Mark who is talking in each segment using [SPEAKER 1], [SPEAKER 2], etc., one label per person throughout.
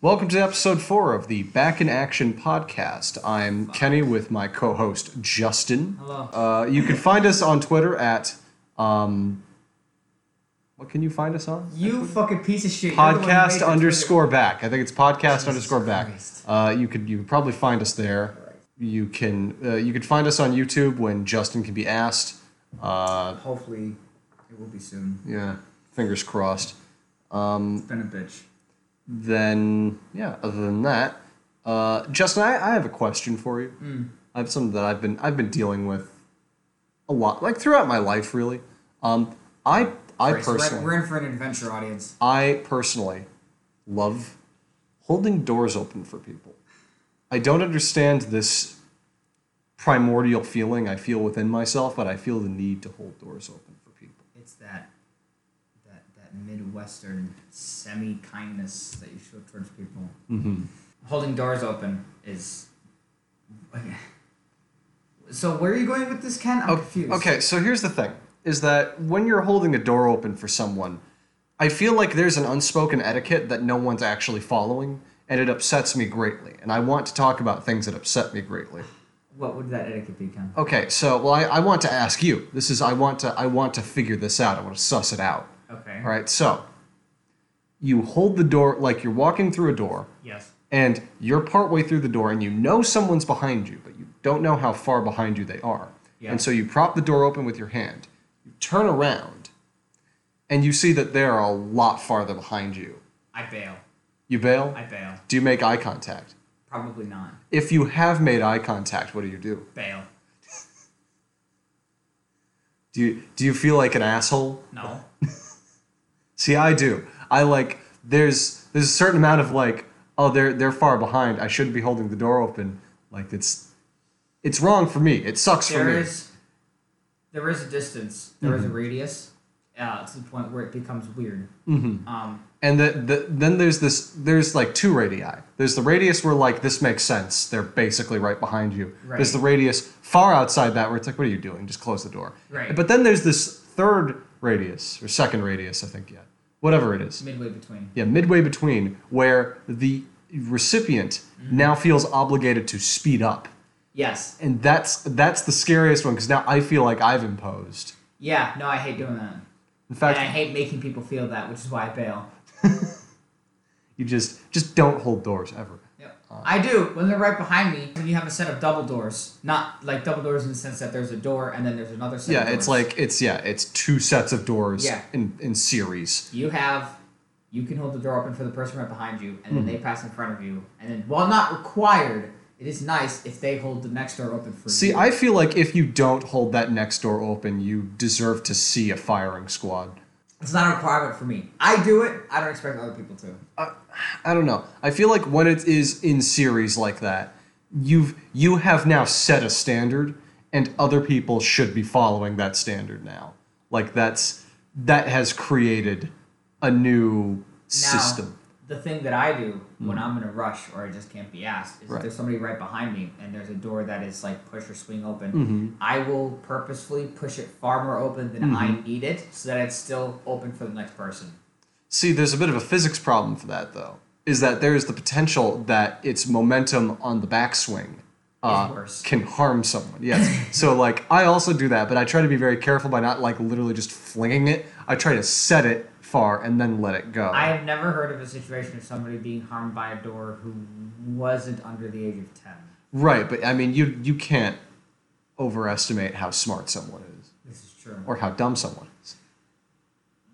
[SPEAKER 1] Welcome to episode four of the Back in Action podcast. I'm Kenny with my co host Justin.
[SPEAKER 2] Hello.
[SPEAKER 1] Uh, you can find us on Twitter at. Um, what can you find us on?
[SPEAKER 2] You fucking piece of shit. You're the one who made the
[SPEAKER 1] podcast
[SPEAKER 2] Twitter.
[SPEAKER 1] underscore back. I think it's podcast
[SPEAKER 2] Jesus
[SPEAKER 1] underscore back.
[SPEAKER 2] Christ.
[SPEAKER 1] Uh, you could you could probably find us there. You can uh, you could find us on YouTube when Justin can be asked. Uh,
[SPEAKER 3] Hopefully, it will be soon.
[SPEAKER 1] yeah, fingers crossed.
[SPEAKER 3] It's been a bitch.
[SPEAKER 1] Then yeah, other than that, uh, Justin, I, I have a question for you.
[SPEAKER 3] Hmm.
[SPEAKER 1] I have something that I've been I've been dealing with a lot, like throughout my life, really. Um, I I
[SPEAKER 3] Right, so we're-
[SPEAKER 1] personally
[SPEAKER 3] we're, in for an adventure, audience.
[SPEAKER 1] I personally love holding doors open for people. I don't understand this primordial feeling I feel within myself, but I feel the need to hold doors open for people.
[SPEAKER 3] It's that that that midwestern semi kindness that you show towards people. Mm-hmm. Holding doors open is. So where are you going with this, Ken? I'm confused.
[SPEAKER 1] Okay, so here's the thing is that when you're holding a door open for someone, I feel like there's an unspoken etiquette that no one's actually following, and it upsets me greatly. And I want to talk about things that upset me greatly.
[SPEAKER 3] What would that etiquette be, Ken?
[SPEAKER 1] Okay, so well, I, I want to ask you. This is I want to I want to figure this out. I want to suss it out.
[SPEAKER 3] Okay.
[SPEAKER 1] All right, so you hold the door like you're walking through a door,
[SPEAKER 3] Yes.
[SPEAKER 1] and you're partway through the door, and you know someone's behind you, but you don't know how far behind you they are.
[SPEAKER 3] Yeah.
[SPEAKER 1] And so you prop the door open with your hand. You turn around, and you see that they're a lot farther behind you.
[SPEAKER 3] I bail.
[SPEAKER 1] You bail.
[SPEAKER 3] I bail.
[SPEAKER 1] do you make eye contact?
[SPEAKER 3] Probably not.
[SPEAKER 1] If you have made eye contact, what do you do?
[SPEAKER 3] Bail.
[SPEAKER 1] Do you do you feel like an asshole?
[SPEAKER 3] No.
[SPEAKER 1] See, I do. I like there's there's a certain amount of like, oh, they're they're far behind. I shouldn't be holding the door open. Like it's it's wrong for me. It sucks for
[SPEAKER 3] There
[SPEAKER 1] me. Mm-hmm.
[SPEAKER 3] is, there is a distance. There is a radius, uh, to the point where it becomes weird.
[SPEAKER 1] Mm-hmm.
[SPEAKER 3] Um,
[SPEAKER 1] And the, the, then there's this there's like two radii. There's the radius where like this makes sense. They're basically right behind you. There's the
[SPEAKER 3] Right.
[SPEAKER 1] radius far outside that where it's like, what are you doing? Just close the door.
[SPEAKER 3] Right.
[SPEAKER 1] But then there's this third radius or second radius, I think. Yeah. Whatever it is.
[SPEAKER 3] midway between.
[SPEAKER 1] yeah, midway between where the recipient
[SPEAKER 3] Mm-hmm.
[SPEAKER 1] now feels obligated to speed up.
[SPEAKER 3] Yes.
[SPEAKER 1] And that's that's the scariest one because now I feel like I've imposed.
[SPEAKER 3] Yeah. No, I hate doing that.
[SPEAKER 1] In
[SPEAKER 3] And
[SPEAKER 1] fact,
[SPEAKER 3] I hate making people feel that, which is why I bail.
[SPEAKER 1] you just just don't hold doors ever.
[SPEAKER 3] Yep. I do when they're right behind me. When you have a set of double doors, not like double doors in the sense that there's a door and then there's another set. of
[SPEAKER 1] Yeah, it's
[SPEAKER 3] doors.
[SPEAKER 1] like it's yeah, it's two sets of doors
[SPEAKER 3] Yeah.
[SPEAKER 1] in in series.
[SPEAKER 3] you have you can hold the door open for the person right behind you
[SPEAKER 1] Mm.
[SPEAKER 3] and then they pass in front of you and then while not required it is nice if they hold the next door open for
[SPEAKER 1] See,
[SPEAKER 3] you
[SPEAKER 1] I feel like if you don't hold that next door open, you deserve to see a firing squad.
[SPEAKER 3] it's not a requirement for me i do it i don't expect other people to
[SPEAKER 1] I don't know. I feel like when it is in series like that, you've you have now set a standard, and other people should be following that standard now. Like that's that has created a new system. Mm.
[SPEAKER 3] now, the thing that i do when i'm in a rush or i just can't be asked is
[SPEAKER 1] Right.
[SPEAKER 3] if there's somebody right behind me and there's a door that is like push or swing open
[SPEAKER 1] Mm-hmm.
[SPEAKER 3] i will purposefully push it far more open than i
[SPEAKER 1] Mm-hmm.
[SPEAKER 3] need it so that it's still open for the next person
[SPEAKER 1] See, there's a bit of a physics problem for that though. Is that there is the potential that its momentum on the backswing uh,
[SPEAKER 3] worse.
[SPEAKER 1] can harm someone. Yes. so like I also do that, but I try to be very careful by not like literally just flinging it. I try to set it far and then let it go.
[SPEAKER 3] I have never heard of a situation of somebody being harmed by a door who wasn't under the age of 10.
[SPEAKER 1] Right, but I mean, you you can't overestimate how smart someone is
[SPEAKER 3] This is true.
[SPEAKER 1] or how dumb someone is.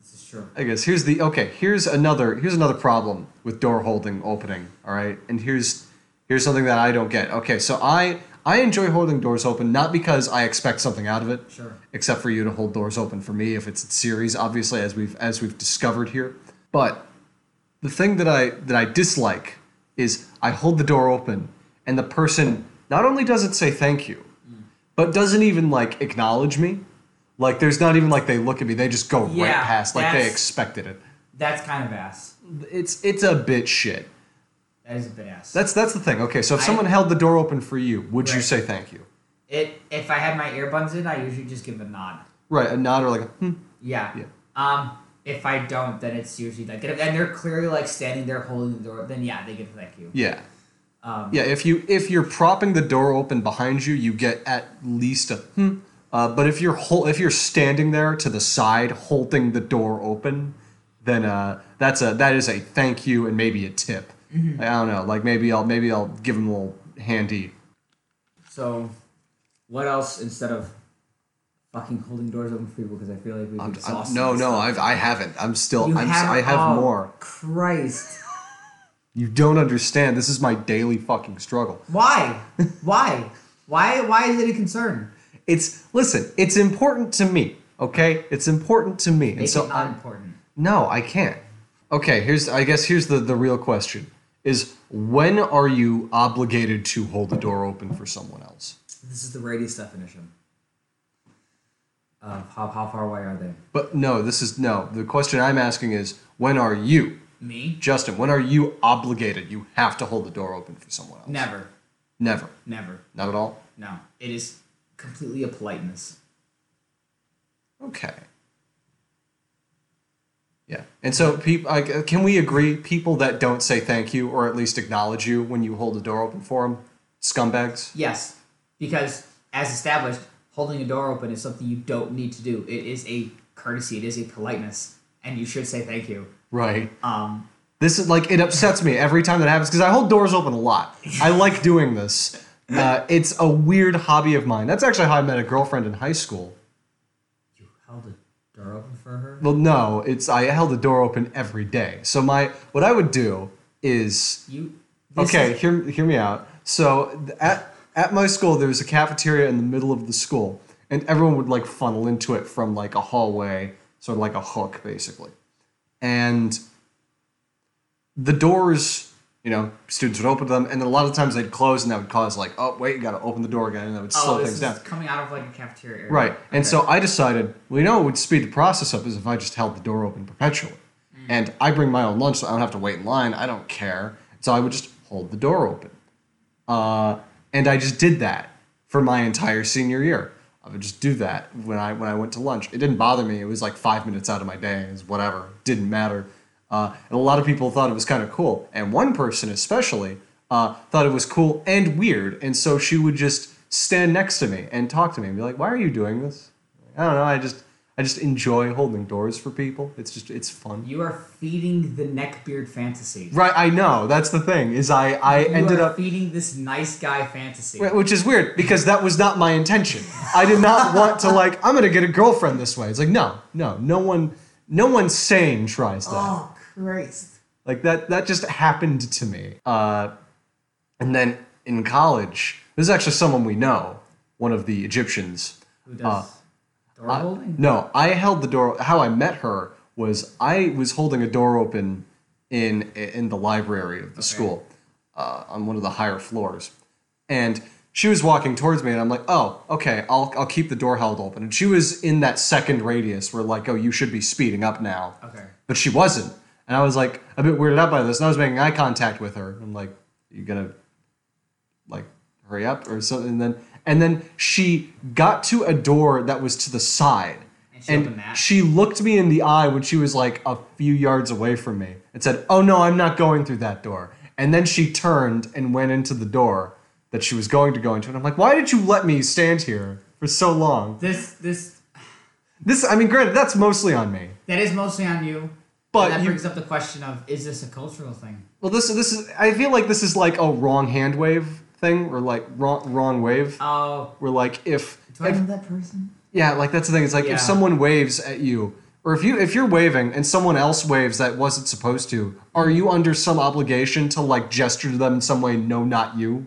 [SPEAKER 3] This is true.
[SPEAKER 1] I guess here's the okay. Here's another here's another problem with door holding opening. All right, and here's here's something that I don't get. Okay, so I I enjoy holding doors open not because I expect something out of it.
[SPEAKER 3] Sure.
[SPEAKER 1] Except for you to hold doors open for me if it's in series, obviously as we've as we've discovered here. But the thing that I that I dislike is I hold the door open and the person not only doesn't say thank you, but doesn't even like acknowledge me. Like there's not even like they look at me, they just go right
[SPEAKER 3] Yeah,
[SPEAKER 1] past like they
[SPEAKER 3] that's-
[SPEAKER 1] expected it.
[SPEAKER 3] That's kind of ass.
[SPEAKER 1] It's it's a bit shit.
[SPEAKER 3] That is a bit ass.
[SPEAKER 1] That's that's the thing. Okay, so if
[SPEAKER 3] I-
[SPEAKER 1] someone held the door open for you, would you
[SPEAKER 3] Right.
[SPEAKER 1] say thank you?
[SPEAKER 3] it. If I had my earbuds in, I usually just give a nod.
[SPEAKER 1] Right, a nod or like a, hmm.
[SPEAKER 3] Yeah.
[SPEAKER 1] Yeah.
[SPEAKER 3] Um, If I don't, then it's usually like, and if- and they're clearly like standing there holding the door, then yeah, they give a thank you.
[SPEAKER 1] Yeah.
[SPEAKER 3] Um,
[SPEAKER 1] Yeah, if you if you're propping the door open behind you, you get at least a hmm. Uh, but if you're hol- if you're standing there to the side holding the door open, then uh, that's a that is a thank you and maybe a tip.
[SPEAKER 3] Mm-hmm.
[SPEAKER 1] I don't know, like maybe I'll maybe I'll give him a little handy.
[SPEAKER 3] So, what else instead of fucking holding doors open for people? Because I feel like we've
[SPEAKER 1] I'm- I'm-
[SPEAKER 3] exhausted.
[SPEAKER 1] no,
[SPEAKER 3] this
[SPEAKER 1] no,
[SPEAKER 3] stuff.
[SPEAKER 1] I've, I haven't. I'm still.
[SPEAKER 3] You
[SPEAKER 1] I'm, s- I have
[SPEAKER 3] oh,
[SPEAKER 1] more.
[SPEAKER 3] Christ.
[SPEAKER 1] You don't understand. This is my daily fucking struggle.
[SPEAKER 3] Why? Why? Why? Why is it a concern?
[SPEAKER 1] It's listen. It's important to me. Okay, it's important to me, and
[SPEAKER 3] Make
[SPEAKER 1] so
[SPEAKER 3] it
[SPEAKER 1] I'm,
[SPEAKER 3] not important.
[SPEAKER 1] No, I can't. Okay, here's I guess here's the the real question is when are you obligated to hold the door open for someone else?
[SPEAKER 3] This is the radius definition. Of how how far away are they?
[SPEAKER 1] But no, this is no. The question I'm asking is when are you,
[SPEAKER 3] Me?
[SPEAKER 1] Justin, when are you obligated you have to hold the door open for someone else?
[SPEAKER 3] Never.
[SPEAKER 1] Never.
[SPEAKER 3] Never.
[SPEAKER 1] Not at all.
[SPEAKER 3] No. It is completely a politeness.
[SPEAKER 1] Okay. Yeah. And so people like can we agree people that don't say thank you or at least acknowledge you when you hold the door open for them? Scumbags.
[SPEAKER 3] Yes, because as established, holding a door open is something you don't need to do. It is a courtesy. It is a politeness, and you should say thank you.
[SPEAKER 1] Right.
[SPEAKER 3] Um,
[SPEAKER 1] This is like it upsets me every time that happens because I hold doors open a lot. I like doing this. Uh, it's a weird hobby of mine. That's actually how I met a girlfriend in high school.
[SPEAKER 3] you held a door open for her.
[SPEAKER 1] Well, no, it's I held the door open every day. So my what I would do is
[SPEAKER 3] You this
[SPEAKER 1] okay.
[SPEAKER 3] is-
[SPEAKER 1] Hear hear me out. So th- at at my school there was a cafeteria in the middle of the school, and everyone would like funnel into it from like a hallway, sort of like a hook, basically, and the doors, you know, students would open them, and a lot of times they'd close, and that would cause like, oh wait, you got to open the door again, and that would slow
[SPEAKER 3] oh, this
[SPEAKER 1] things
[SPEAKER 3] is
[SPEAKER 1] down.
[SPEAKER 3] coming out of like a cafeteria. Area.
[SPEAKER 1] Right. And
[SPEAKER 3] Okay.
[SPEAKER 1] so I decided, well, you know what would speed the process up is if I just held the door open perpetually.
[SPEAKER 3] Mm.
[SPEAKER 1] And I bring my own lunch, so I don't have to wait in line. I don't care. So I would just hold the door open. Uh, and I just did that for my entire senior year. I would just do that when I when I went to lunch. It didn't bother me. It was like five minutes out of my day. It was whatever. Didn't matter. Uh, and a lot of people thought it was kind of cool. And one person especially uh, thought it was cool and weird. And so she would just stand next to me and talk to me and be like, "Why are you doing this?" I don't know. I just I just enjoy holding doors for people. It's just it's fun.
[SPEAKER 3] you are feeding the neckbeard fantasy.
[SPEAKER 1] Right. I know. That's the thing. Is I I
[SPEAKER 3] You
[SPEAKER 1] ended
[SPEAKER 3] are
[SPEAKER 1] up
[SPEAKER 3] feeding this nice guy fantasy.
[SPEAKER 1] Wh- Which is weird because that was not my intention. I did not want to like. I'm gonna get a girlfriend this way. It's like no, no, no one, no one sane tries that.
[SPEAKER 2] Oh Christ!
[SPEAKER 1] Like that. That just happened to me. Uh, and then in college, this is actually someone we know, one of the Egyptians.
[SPEAKER 3] Who does door
[SPEAKER 1] Uh, I-
[SPEAKER 3] holding?
[SPEAKER 1] no, I held the door. How I met her was I was holding a door open in in the library of the school uh, on one of the higher floors, and she was walking towards me, and I'm like, oh, okay, I'll I'll keep the door held open. And she was in that second radius where like, oh, you should be speeding up now.
[SPEAKER 3] Okay.
[SPEAKER 1] But she wasn't, and I was like a bit weirded out by this, and I was making eye contact with her. I'm like, you gonna like hurry up or something and then and then she got to a door that was to the side
[SPEAKER 3] And she opened that?
[SPEAKER 1] she looked me in the eye when she was like a few yards away from me and said oh no i'm not going through that door and then she turned and went into the door that she was going to go into and i'm like why did you let me stand here for so long
[SPEAKER 3] This this
[SPEAKER 1] this i mean granted that's mostly on me
[SPEAKER 3] that is mostly on you.
[SPEAKER 1] But
[SPEAKER 3] and that
[SPEAKER 1] you-
[SPEAKER 3] brings up the question of is this a cultural thing?
[SPEAKER 1] well this this is i feel like this is like a wrong hand wave thing or like wrong wrong wave
[SPEAKER 3] Oh,
[SPEAKER 1] where like if
[SPEAKER 3] do I
[SPEAKER 1] if-
[SPEAKER 3] know that person?
[SPEAKER 1] Yeah, like that's the thing. It's like
[SPEAKER 3] Yeah.
[SPEAKER 1] if someone waves at you, or if you if you're waving and someone else waves that wasn't supposed to, are you under some obligation to like gesture to them in some way? No, not you.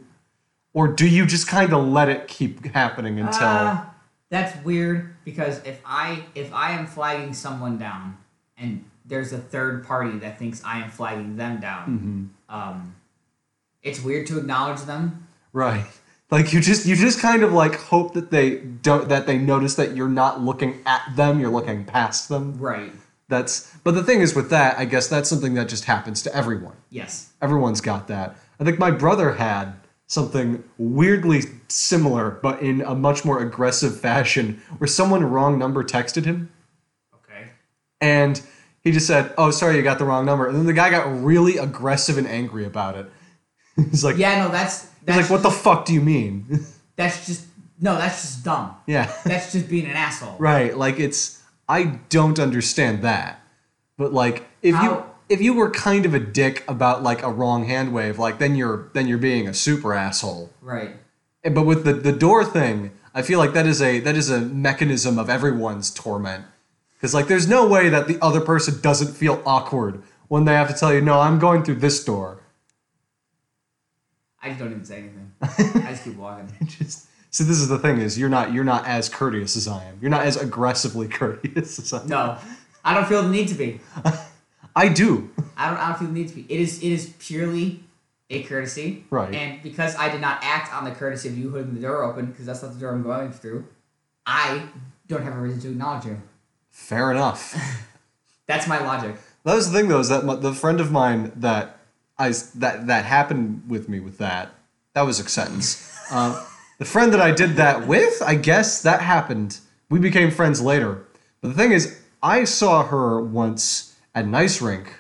[SPEAKER 1] Or do you just kind of let it keep happening until?
[SPEAKER 3] Ah, that's weird because if I if I am flagging someone down and there's a third party that thinks I am flagging them down, um, it's weird to acknowledge them.
[SPEAKER 1] Right. Like you just you just kind of like hope that they don't that they notice that you're not looking at them, you're looking past them.
[SPEAKER 3] Right.
[SPEAKER 1] That's but the thing is with that, I guess that's something that just happens to everyone.
[SPEAKER 3] Yes.
[SPEAKER 1] Everyone's got that. I think my brother had something weirdly similar, but in a much more aggressive fashion, where someone wrong number texted him,
[SPEAKER 3] Okay.
[SPEAKER 1] and He just said, "Oh, sorry, you got the wrong number." And then the guy got really aggressive and angry about it. He's like,
[SPEAKER 3] Yeah, no, that's
[SPEAKER 1] he's
[SPEAKER 3] that's
[SPEAKER 1] like, "What the fuck do you mean?"
[SPEAKER 3] that's just no, that's just dumb.
[SPEAKER 1] yeah,
[SPEAKER 3] That's just being an asshole.
[SPEAKER 1] right. Like it's I don't understand that. But like if you
[SPEAKER 3] How-
[SPEAKER 1] if you were kind of a dick about like a wrong hand wave, like then you're then you're being a super asshole.
[SPEAKER 3] Right.
[SPEAKER 1] And- but with the the door thing i feel like that is a that is a mechanism of everyone's torment because like there's no way that the other person doesn't feel awkward when they have to tell you no i'm going through this door
[SPEAKER 3] I just don't even say anything. I just keep walking.
[SPEAKER 1] just so this is the thing is you're not you're not as courteous as i am you're not as aggressively courteous as i am
[SPEAKER 3] No, I don't feel the need to be.
[SPEAKER 1] i do
[SPEAKER 3] I don't. I don't feel the need to be. It is. It is purely a courtesy.
[SPEAKER 1] Right.
[SPEAKER 3] And because I did not act on the courtesy of you holding the door open, because that's not the door I'm going through, I don't have a reason to acknowledge you.
[SPEAKER 1] fair enough
[SPEAKER 3] That's my logic.
[SPEAKER 1] That was the thing, though, is that my, the friend of mine that I s- that that happened with me with that that was a sentence. Uh, the friend that I did that with, I guess that happened. We became friends later. But the thing is, I saw her once at an ice rink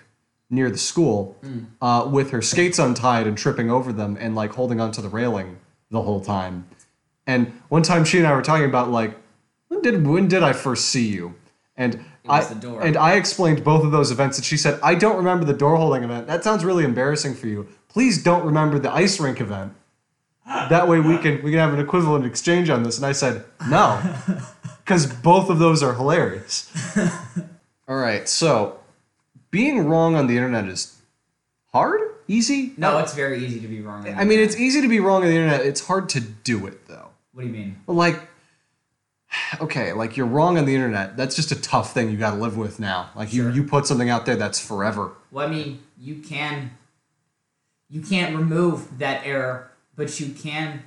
[SPEAKER 1] near the school
[SPEAKER 3] Hmm.
[SPEAKER 1] uh, with her skates untied and tripping over them and like holding onto the railing the whole time. And one time, she and I were talking about like, when did when did I first see you? And
[SPEAKER 3] was
[SPEAKER 1] I
[SPEAKER 3] the door.
[SPEAKER 1] and I explained both of those events, and she said, "I don't remember the door holding event. That sounds really embarrassing for you. Please don't remember the ice rink event. That way we can we can have an equivalent exchange on this." And I said, "No, because both of those are hilarious." All right, so being wrong on the internet is hard, easy.
[SPEAKER 3] No, it's very easy to be wrong.
[SPEAKER 1] I mean, it's easy to be wrong on the internet. It's hard to do it though.
[SPEAKER 3] What do you mean?
[SPEAKER 1] But like okay like you're wrong on the internet that's just a tough thing you got to live with now like
[SPEAKER 3] Sure.
[SPEAKER 1] you, you put something out there that's forever
[SPEAKER 3] Well, I mean, you can. You can't remove that error, but you can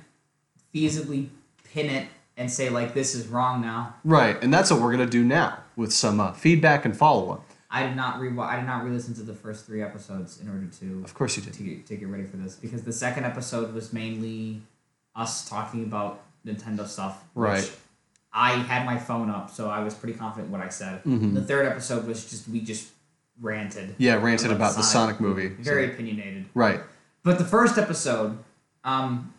[SPEAKER 3] feasibly pin it and say like, "This is wrong now."
[SPEAKER 1] right and that's what we're going to do now with some uh, feedback and follow-up
[SPEAKER 3] I did not re I did not re-listen to the first three episodes in order to
[SPEAKER 1] of course you
[SPEAKER 3] to
[SPEAKER 1] did
[SPEAKER 3] get, to get ready for this because the second episode was mainly us talking about Nintendo stuff. which
[SPEAKER 1] Right.
[SPEAKER 3] I had my phone up, so I was pretty confident what I said. The third episode was just we just ranted.
[SPEAKER 1] Mm-hmm. yeah ranted about the sonic movie
[SPEAKER 3] Very opinionated.
[SPEAKER 1] right
[SPEAKER 3] But the first episode, um,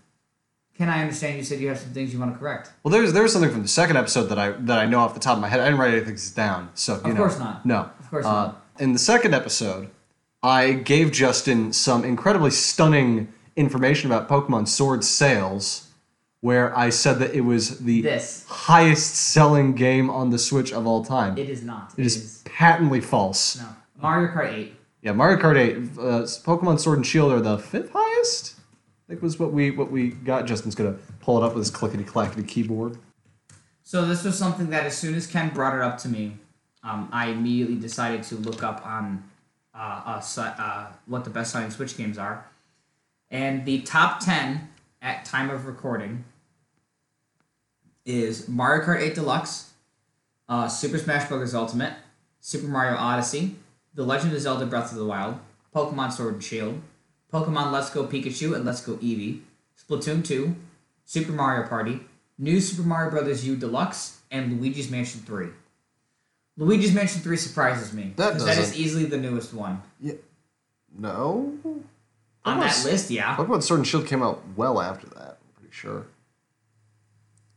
[SPEAKER 3] can I understand? You said you have some things you want to correct.
[SPEAKER 1] well there's there's something from the second episode that i that i know off the top of my head i didn't write anything down so you
[SPEAKER 3] Of
[SPEAKER 1] know
[SPEAKER 3] course not.
[SPEAKER 1] no
[SPEAKER 3] Of course
[SPEAKER 1] Uh,
[SPEAKER 3] not.
[SPEAKER 1] in the second episode i gave justin some incredibly stunning information about pokemon sword sales where i said that it was the
[SPEAKER 3] This
[SPEAKER 1] highest selling game on the Switch of all time.
[SPEAKER 3] it is not.
[SPEAKER 1] it is patently false.
[SPEAKER 3] no Mario Kart Eight.
[SPEAKER 1] Yeah, Mario Kart 8, uh, Pokemon Sword and Shield are the fifth highest. I think was what we what we got. Justin's gonna pull it up with his clickety clackety keyboard.
[SPEAKER 3] So this was something that as soon as Ken brought it up to me, um, I immediately decided to look up on uh, uh, si- uh, what the best selling Switch games are, and the top ten at time of recording is Mario Kart 8 Deluxe, uh, Super Smash Bros. Ultimate, Super Mario Odyssey, The Legend of Zelda: Breath of the Wild, Pokemon Sword and Shield, Pokemon Let's Go Pikachu and Let's Go Eevee, Splatoon 2, Super Mario Party, New Super Mario Bros. U Deluxe, and Luigi's Mansion 3. Luigi's Mansion 3 surprises me.
[SPEAKER 4] That
[SPEAKER 3] 'cause that is
[SPEAKER 4] doesn't-
[SPEAKER 3] easily the newest one.
[SPEAKER 4] No.
[SPEAKER 3] On that
[SPEAKER 4] Almost.
[SPEAKER 3] list, yeah.
[SPEAKER 4] Pokemon Sword and Shield came out well after that, I'm pretty sure.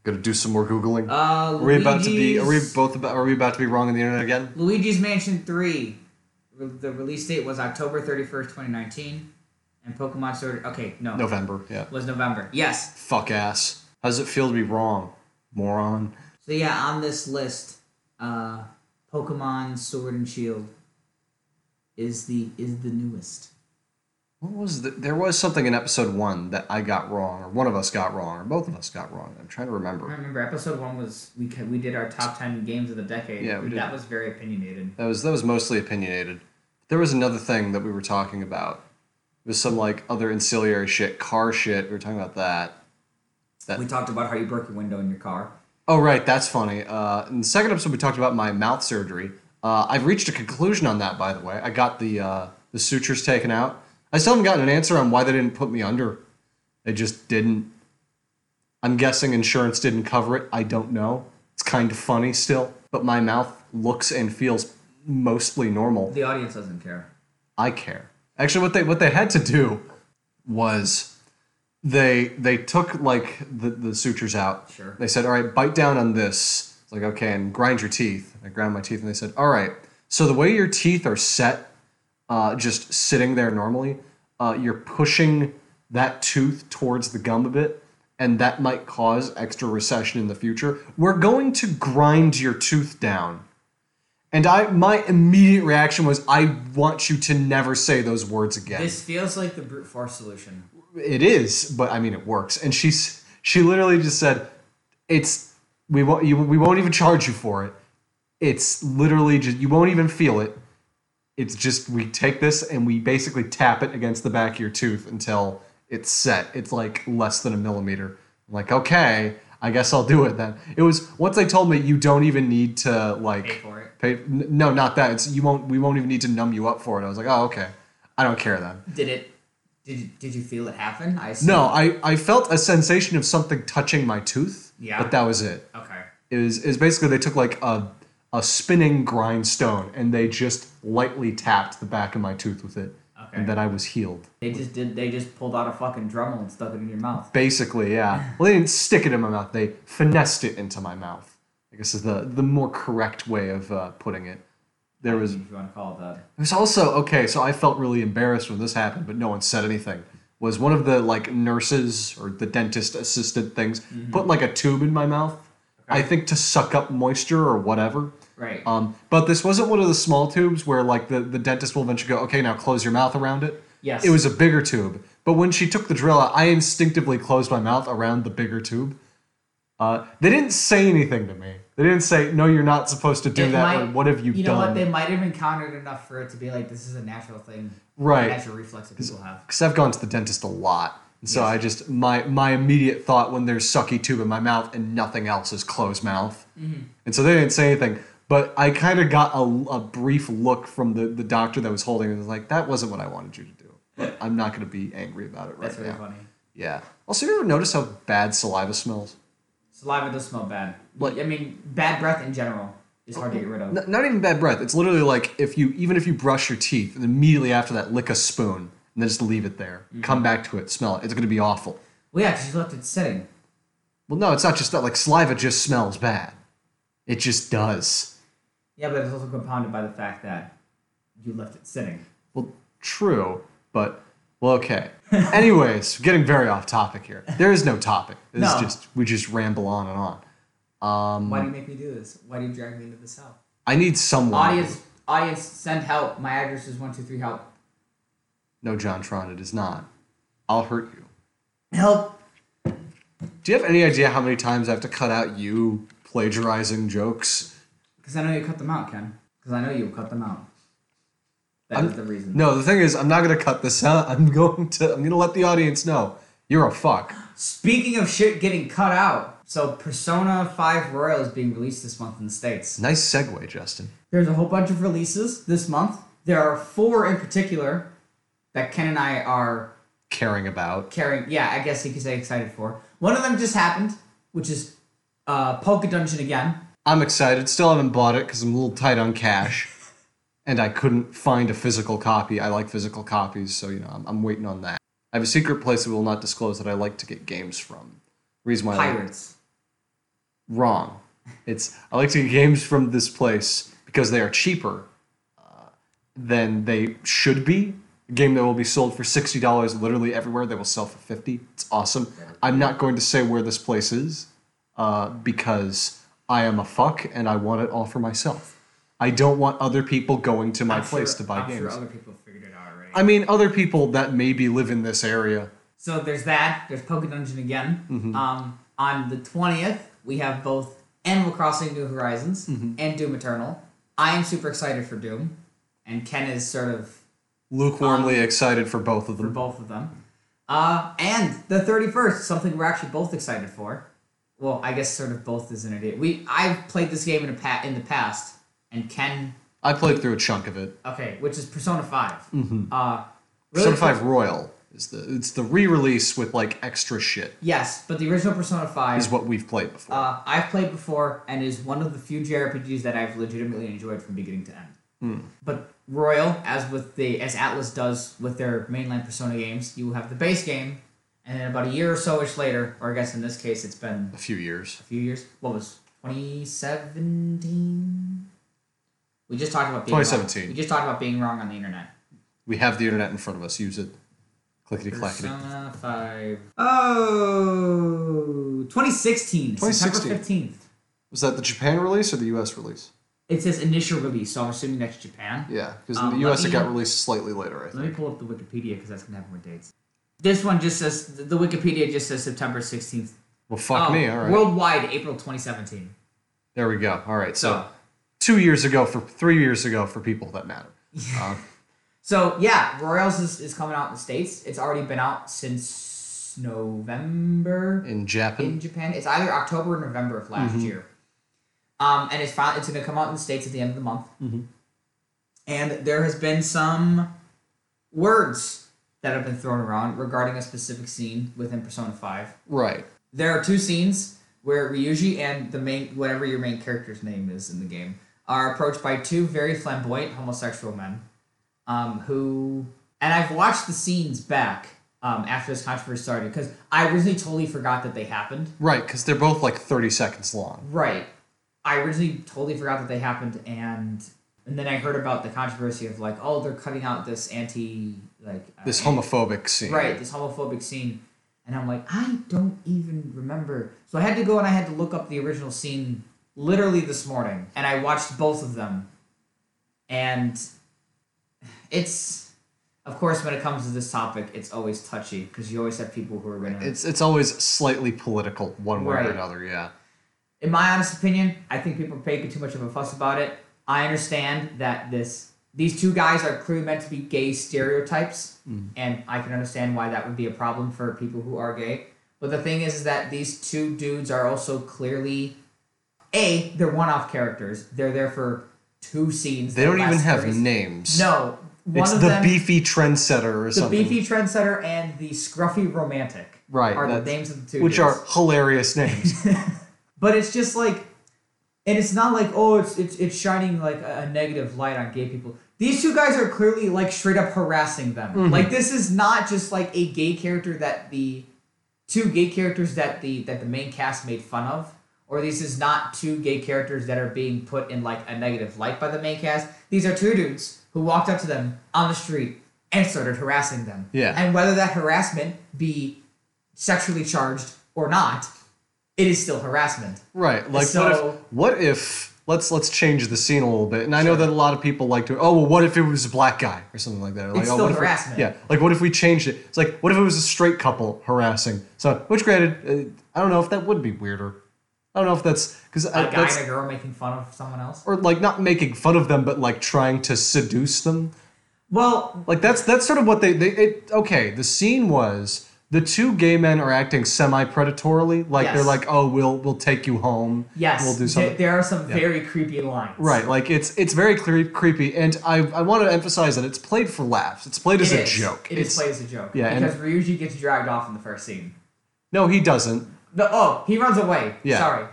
[SPEAKER 1] Gonna do some more googling. are
[SPEAKER 3] Uh,
[SPEAKER 1] we about to be? Are we
[SPEAKER 3] Luigi's-
[SPEAKER 1] both? About, are we about to be wrong on the internet again?
[SPEAKER 3] Luigi's Mansion 3. Re- The release date was October 31st, 2019. And Pokemon Sword. Okay, no.
[SPEAKER 1] November. Yeah.
[SPEAKER 3] Was November. Yes.
[SPEAKER 1] Fuck ass. How does it feel to be wrong, moron?
[SPEAKER 3] So, yeah, on this list, uh, Pokemon Sword and Shield is the is the newest.
[SPEAKER 1] What was the, there was something in episode one that I got wrong, or one of us got wrong, or both of us got wrong. I'm trying to remember.
[SPEAKER 3] I remember episode one was we ca- we did our top ten games of the decade.
[SPEAKER 1] Yeah, we did.
[SPEAKER 3] that was very opinionated.
[SPEAKER 1] That was that was mostly opinionated. There was another thing that we were talking about. It was some like other ancillary shit, car shit. We were talking about that.
[SPEAKER 3] We talked about how you broke your window in your car.
[SPEAKER 1] Oh right, that's funny. Uh, in the second episode, we talked about my mouth surgery. Uh, I've reached a conclusion on that, by the way. I got the uh, the sutures taken out. I still haven't gotten an answer on why they didn't put me under. They just didn't. I'm guessing insurance didn't cover it. I don't know. It's kind of funny still, but my mouth looks and feels mostly normal.
[SPEAKER 3] The audience doesn't care.
[SPEAKER 1] I care. Actually, what they what they had to do was they they took like the, the sutures out.
[SPEAKER 3] Sure.
[SPEAKER 1] They said, all right, bite down on this. It's like okay, and grind your teeth. I ground my teeth, and they said, all right. So the way your teeth are set, uh, just sitting there normally, uh, you're pushing that tooth towards the gum a bit, and that might cause extra recession in the future. We're going to grind your tooth down. And I, my immediate reaction was, I want you to never say those words again.
[SPEAKER 3] This feels like the brute force solution.
[SPEAKER 1] it is, but I mean, it works. And she's, she literally just said, "It's we won't, you, we won't even charge you for it. It's literally just you won't even feel it. It's just we take this and we basically tap it against the back of your tooth until it's set. It's like less than a millimeter. I'm like, okay, I guess I'll do it then. It was once they told me you don't even need to like
[SPEAKER 3] Pay for it.
[SPEAKER 1] pay- n- no, not that. It's you won't. We won't even need to numb you up for it. I was like, oh, okay. I don't care then.
[SPEAKER 3] Did it? Did you, did you feel it happen? I assume-
[SPEAKER 1] No, I, I felt a sensation of something touching my tooth.
[SPEAKER 3] Yeah.
[SPEAKER 1] But that was it.
[SPEAKER 3] Okay.
[SPEAKER 1] It was, it was basically they took like a a spinning grindstone and they just lightly tapped the back of my tooth with it.
[SPEAKER 3] Okay.
[SPEAKER 1] And then I was healed.
[SPEAKER 3] They just did. They just pulled out a fucking Dremel and stuck it in your mouth.
[SPEAKER 1] Basically, yeah. Well, they didn't stick it in my mouth. They finessed it into my mouth. I guess is the the more correct way of uh, putting it. There was
[SPEAKER 3] if you want to call it that.
[SPEAKER 1] It was also okay. So I felt really embarrassed when this happened, but no one said anything. Was one of the like nurses or the dentist assistant things
[SPEAKER 3] Mm-hmm.
[SPEAKER 1] put like a tube in my mouth? I think to suck up moisture or whatever.
[SPEAKER 3] Right.
[SPEAKER 1] Um, but this wasn't one of the small tubes where like the, the dentist will eventually go, okay, now close your mouth around it.
[SPEAKER 3] Yes.
[SPEAKER 1] It was a bigger tube. But when she took the drill out, I instinctively closed my mouth around the bigger tube. Uh, they didn't say anything to me. They didn't say, no, you're not supposed to do
[SPEAKER 3] It
[SPEAKER 1] that.
[SPEAKER 3] might-
[SPEAKER 1] or, what have you,
[SPEAKER 3] You know
[SPEAKER 1] done?
[SPEAKER 3] what? They might have encountered enough for it to be like this is a natural thing.
[SPEAKER 1] Right.
[SPEAKER 3] A natural reflex that people have.
[SPEAKER 1] because I've gone to the dentist a lot. And so
[SPEAKER 3] Yes.
[SPEAKER 1] I just my my immediate thought when there's sucky tube in my mouth and nothing else is closed mouth.
[SPEAKER 3] Mm-hmm.
[SPEAKER 1] And so they didn't say anything, but I kind of got a, a brief look from the, the doctor that was holding it. and was like, that wasn't what I wanted you to do. But I'm not gonna be angry about it right
[SPEAKER 3] That's really
[SPEAKER 1] now.
[SPEAKER 3] funny.
[SPEAKER 1] Yeah. Also, you ever notice how bad saliva smells?
[SPEAKER 3] Saliva does smell bad.
[SPEAKER 1] Like-
[SPEAKER 3] I mean, bad breath in general is hard to get rid of.
[SPEAKER 1] N- not even bad breath. It's literally like if you even if you brush your teeth and immediately after that lick a spoon and then just leave it there.
[SPEAKER 3] Mm-hmm.
[SPEAKER 1] Come back to it, smell it. It's gonna be awful.
[SPEAKER 3] Well, yeah, because you left it sitting.
[SPEAKER 1] Well, no, it's not just that. Like saliva just smells bad. It just does.
[SPEAKER 3] Yeah, but it's also compounded by the fact that you left it sitting.
[SPEAKER 1] Well, true, but well, okay. Anyways, getting very off topic here. There is no topic. It's
[SPEAKER 3] No.
[SPEAKER 1] just we just ramble on and on. Um,
[SPEAKER 2] Why do you make me do this? Why do you drag me into this hell?
[SPEAKER 1] I need someone.
[SPEAKER 3] Audience, audience, send help. My address is one two three help.
[SPEAKER 1] No, John Tron, it is not. I'll hurt you.
[SPEAKER 3] Help.
[SPEAKER 1] Do you have any idea how many times I have to cut out you plagiarizing jokes?
[SPEAKER 3] Because I know you cut them out, Ken. Because I know you cut them out. That is the reason.
[SPEAKER 1] No, the thing is, I'm not gonna cut this out. I'm going to. I'm gonna let the audience know you're a fuck.
[SPEAKER 3] Speaking of shit getting cut out, so Persona 5 Royal is being released this month in the States.
[SPEAKER 1] Nice segue, Justin.
[SPEAKER 3] There's a whole bunch of releases this month. There are four in particular that Ken and I are
[SPEAKER 1] Caring about.
[SPEAKER 3] caring, yeah, I guess you could say excited for. One of them just happened, which is uh, Polka Dungeon again.
[SPEAKER 1] I'm excited. Still haven't bought it because I'm a little tight on cash, and I couldn't find a physical copy. I like physical copies, so you know I'm, I'm waiting on that. I have a secret place that will not disclose that I like to get games from. Reason why I like-
[SPEAKER 3] Pirates.
[SPEAKER 1] wrong. It's I like to get games from this place because they are cheaper uh, than they should be. A game that will be sold for sixty dollars literally everywhere. They will sell for fifty. It's awesome. I'm not going to say where this place is uh, because I am a fuck and I want it all for myself. I don't want other people going to my
[SPEAKER 3] I'm
[SPEAKER 1] place
[SPEAKER 3] sure-
[SPEAKER 1] to buy
[SPEAKER 3] I'm
[SPEAKER 1] games.
[SPEAKER 3] sure other people figured it out already.
[SPEAKER 1] I mean, other people that maybe live in this area.
[SPEAKER 3] So there's that. There's Poké Dungeon again.
[SPEAKER 1] Mm-hmm.
[SPEAKER 3] Um, on the twentieth, we have both Animal Crossing: New Horizons
[SPEAKER 1] Mm-hmm.
[SPEAKER 3] and Doom Eternal. I am super excited for Doom, and Ken is sort of
[SPEAKER 1] Lukewarmly excited for both of
[SPEAKER 3] for
[SPEAKER 1] them.
[SPEAKER 3] both of them. Uh, and the thirty first, something we're actually both excited for. Well, I guess sort of both is an idiot. We I've played this game in a pa- in the past, and Ken
[SPEAKER 1] I played through a chunk of it.
[SPEAKER 3] okay, which is Persona 5 Uh, really
[SPEAKER 1] Mm-hmm. Persona 5 Royal is the it's the re-release with like extra shit
[SPEAKER 3] Yes, but the original Persona Five
[SPEAKER 1] is what we've played before.
[SPEAKER 3] uh, I've played before and is one of the few JRPGs that I've legitimately enjoyed from beginning to end. But Royal, as with the as Atlas does with their mainline Persona games, you have the base game, and then about a year or so ish later, or I guess in this case it's been
[SPEAKER 1] a few years.
[SPEAKER 3] a few years. What was twenty seventeen? We just talked about being
[SPEAKER 1] 2017.
[SPEAKER 3] Wrong. We just talked about being wrong on the internet.
[SPEAKER 1] We have the internet in front of us. Use it. Clickety clackety.
[SPEAKER 3] Persona 5. Oh, 2016.
[SPEAKER 1] 2016.
[SPEAKER 3] September 15th.
[SPEAKER 1] Was that the Japan release or the U.S. release?
[SPEAKER 3] It says initial release, so I'm assuming that's Japan.
[SPEAKER 1] Yeah, because
[SPEAKER 3] Um,
[SPEAKER 1] in the
[SPEAKER 3] let
[SPEAKER 1] U.S. it
[SPEAKER 3] me-
[SPEAKER 1] got released slightly later. I think.
[SPEAKER 3] Let me pull up the Wikipedia because that's going to have more dates. This one just says, the Wikipedia just says September 16th.
[SPEAKER 1] Well, fuck
[SPEAKER 3] Oh,
[SPEAKER 1] me. All right.
[SPEAKER 3] Worldwide, April 2017.
[SPEAKER 1] there we go. All right. So
[SPEAKER 3] So,
[SPEAKER 1] two years ago for three years ago for people that matter. Uh,
[SPEAKER 3] so yeah, Royals is, is coming out in the States. It's already been out since November.
[SPEAKER 1] in Japan,
[SPEAKER 3] in Japan. It's either October or November of
[SPEAKER 1] Mm-hmm.
[SPEAKER 3] last year. Um, and it's finally it's going to come out in the states at the end of the month.
[SPEAKER 1] Mm-hmm.
[SPEAKER 3] And there has been some words that have been thrown around regarding a specific scene within Persona Five.
[SPEAKER 1] right?
[SPEAKER 3] There are two scenes where Ryuji and the main whatever your main character's name is in the game are approached by two very flamboyant homosexual men. Um, who and I've watched the scenes back um, after this controversy started because I originally totally forgot that they happened.
[SPEAKER 1] Right, because they're both like thirty seconds long.
[SPEAKER 3] Right. I originally totally forgot that they happened, and and then I heard about the controversy of like, oh, they're cutting out this anti like uh,
[SPEAKER 1] This homophobic scene.
[SPEAKER 3] right this homophobic scene, and I'm like, I don't even remember. So I had to go and I had to look up the original scene literally this morning, and I watched both of them, and it's. Of course, when it comes to this topic, it's always touchy because you always have people who are going to.
[SPEAKER 1] It's it's always slightly political, one way
[SPEAKER 3] Right.
[SPEAKER 1] or another. Yeah.
[SPEAKER 3] in my honest opinion, I think people are making too much of a fuss about it. I understand that this these two guys are clearly meant to be gay stereotypes,
[SPEAKER 1] Mm.
[SPEAKER 3] and I can understand why that would be a problem for people who are gay. But the thing is, is that these two dudes are also clearly a they're one off characters. They're there for two scenes.
[SPEAKER 1] They
[SPEAKER 3] that
[SPEAKER 1] don't even
[SPEAKER 3] last
[SPEAKER 1] have
[SPEAKER 3] 30
[SPEAKER 1] names.
[SPEAKER 3] No, one
[SPEAKER 1] It's
[SPEAKER 3] of
[SPEAKER 1] the
[SPEAKER 3] them,
[SPEAKER 1] beefy trendsetter or
[SPEAKER 3] the
[SPEAKER 1] something.
[SPEAKER 3] beefy trendsetter, and the scruffy romantic.
[SPEAKER 1] Right,
[SPEAKER 3] are the
[SPEAKER 1] that's-
[SPEAKER 3] names of the two.
[SPEAKER 1] which
[SPEAKER 3] dudes.
[SPEAKER 1] are hilarious names.
[SPEAKER 3] But it's just like, and it's not like oh, it's it's it's shining like a, a negative light on gay people. These two guys are clearly like straight up harassing them. Like this is not just like a gay character that the two gay characters that the that the main cast made fun of, or this is not two gay characters that are being put in like a negative light by the main cast. These are two dudes who walked up to them on the street and started harassing them.
[SPEAKER 1] Yeah.
[SPEAKER 3] And whether that harassment be sexually charged or not, it is still harassment.
[SPEAKER 1] right. Like
[SPEAKER 3] So-
[SPEAKER 1] what if what if let's let's change the scene a little bit. And I know that a lot of people like to oh well what if it was a black guy or something like that. Or like,
[SPEAKER 3] It's
[SPEAKER 1] oh,
[SPEAKER 3] still
[SPEAKER 1] what if we-
[SPEAKER 3] harassment.
[SPEAKER 1] yeah. Like what if we changed it? It's like what if it was a straight couple harassing? So which granted uh, I don't know if that would be weirder. I don't know if that's because
[SPEAKER 3] A guy
[SPEAKER 1] that's
[SPEAKER 3] and a girl making fun of someone else.
[SPEAKER 1] or like not making fun of them but like trying to seduce them.
[SPEAKER 3] Well,
[SPEAKER 1] Like that's that's sort of what they they it, okay. The scene was the two gay men are acting semi predatorily. Like they're
[SPEAKER 3] Yes.
[SPEAKER 1] like, oh, we'll we'll take you home.
[SPEAKER 3] yes,
[SPEAKER 1] we'll do
[SPEAKER 3] th-
[SPEAKER 1] something.
[SPEAKER 3] there are some very creepy lines.
[SPEAKER 1] Right, like it's it's very cre- creepy, and I I want to emphasize that it's played for laughs. It's played as
[SPEAKER 3] It
[SPEAKER 1] a
[SPEAKER 3] is.
[SPEAKER 1] joke.
[SPEAKER 3] It
[SPEAKER 1] it's,
[SPEAKER 3] is played as a joke.
[SPEAKER 1] Yeah, and-
[SPEAKER 3] because Ryuji gets dragged off in the first scene.
[SPEAKER 1] No, he doesn't.
[SPEAKER 3] The, oh, he runs away.
[SPEAKER 1] Yeah.
[SPEAKER 3] Sorry.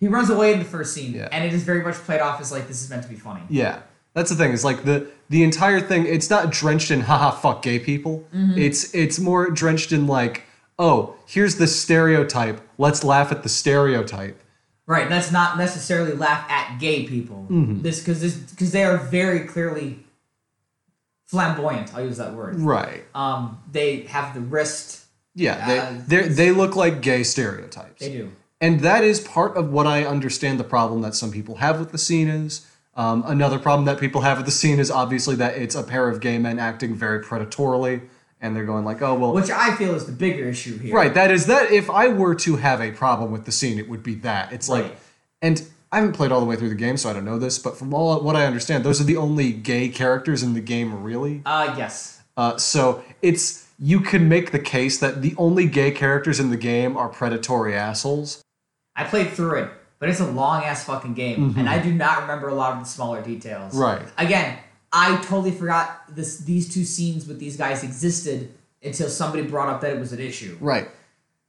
[SPEAKER 3] He runs away in the first scene,
[SPEAKER 1] Yeah.
[SPEAKER 3] and it is very much played off as like this is meant to be funny.
[SPEAKER 1] Yeah, that's the thing. Is like the the entire thing. It's not drenched in haha fuck gay people.
[SPEAKER 3] Mm-hmm.
[SPEAKER 1] It's it's more drenched in like oh here's the stereotype. Let's laugh at the stereotype.
[SPEAKER 3] Right. Let's not necessarily laugh at gay people.
[SPEAKER 1] Mm-hmm.
[SPEAKER 3] This because this because they are very clearly flamboyant. I'll use that word.
[SPEAKER 1] Right.
[SPEAKER 3] Um, they have the wrist.
[SPEAKER 1] Yeah,
[SPEAKER 3] Uh,
[SPEAKER 1] they they they look like gay stereotypes.
[SPEAKER 3] They do.
[SPEAKER 1] and that is part of what I understand the problem that some people have with the scene is. Um, another problem that people have with the scene is obviously that it's a pair of gay men acting very predatorily, and they're going like, "Oh well,
[SPEAKER 3] Which I feel is the bigger issue here.
[SPEAKER 1] right." That is that. If I were to have a problem with the scene, it would be that. It's like,
[SPEAKER 3] Right.
[SPEAKER 1] and I haven't played all the way through the game, so I don't know this, but from all what I understand, those are the only gay characters in the game, really.
[SPEAKER 3] Uh yes.
[SPEAKER 1] Uh, so it's you can make the case that the only gay characters in the game are predatory assholes.
[SPEAKER 3] I played through it, but it's a long ass fucking game, and I do not remember a lot of the smaller details.
[SPEAKER 1] Right.
[SPEAKER 3] Again, I totally forgot this. These two scenes with these guys existed until somebody brought up that it was an issue.
[SPEAKER 1] Right.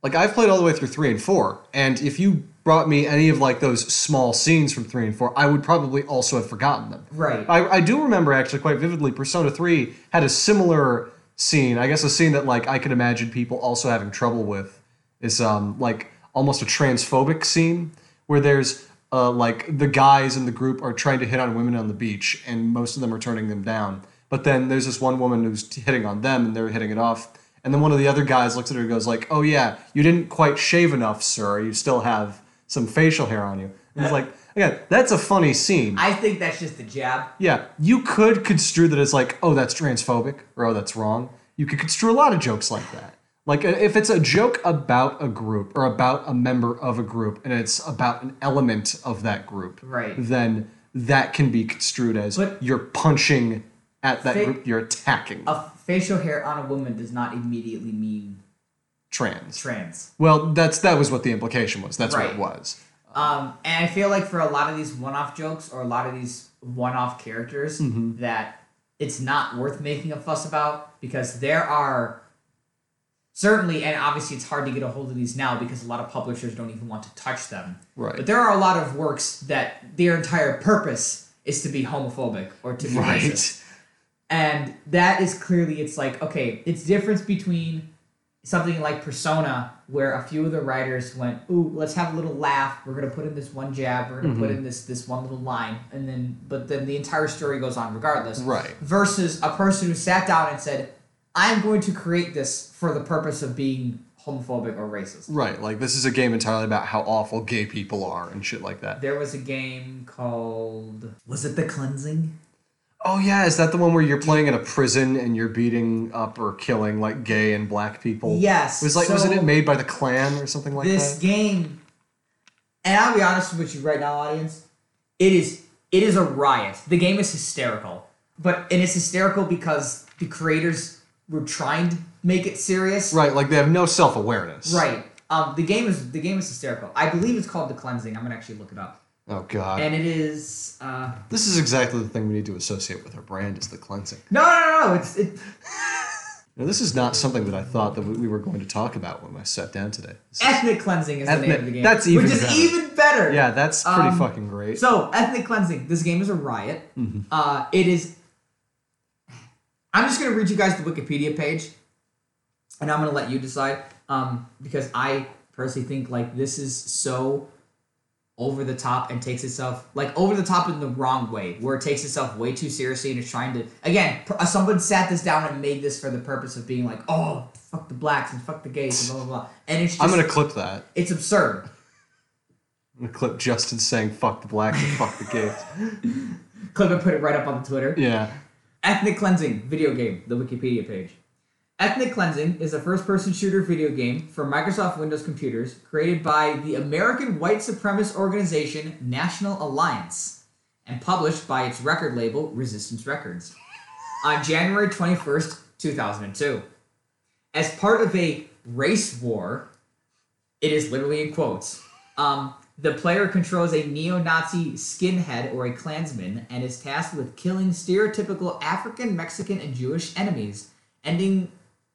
[SPEAKER 1] Like I've played all the way through three and four, and if you brought me any of like those small scenes from three and four, I would probably also have forgotten them.
[SPEAKER 3] Right.
[SPEAKER 1] I, I do remember actually quite vividly. Persona three had a similar scene. I guess a scene that like I can imagine people also having trouble with is um like almost a transphobic scene where there's uh like the guys in the group are trying to hit on women on the beach and most of them are turning them down. But then there's this one woman who's hitting on them and they're hitting it off. And then one of the other guys looks at her and goes like, "Oh yeah, you didn't quite shave enough, sir. You still have some facial hair on you." And it's like, again, that's a funny scene.
[SPEAKER 3] I think that's just a jab.
[SPEAKER 1] Yeah, you could construe that as like, oh, that's transphobic, or oh, that's wrong. You could construe a lot of jokes like that. Like uh, if it's a joke about a group or about a member of a group, and it's about an element of that group,
[SPEAKER 3] Right.
[SPEAKER 1] Then that can be construed as
[SPEAKER 3] But-
[SPEAKER 1] you're punching at that
[SPEAKER 3] Fa-
[SPEAKER 1] group, you're attacking
[SPEAKER 3] A facial hair on a woman does not immediately mean
[SPEAKER 1] trans.
[SPEAKER 3] trans.
[SPEAKER 1] well, that's that was what the implication was. That's
[SPEAKER 3] Right.
[SPEAKER 1] what it was.
[SPEAKER 3] Um, and I feel like for a lot of these one-off jokes or a lot of these one-off characters,
[SPEAKER 1] Mm-hmm.
[SPEAKER 3] that it's not worth making a fuss about because there are certainly, and obviously, it's hard to get a hold of these now because a lot of publishers don't even want to touch them.
[SPEAKER 1] Right.
[SPEAKER 3] But there are a lot of works that their entire purpose is to be homophobic or to be
[SPEAKER 1] Right.
[SPEAKER 3] racist. And that is clearly it's like, okay, it's difference between something like Persona, where a few of the writers went, ooh, let's have a little laugh, we're gonna put in this one jab, we're gonna put in this this one little line, and then but then the entire story goes on regardless.
[SPEAKER 1] Right.
[SPEAKER 3] Versus a person who sat down and said, I'm going to create this for the purpose of being homophobic or racist.
[SPEAKER 1] Right. Like this is a game entirely about how awful gay people are and shit like that.
[SPEAKER 3] There was a game called Was it The Cleansing?
[SPEAKER 1] Oh yeah, is that the one where you're playing in a prison and you're beating up or killing like gay and black people?
[SPEAKER 3] Yes,
[SPEAKER 1] It was like wasn't
[SPEAKER 3] so-
[SPEAKER 1] it made by the Klan or something like
[SPEAKER 3] this
[SPEAKER 1] that?
[SPEAKER 3] game and i'll be honest with you right now audience it is it is a riot the game is hysterical but and it's hysterical because the creators were trying to make it serious
[SPEAKER 1] Right, like they have no self awareness.
[SPEAKER 3] right um the game is the game is hysterical i believe it's called the cleansing i'm gonna actually look it up
[SPEAKER 1] Oh god.
[SPEAKER 3] and it is uh
[SPEAKER 1] this is exactly the thing we need to associate with our brand is the cleansing.
[SPEAKER 3] no no no, no it's it,
[SPEAKER 1] Now this is not something that I thought that we we were going to talk about when I sat down today. This is-
[SPEAKER 3] ethnic cleansing is the name
[SPEAKER 1] Ethnic-
[SPEAKER 3] of the game
[SPEAKER 1] that's even
[SPEAKER 3] which is
[SPEAKER 1] better.
[SPEAKER 3] even better
[SPEAKER 1] yeah, that's pretty
[SPEAKER 3] Um,
[SPEAKER 1] fucking great.
[SPEAKER 3] So ethnic cleansing. This game is a riot.
[SPEAKER 1] Mm-hmm.
[SPEAKER 3] Uh, it is. I'm just gonna read you guys the Wikipedia page, and I'm gonna let you decide um, because I personally think like this is so over the top and takes itself like over the top in the wrong way where it takes itself way too seriously and is trying to again pr- uh, someone sat this down and made this for the purpose of being like oh fuck the blacks and fuck the gays and blah blah blah and it's just
[SPEAKER 1] I'm gonna clip that.
[SPEAKER 3] it's absurd
[SPEAKER 1] I'm gonna clip Justin saying fuck the blacks and fuck the gays.
[SPEAKER 3] clip and put it right up on the twitter
[SPEAKER 1] Yeah.
[SPEAKER 3] Ethnic Cleansing video game, the Wikipedia page. Ethnic Cleansing is a first person shooter video game for Microsoft Windows computers created by the American white supremacist organization National Alliance and published by its record label Resistance Records on January 21st, 2002. As part of a race war, it is literally in quotes. Um, the player controls a neo-Nazi skinhead or a Klansman and is tasked with killing stereotypical African, Mexican, and Jewish enemies, ending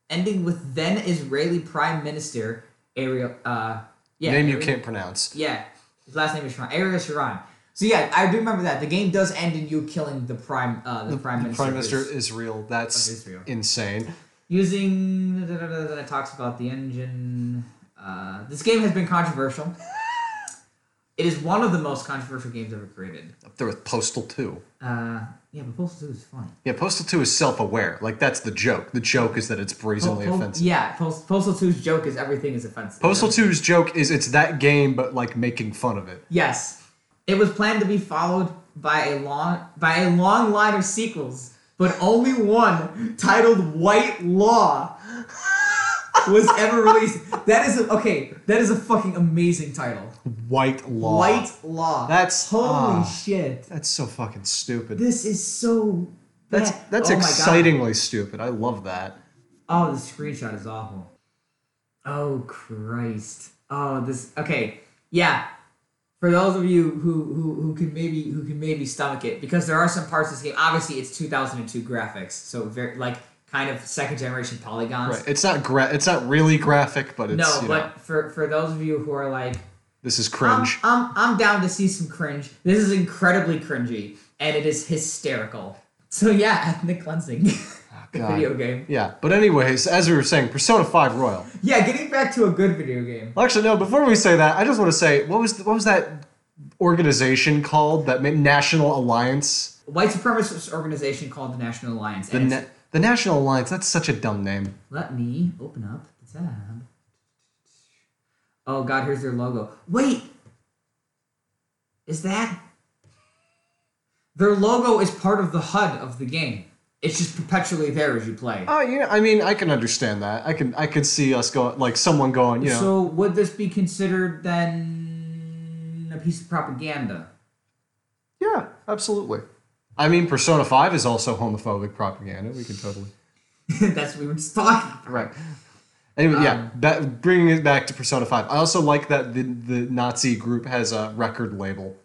[SPEAKER 3] ending with then Israeli Prime Minister Ariel. Uh, yeah,
[SPEAKER 1] Name you
[SPEAKER 3] Ariel-
[SPEAKER 1] can't pronounce.
[SPEAKER 3] Yeah, his last name is Sharon. Ariel Sharon. So yeah, I do remember that. The game does end in you killing the prime uh, the, prime minister.
[SPEAKER 1] Prime Minister
[SPEAKER 3] is-
[SPEAKER 1] Israel, that's
[SPEAKER 3] Of Israel.
[SPEAKER 1] insane.
[SPEAKER 3] using da, da, da, da, da, talks about the engine. Uh, this game has been controversial. it is one of the most controversial games ever created.
[SPEAKER 1] Up there with Postal 2.
[SPEAKER 3] Uh, yeah, but Postal Two is funny.
[SPEAKER 1] Yeah, Postal 2 is self aware. Like, that's the joke. The joke is that it's brazenly
[SPEAKER 3] Po- po-
[SPEAKER 1] offensive.
[SPEAKER 3] Yeah, Post- Postal 2's joke is everything is offensive.
[SPEAKER 1] Postal 2's joke is it's that game, but like making fun of it.
[SPEAKER 3] Yes, it was planned to be followed by a long by a long line of sequels, but only one titled White Law was ever released. That is a, okay. That is a fucking amazing title.
[SPEAKER 1] White Law.
[SPEAKER 3] White Law.
[SPEAKER 1] That's-
[SPEAKER 3] holy
[SPEAKER 1] ah.
[SPEAKER 3] shit.
[SPEAKER 1] That's so fucking stupid.
[SPEAKER 3] This is so.
[SPEAKER 1] that's
[SPEAKER 3] bad.
[SPEAKER 1] that's
[SPEAKER 3] Oh my God.
[SPEAKER 1] excitingly stupid. I love that.
[SPEAKER 3] Oh, the screenshot is awful. Oh Christ. Oh, this. Okay, yeah. For those of you who who who can maybe who can maybe stomach it, because there are some parts of this game. Obviously, it's 2002 graphics, so very like kind of second generation polygons.
[SPEAKER 1] Right. It's not gra- It's not really graphic, but it's
[SPEAKER 3] No,
[SPEAKER 1] you
[SPEAKER 3] but
[SPEAKER 1] know,
[SPEAKER 3] for for those of you who are like,
[SPEAKER 1] this is
[SPEAKER 3] I'm,
[SPEAKER 1] cringe.
[SPEAKER 3] I'm I'm down to see some cringe. This is incredibly cringy, and it is hysterical. So yeah, ethnic cleansing, the
[SPEAKER 1] Oh, God.
[SPEAKER 3] video game.
[SPEAKER 1] yeah, but anyways, as we were saying, Persona Five Royal.
[SPEAKER 3] Yeah, getting back to a good video game.
[SPEAKER 1] Well, actually, no. Before we say that, I just want to say what was what was that organization called? That ma- National Alliance.
[SPEAKER 3] A white supremacist organization called the National Alliance.
[SPEAKER 1] The
[SPEAKER 3] and
[SPEAKER 1] na-
[SPEAKER 3] it's-
[SPEAKER 1] the National Alliance. That's such a dumb name.
[SPEAKER 3] let me open up the tab. Oh God, here's their logo. Wait, is that their logo? Is part of the HUD of the game. It's just perpetually there as you play.
[SPEAKER 1] Oh, yeah. I mean, I can understand that. I can I could see us going like someone going, you know,
[SPEAKER 3] So would this be considered then a piece of propaganda?
[SPEAKER 4] Yeah, absolutely.
[SPEAKER 1] I mean, Persona 5 is also homophobic propaganda. We can totally.
[SPEAKER 3] That's what we were just talking about.
[SPEAKER 1] Right. Anyway, yeah,
[SPEAKER 3] Um,
[SPEAKER 1] that, bringing it back to Persona 5. I also like that the, the Nazi group has a record label.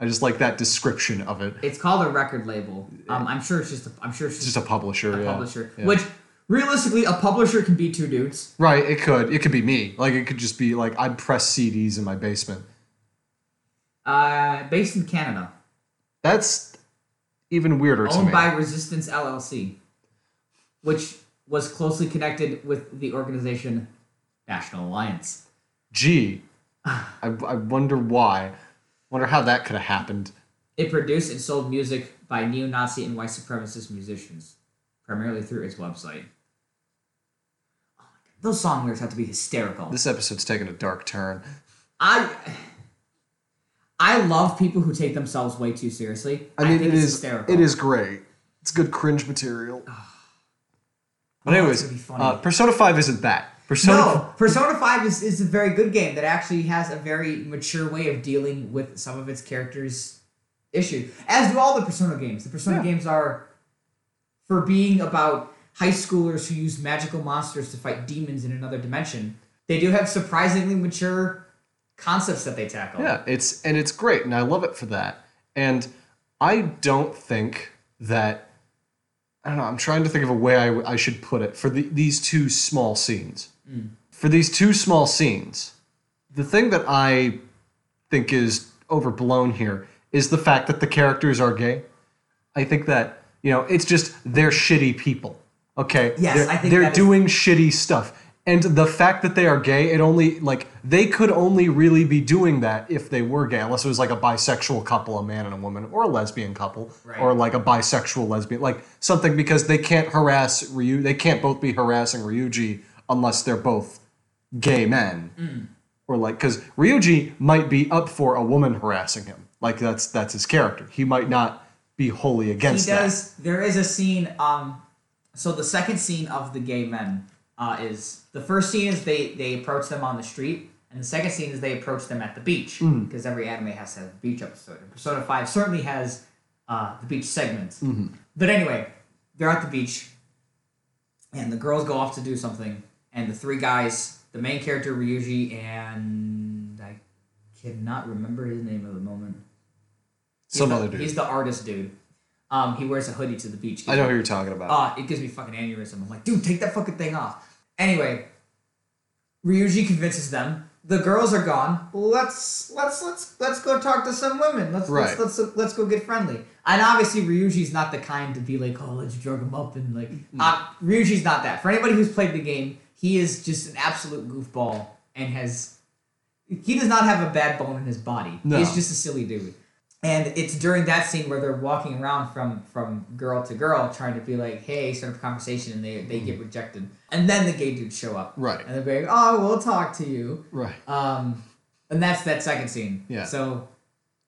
[SPEAKER 1] I just like that description of it.
[SPEAKER 3] It's called a record label. Um, I'm sure it's just a, I'm sure it's
[SPEAKER 1] It's
[SPEAKER 3] just
[SPEAKER 1] just a publisher.
[SPEAKER 3] a
[SPEAKER 1] yeah.
[SPEAKER 3] publisher.
[SPEAKER 1] Yeah.
[SPEAKER 3] Which realistically, a publisher can be two dudes.
[SPEAKER 1] Right, it could. It could be me. Like, it could just be like I press CDs in my basement.
[SPEAKER 3] Uh, based in Canada,
[SPEAKER 1] That's even weirder to
[SPEAKER 3] owned
[SPEAKER 1] me.
[SPEAKER 3] by Resistance LLC, which was closely connected with the organization National Alliance.
[SPEAKER 1] Gee, I, I wonder why. Wonder how that could have happened.
[SPEAKER 3] It produced and sold music by neo-Nazi and white supremacist musicians, primarily through its website. Oh my God, Those song lyrics have to be hysterical.
[SPEAKER 1] This episode's taken a dark turn.
[SPEAKER 3] I I love people who take themselves way too seriously.
[SPEAKER 1] I mean,
[SPEAKER 3] think
[SPEAKER 1] it
[SPEAKER 3] it's
[SPEAKER 1] is
[SPEAKER 3] hysterical.
[SPEAKER 1] it is great. It's good cringe material. But anyways,
[SPEAKER 3] gonna be funny.
[SPEAKER 1] uh, Persona Five isn't that. Persona
[SPEAKER 3] No, Persona 5 is, is a very good game that actually has a very mature way of dealing with some of its characters' issues. As do all the Persona games. The Persona
[SPEAKER 1] Yeah.
[SPEAKER 3] games are for being about high schoolers who use magical monsters to fight demons in another dimension. They do have surprisingly mature concepts that they tackle.
[SPEAKER 1] Yeah, it's and it's great, and I love it for that. And I don't think that I don't know. I'm trying to think of a way I, w- I should put it for the, these two small scenes.
[SPEAKER 3] Mm.
[SPEAKER 1] For these two small scenes, the thing that I think is overblown here is the fact that the characters are gay. I think that you know it's just they're shitty people. Okay.
[SPEAKER 3] Yes,
[SPEAKER 1] they're,
[SPEAKER 3] I think
[SPEAKER 1] they're
[SPEAKER 3] that is-
[SPEAKER 1] doing shitty stuff. And the fact that they are gay, it only like they could only really be doing that if they were gay, unless it was like a bisexual couple, a man and a woman, or a lesbian couple,
[SPEAKER 3] Right.
[SPEAKER 1] or like a bisexual lesbian, like something because they can't harass Ryu. They can't both be harassing Ryuji unless they're both gay men,
[SPEAKER 3] Mm.
[SPEAKER 1] or like because Ryuji might be up for a woman harassing him. Like that's that's his character. He might not be wholly
[SPEAKER 3] he
[SPEAKER 1] against that.
[SPEAKER 3] does there is a scene um so the second scene of the gay men uh, is the first scene is they they approach them on the street and the second scene is they approach them at the beach
[SPEAKER 1] Mm.
[SPEAKER 3] because every anime has to have a beach episode and persona 5 certainly has uh, the beach segment
[SPEAKER 1] Mm-hmm.
[SPEAKER 3] but anyway they're at the beach and the girls go off to do something and the three guys the main character ryuji and i cannot remember his name at the moment He's
[SPEAKER 1] Some
[SPEAKER 3] the-
[SPEAKER 1] other dude.
[SPEAKER 3] he's the artist dude um, he wears a hoodie to the beach.
[SPEAKER 1] I know who you're talking about.
[SPEAKER 3] Ah, it gives me fucking aneurysm. I'm like, dude, take that fucking thing off. Anyway, Ryuji convinces them. The girls are gone. Let's let's let's let's go talk to some women. Let's
[SPEAKER 1] Right.
[SPEAKER 3] let's, let's let's go get friendly. And obviously, Ryuji's not the kind to be like, oh, let's drug him up and like. Uh, Ryuji's not that. For anybody who's played the game, he is just an absolute goofball and has. He does not have a bad bone in his body.
[SPEAKER 1] No.
[SPEAKER 3] He's just a silly dude. And it's during that scene where they're walking around from from girl to girl, trying to be like, "Hey," sort of conversation, and they they get rejected. And then the gay dudes show up,
[SPEAKER 1] Mm-hmm. Right.
[SPEAKER 3] And they're like, "Oh, we'll talk to you."
[SPEAKER 1] right.
[SPEAKER 3] Um, and that's that second scene.
[SPEAKER 1] Yeah.
[SPEAKER 3] So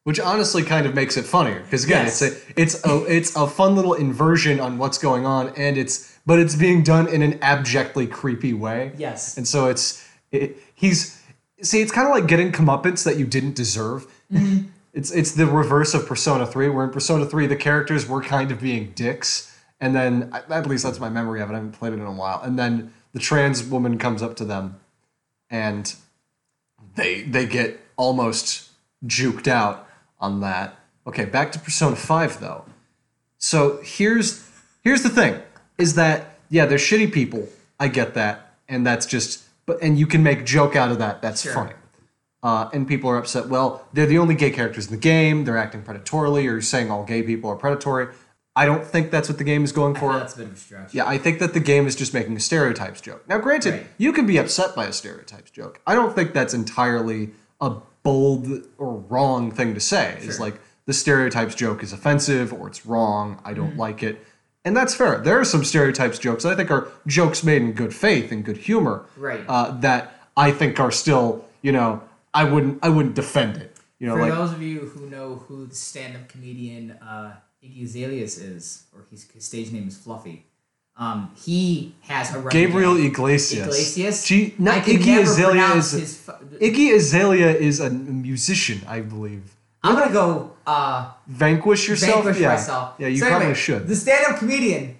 [SPEAKER 1] which honestly kind of makes it funnier because again
[SPEAKER 3] Yes.
[SPEAKER 1] it's a it's a it's a fun little inversion on what's going on and it's but it's being done in an abjectly creepy way
[SPEAKER 3] yes,
[SPEAKER 1] and so it's it, he's see it's kind of like getting comeuppance that you didn't deserve
[SPEAKER 3] Mm-hmm.
[SPEAKER 1] it's it's the reverse of persona 3 where in persona 3 the characters were kind of being dicks and then at at least that's my memory of it i haven't played it in a while and then the trans woman comes up to them and they they get almost juked out on that. Okay, back to Persona 5 though. So here's here's the thing is that yeah, they're shitty people. I get that, and that's just. But and you can make joke out of that. That's
[SPEAKER 3] Sure.
[SPEAKER 1] fine. Uh, and people are upset. Well, they're the only gay characters in the game. They're acting predatorily, or saying all gay people are predatory. I don't think that's what the game is going
[SPEAKER 2] I
[SPEAKER 1] for.
[SPEAKER 3] Uh-huh.
[SPEAKER 2] thought that's a bit of a stretch.
[SPEAKER 1] Yeah, I think that the game is just making a stereotypes joke. Now, granted,
[SPEAKER 3] Right.
[SPEAKER 1] you can be upset by a stereotypes joke. I don't think that's entirely a bold or wrong thing to say. It's
[SPEAKER 3] Sure.
[SPEAKER 1] like the stereotypes joke is offensive or it's wrong. I don't
[SPEAKER 3] Mm.
[SPEAKER 1] like it. And that's fair. There are some stereotypes jokes that I think are jokes made in good faith and good humor
[SPEAKER 3] Right.
[SPEAKER 1] uh, that I think are still, you know, I wouldn't I wouldn't defend it. You know,
[SPEAKER 2] For
[SPEAKER 1] like
[SPEAKER 2] those of you who know who the stand-up comedian uh, Iggy Azaleas is, or his, his stage name is Fluffy,
[SPEAKER 3] Um, he has a running
[SPEAKER 1] Gabriel
[SPEAKER 3] gag.
[SPEAKER 1] Iglesias.
[SPEAKER 3] Iglesias?
[SPEAKER 1] Gee, not
[SPEAKER 3] I can
[SPEAKER 1] Iggy
[SPEAKER 3] never
[SPEAKER 1] Azalea
[SPEAKER 3] pronounce
[SPEAKER 1] is
[SPEAKER 3] his fu-
[SPEAKER 1] Iggy Azalea is a musician, I believe.
[SPEAKER 3] I'm gonna go uh,
[SPEAKER 1] Vanquish yourself.
[SPEAKER 3] vanquish
[SPEAKER 1] yeah.
[SPEAKER 3] myself.
[SPEAKER 1] Yeah, you
[SPEAKER 3] So
[SPEAKER 1] probably
[SPEAKER 3] anyway,
[SPEAKER 1] should.
[SPEAKER 3] The stand-up comedian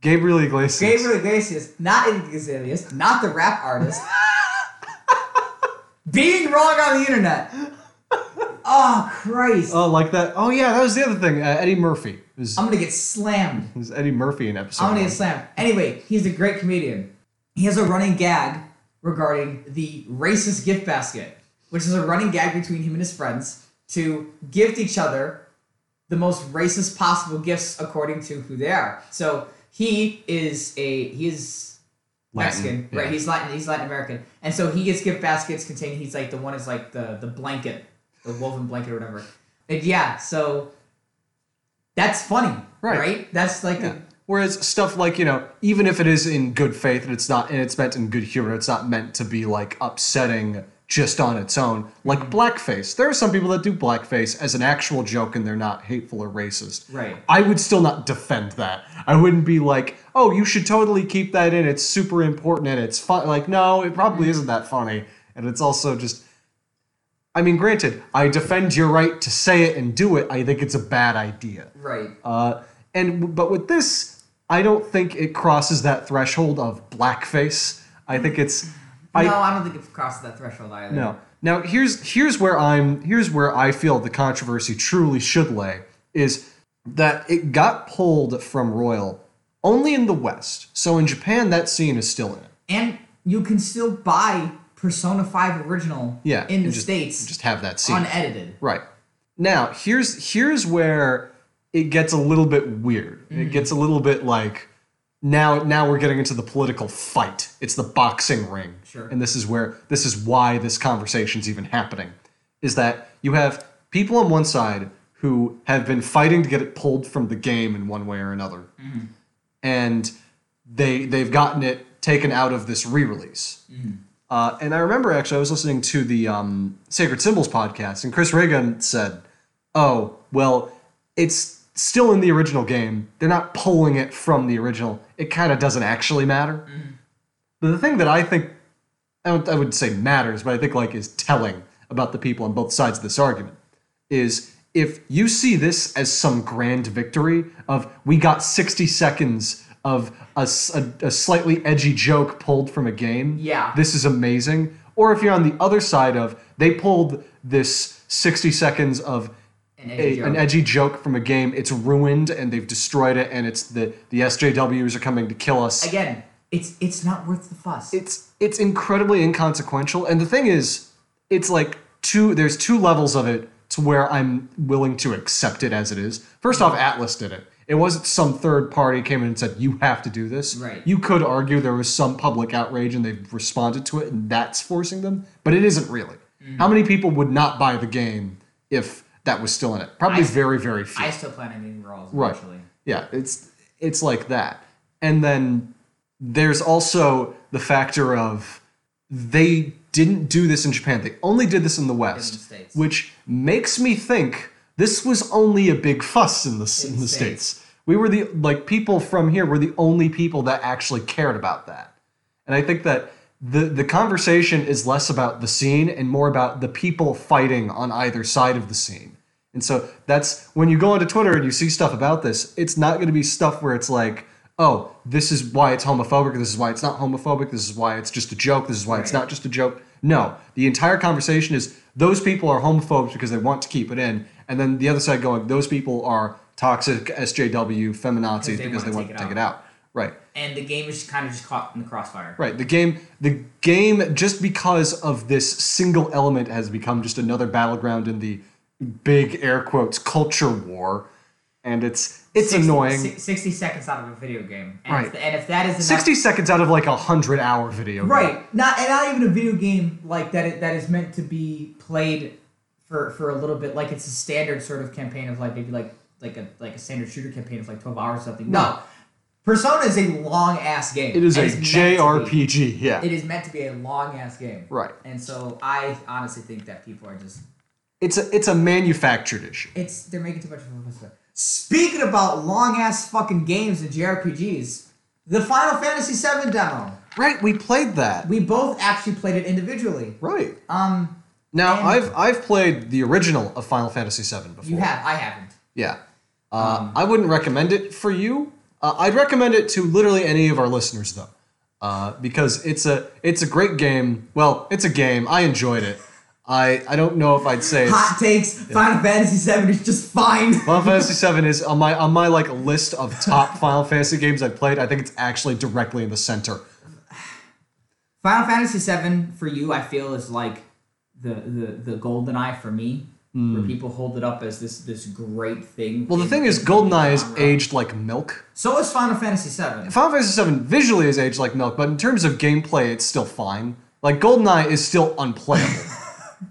[SPEAKER 1] Gabriel Iglesias.
[SPEAKER 3] Gabriel Iglesias, not Iggy Azaleas, not the rap artist, being wrong on the internet. Oh Christ!
[SPEAKER 1] Oh, like that. Oh yeah, that was the other thing. Uh, Eddie Murphy It was,
[SPEAKER 3] I'm gonna get slammed.
[SPEAKER 1] it was Eddie Murphy in episode.
[SPEAKER 3] I'm gonna
[SPEAKER 1] one.
[SPEAKER 3] get slammed. Anyway, he's a great comedian. He has a running gag regarding the racist gift basket, which is a running gag between him and his friends to gift each other the most racist possible gifts according to who they are. So he is a he is
[SPEAKER 1] Latin,
[SPEAKER 3] Mexican,
[SPEAKER 1] yeah.
[SPEAKER 3] right? He's Latin. He's Latin American, and so he gets gift baskets containing. He's like the one is like the the blanket, the woven blanket or whatever. And yeah, so that's funny,
[SPEAKER 1] Right.
[SPEAKER 3] right? That's like
[SPEAKER 1] Yeah.
[SPEAKER 3] a,
[SPEAKER 1] Whereas stuff like you know, even if it is in good faith and it's not, and it's meant in good humor, it's not meant to be like upsetting just on its own. Like blackface, there are some people that do blackface as an actual joke and they're not hateful or racist.
[SPEAKER 3] Right.
[SPEAKER 1] I would still not defend that. I wouldn't be like, oh, you should totally keep that in. It's super important and it's fun. Like, no, it probably isn't that funny, and it's also just. I mean, granted, I defend your right to say it and do it. I think it's a bad idea.
[SPEAKER 3] right.
[SPEAKER 1] Uh, and but with this, I don't think it crosses that threshold of blackface. I think it's I
[SPEAKER 3] no, I don't think it crosses that threshold either.
[SPEAKER 1] no. Now here's here's where I'm here's where I feel the controversy truly should lay is that it got pulled from Royal only in the West. So in Japan, that scene is still in it.
[SPEAKER 3] And you can still buy Persona 5 Original
[SPEAKER 1] Yeah,
[SPEAKER 3] in the
[SPEAKER 1] and just-
[SPEAKER 3] States
[SPEAKER 1] Just have that scene.
[SPEAKER 3] unedited.
[SPEAKER 1] Right. Now, here's here's where it gets a little bit weird. It gets a little bit like now now we're getting into the political fight. It's the boxing ring.
[SPEAKER 3] Sure.
[SPEAKER 1] And this is where this is why this conversation's even happening. Is that you have people on one side who have been fighting to get it pulled from the game in one way or another. And they they've gotten it taken out of this re-release. Uh, and I remember actually, I was listening to the um, Sacred Symbols podcast, and Chris Reagan said, "Oh, well, it's still in the original game. They're not pulling it from the original. It kind of doesn't actually matter." But the thing that I think I don't- I would say matters, but I think like is telling about the people on both sides of this argument is if you see this as some grand victory of we got 60 seconds of a, s- a- a slightly edgy joke pulled from a game
[SPEAKER 3] Yeah.
[SPEAKER 1] this is amazing or if you're on the other side of they pulled this 60 seconds of
[SPEAKER 3] An
[SPEAKER 1] a-
[SPEAKER 3] edgy joke.
[SPEAKER 1] an edgy joke from a game it's ruined and they've destroyed it and it's the the sjws are coming to kill us
[SPEAKER 3] Again, it's it's not worth the fuss.
[SPEAKER 1] it's it's incredibly inconsequential and the thing is it's like two there's two levels of it to where i'm willing to accept it as it is first off atlas did it it wasn't some third party came in and said you have to do this
[SPEAKER 3] Right.
[SPEAKER 1] you could argue there was some public outrage and they've responded to it and that's forcing them but it isn't really
[SPEAKER 3] Mm-hmm.
[SPEAKER 1] how many people would not buy the game if that was still in it probably
[SPEAKER 3] I-
[SPEAKER 1] very very few
[SPEAKER 3] I still plan on getting rolls
[SPEAKER 1] Right.
[SPEAKER 3] eventually.
[SPEAKER 1] yeah, it's it's like that. And then there's also the factor of they didn't do this in Japan. They only did this in the West,
[SPEAKER 3] States.
[SPEAKER 1] which makes me think this was only a big fuss in the s- in,
[SPEAKER 3] In
[SPEAKER 1] the
[SPEAKER 3] the States.
[SPEAKER 1] states. We were the like people from here were the only people that actually cared about that. And I think that the the conversation is less about the scene and more about the people fighting on either side of the scene. And so that's when you go onto Twitter and you see stuff about this, it's not going to be stuff where it's like, "Oh, this is why it's homophobic, this is why it's not homophobic, this is why it's just a joke, this is why it's
[SPEAKER 3] Right.
[SPEAKER 1] not just a joke." No, the entire conversation is those people are homophobes because they want to keep it in, and then the other side going, "Those people are toxic SJW feminazis because they want to take it out." Right.
[SPEAKER 3] and the game is kind of just caught in the crossfire.
[SPEAKER 1] Right. The game the game just because of this single element has become just another battleground in the big air quotes culture war. And it's it's
[SPEAKER 3] 60
[SPEAKER 1] annoying.
[SPEAKER 3] si- Sixty seconds out of a video game, and,
[SPEAKER 1] Right.
[SPEAKER 3] if, and if that is enough,
[SPEAKER 1] 60 seconds out of like a hundred hour video. game.
[SPEAKER 3] right? Not and not even a video game like that. It, that is meant to be played for for a little bit. Like it's a standard sort of campaign of like maybe like like a like a standard shooter campaign of like twelve hours or something. No, Persona is a long ass game.
[SPEAKER 1] It is
[SPEAKER 3] and
[SPEAKER 1] a
[SPEAKER 3] it's meant to be.
[SPEAKER 1] JRPG. Yeah.
[SPEAKER 3] It is meant to be a long ass game.
[SPEAKER 1] Right.
[SPEAKER 3] And so I honestly think that people are just
[SPEAKER 1] it's a it's a manufactured issue.
[SPEAKER 3] It's they're making too much of a fuss about it. Speaking about long ass fucking games and JRPGs, the Final Fantasy VII demo.
[SPEAKER 1] Right, we played that.
[SPEAKER 3] We both actually played it individually.
[SPEAKER 1] Right.
[SPEAKER 3] Um,
[SPEAKER 1] Now
[SPEAKER 3] and-
[SPEAKER 1] I've I've played the original of Final Fantasy VII before.
[SPEAKER 3] you Um. have, I haven't.
[SPEAKER 1] Yeah. Uh, I wouldn't recommend it for you. Uh, I'd recommend it to literally any of our listeners, though, uh, because it's a it's a great game. Well, it's a game. I enjoyed it. I, I don't know if I'd say it's,
[SPEAKER 3] Hot takes. Final Fantasy VII is just fine.
[SPEAKER 1] Final Fantasy VII is on my on my like list of top Final Fantasy games I've played. I think it's actually directly in the center.
[SPEAKER 3] Final Fantasy VII for you, I feel, is like the the the golden eye for me, where people hold it up as this this great thing.
[SPEAKER 1] Hmm. Well, the
[SPEAKER 3] in-
[SPEAKER 1] thing is,
[SPEAKER 3] in
[SPEAKER 1] GoldenEye is
[SPEAKER 3] genre.
[SPEAKER 1] aged like milk.
[SPEAKER 3] So is Final Fantasy VII.
[SPEAKER 1] Final Fantasy VII visually is aged like milk, but in terms of gameplay, it's still fine. Like GoldenEye is still unplayable.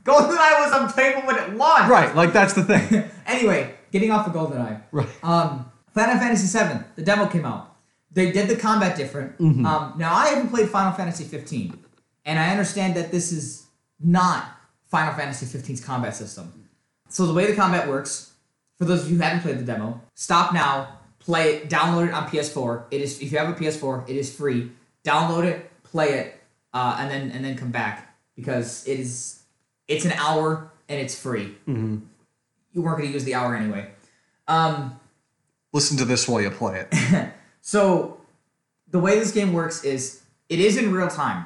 [SPEAKER 3] GoldenEye was unplayable when it launched.
[SPEAKER 1] right, like that's the thing.
[SPEAKER 3] Anyway, getting off of GoldenEye.
[SPEAKER 1] Right.
[SPEAKER 3] Um, Final Fantasy VII, the demo came out. They did the combat different. Um, now I haven't played Final Fantasy 15, and I understand that this is not Final Fantasy 15's combat system. So the way the combat works, for those of you who haven't played the demo, stop now, play it, download it on PS4. It is if you have a PS4, it is free. Download it, play it, uh, and then and then come back because it is it's an hour and it's free. You weren't going to use the hour anyway. Um,
[SPEAKER 1] Listen to this while you play it.
[SPEAKER 3] so the way this game works is it is in real time.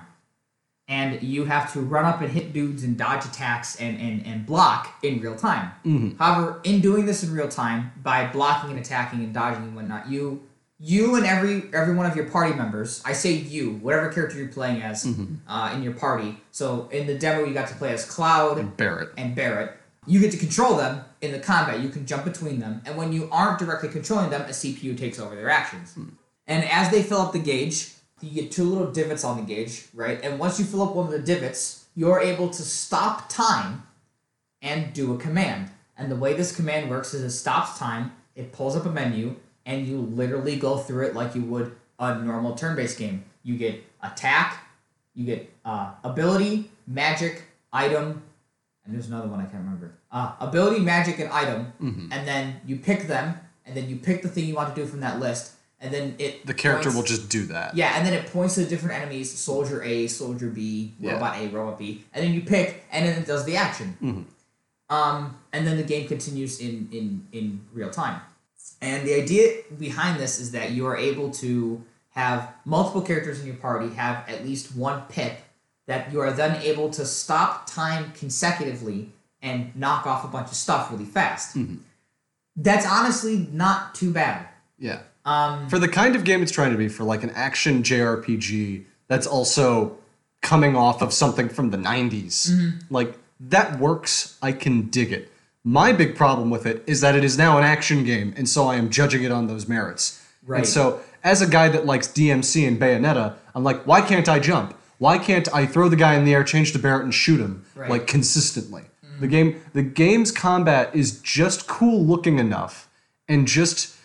[SPEAKER 3] And you have to run up and hit dudes and dodge attacks and, and, and block in real time. However, in doing this in real time, by blocking and attacking and dodging and whatnot, you you and every every one of your party members, I say you, whatever character you're playing as uh, in your party. So in the demo, you got to play as Cloud,
[SPEAKER 1] Barrett.
[SPEAKER 3] and Barrett. You get to control them in the combat. You can jump between them, and when you aren't directly controlling them, a CPU takes over their actions. And as they fill up the gauge, you get two little divots on the gauge, right? And once you fill up one of the divots, you're able to stop time and do a command. And the way this command works is it stops time, it pulls up a menu, and you literally go through it like you would a normal turn based game. You get attack, you get uh, ability, magic, item, and there's another one I can't remember. Uh, ability, magic, and item,
[SPEAKER 1] Mm-hmm.
[SPEAKER 3] and then you pick them, and then you pick the thing you want to do from that list, and then it
[SPEAKER 1] The character
[SPEAKER 3] points-
[SPEAKER 1] will just do that.
[SPEAKER 3] yeah, and then it points to the different enemies: Soldier A, Soldier B,
[SPEAKER 1] Yeah.
[SPEAKER 3] Robot A, Robot B, and then you pick, and then it does the action.
[SPEAKER 1] Mm-hmm.
[SPEAKER 3] Um, and then the game continues in in in real time. And the idea behind this is that you are able to have multiple characters in your party have at least one pip that you are then able to stop time consecutively and knock off a bunch of stuff really fast.
[SPEAKER 1] Mm-hmm.
[SPEAKER 3] That's honestly not too bad.
[SPEAKER 1] Yeah.
[SPEAKER 3] Um,
[SPEAKER 1] For the kind of game it's trying to be, for like an action JRPG that's also coming off of something from the 90s,
[SPEAKER 3] Mm-hmm.
[SPEAKER 1] like that works. I can dig it. My big problem with it is that it is now an action game, and so I am judging it on those merits.
[SPEAKER 3] Right.
[SPEAKER 1] And so, as a guy that likes DMC and Bayonetta, I'm like, why can't I jump? Why can't I throw the guy in the air, change to Barrett, and shoot him
[SPEAKER 3] Right.
[SPEAKER 1] like consistently? The game, the game's combat is just cool looking enough, and just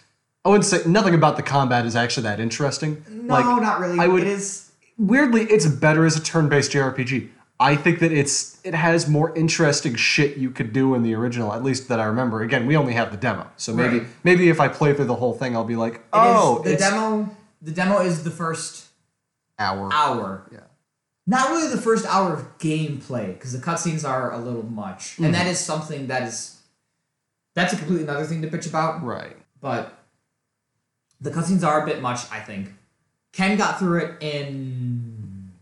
[SPEAKER 1] I wouldn't say nothing about the combat is actually that interesting.
[SPEAKER 3] No, not really.
[SPEAKER 1] I would-
[SPEAKER 3] it is
[SPEAKER 1] Weirdly, it's better as a turn-based JRPG. I think that it's it has more interesting shit you could do in the original, at least that I remember. Again, we only have the demo, so maybe
[SPEAKER 3] Right.
[SPEAKER 1] maybe if I play through the whole thing, I'll be like, oh,
[SPEAKER 3] it is, the
[SPEAKER 1] it's
[SPEAKER 3] demo. The demo is the first
[SPEAKER 1] hour.
[SPEAKER 3] hour.
[SPEAKER 1] Yeah.
[SPEAKER 3] Not really the first hour of gameplay because the cutscenes are a little much, and
[SPEAKER 1] Mm.
[SPEAKER 3] that is something that is that's a completely another thing to bitch about.
[SPEAKER 1] Right.
[SPEAKER 3] But the cutscenes are a bit much, I think. Ken got through it in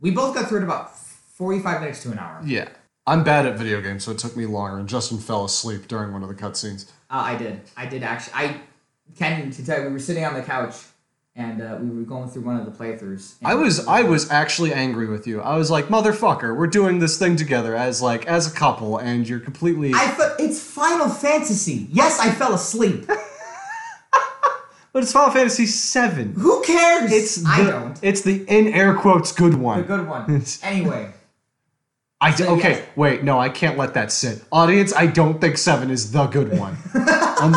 [SPEAKER 3] we both got through it about forty-five minutes to an hour.
[SPEAKER 1] Yeah. I'm bad at video games, so it took me longer, and Justin fell asleep during one of the cutscenes.
[SPEAKER 3] Uh, I did. I did actually. I Ken to tell you, we were sitting on the couch, and uh, we were going through one of the playthroughs. and-
[SPEAKER 1] I was I was actually angry with you. I was like, motherfucker, we're doing this thing together as like as a couple, and you're completely.
[SPEAKER 3] I fe- it's Final Fantasy. Yes, I fell asleep.
[SPEAKER 1] but it's Final Fantasy VII.
[SPEAKER 3] Who cares?
[SPEAKER 1] It's the,
[SPEAKER 3] I don't.
[SPEAKER 1] It's the in air quotes good
[SPEAKER 3] The
[SPEAKER 1] one.
[SPEAKER 3] good one. anyway,
[SPEAKER 1] I d-
[SPEAKER 3] So,
[SPEAKER 1] okay,
[SPEAKER 3] yes.
[SPEAKER 1] wait, no, I can't let that sit. Audience, I don't think seven is the good one. I'm,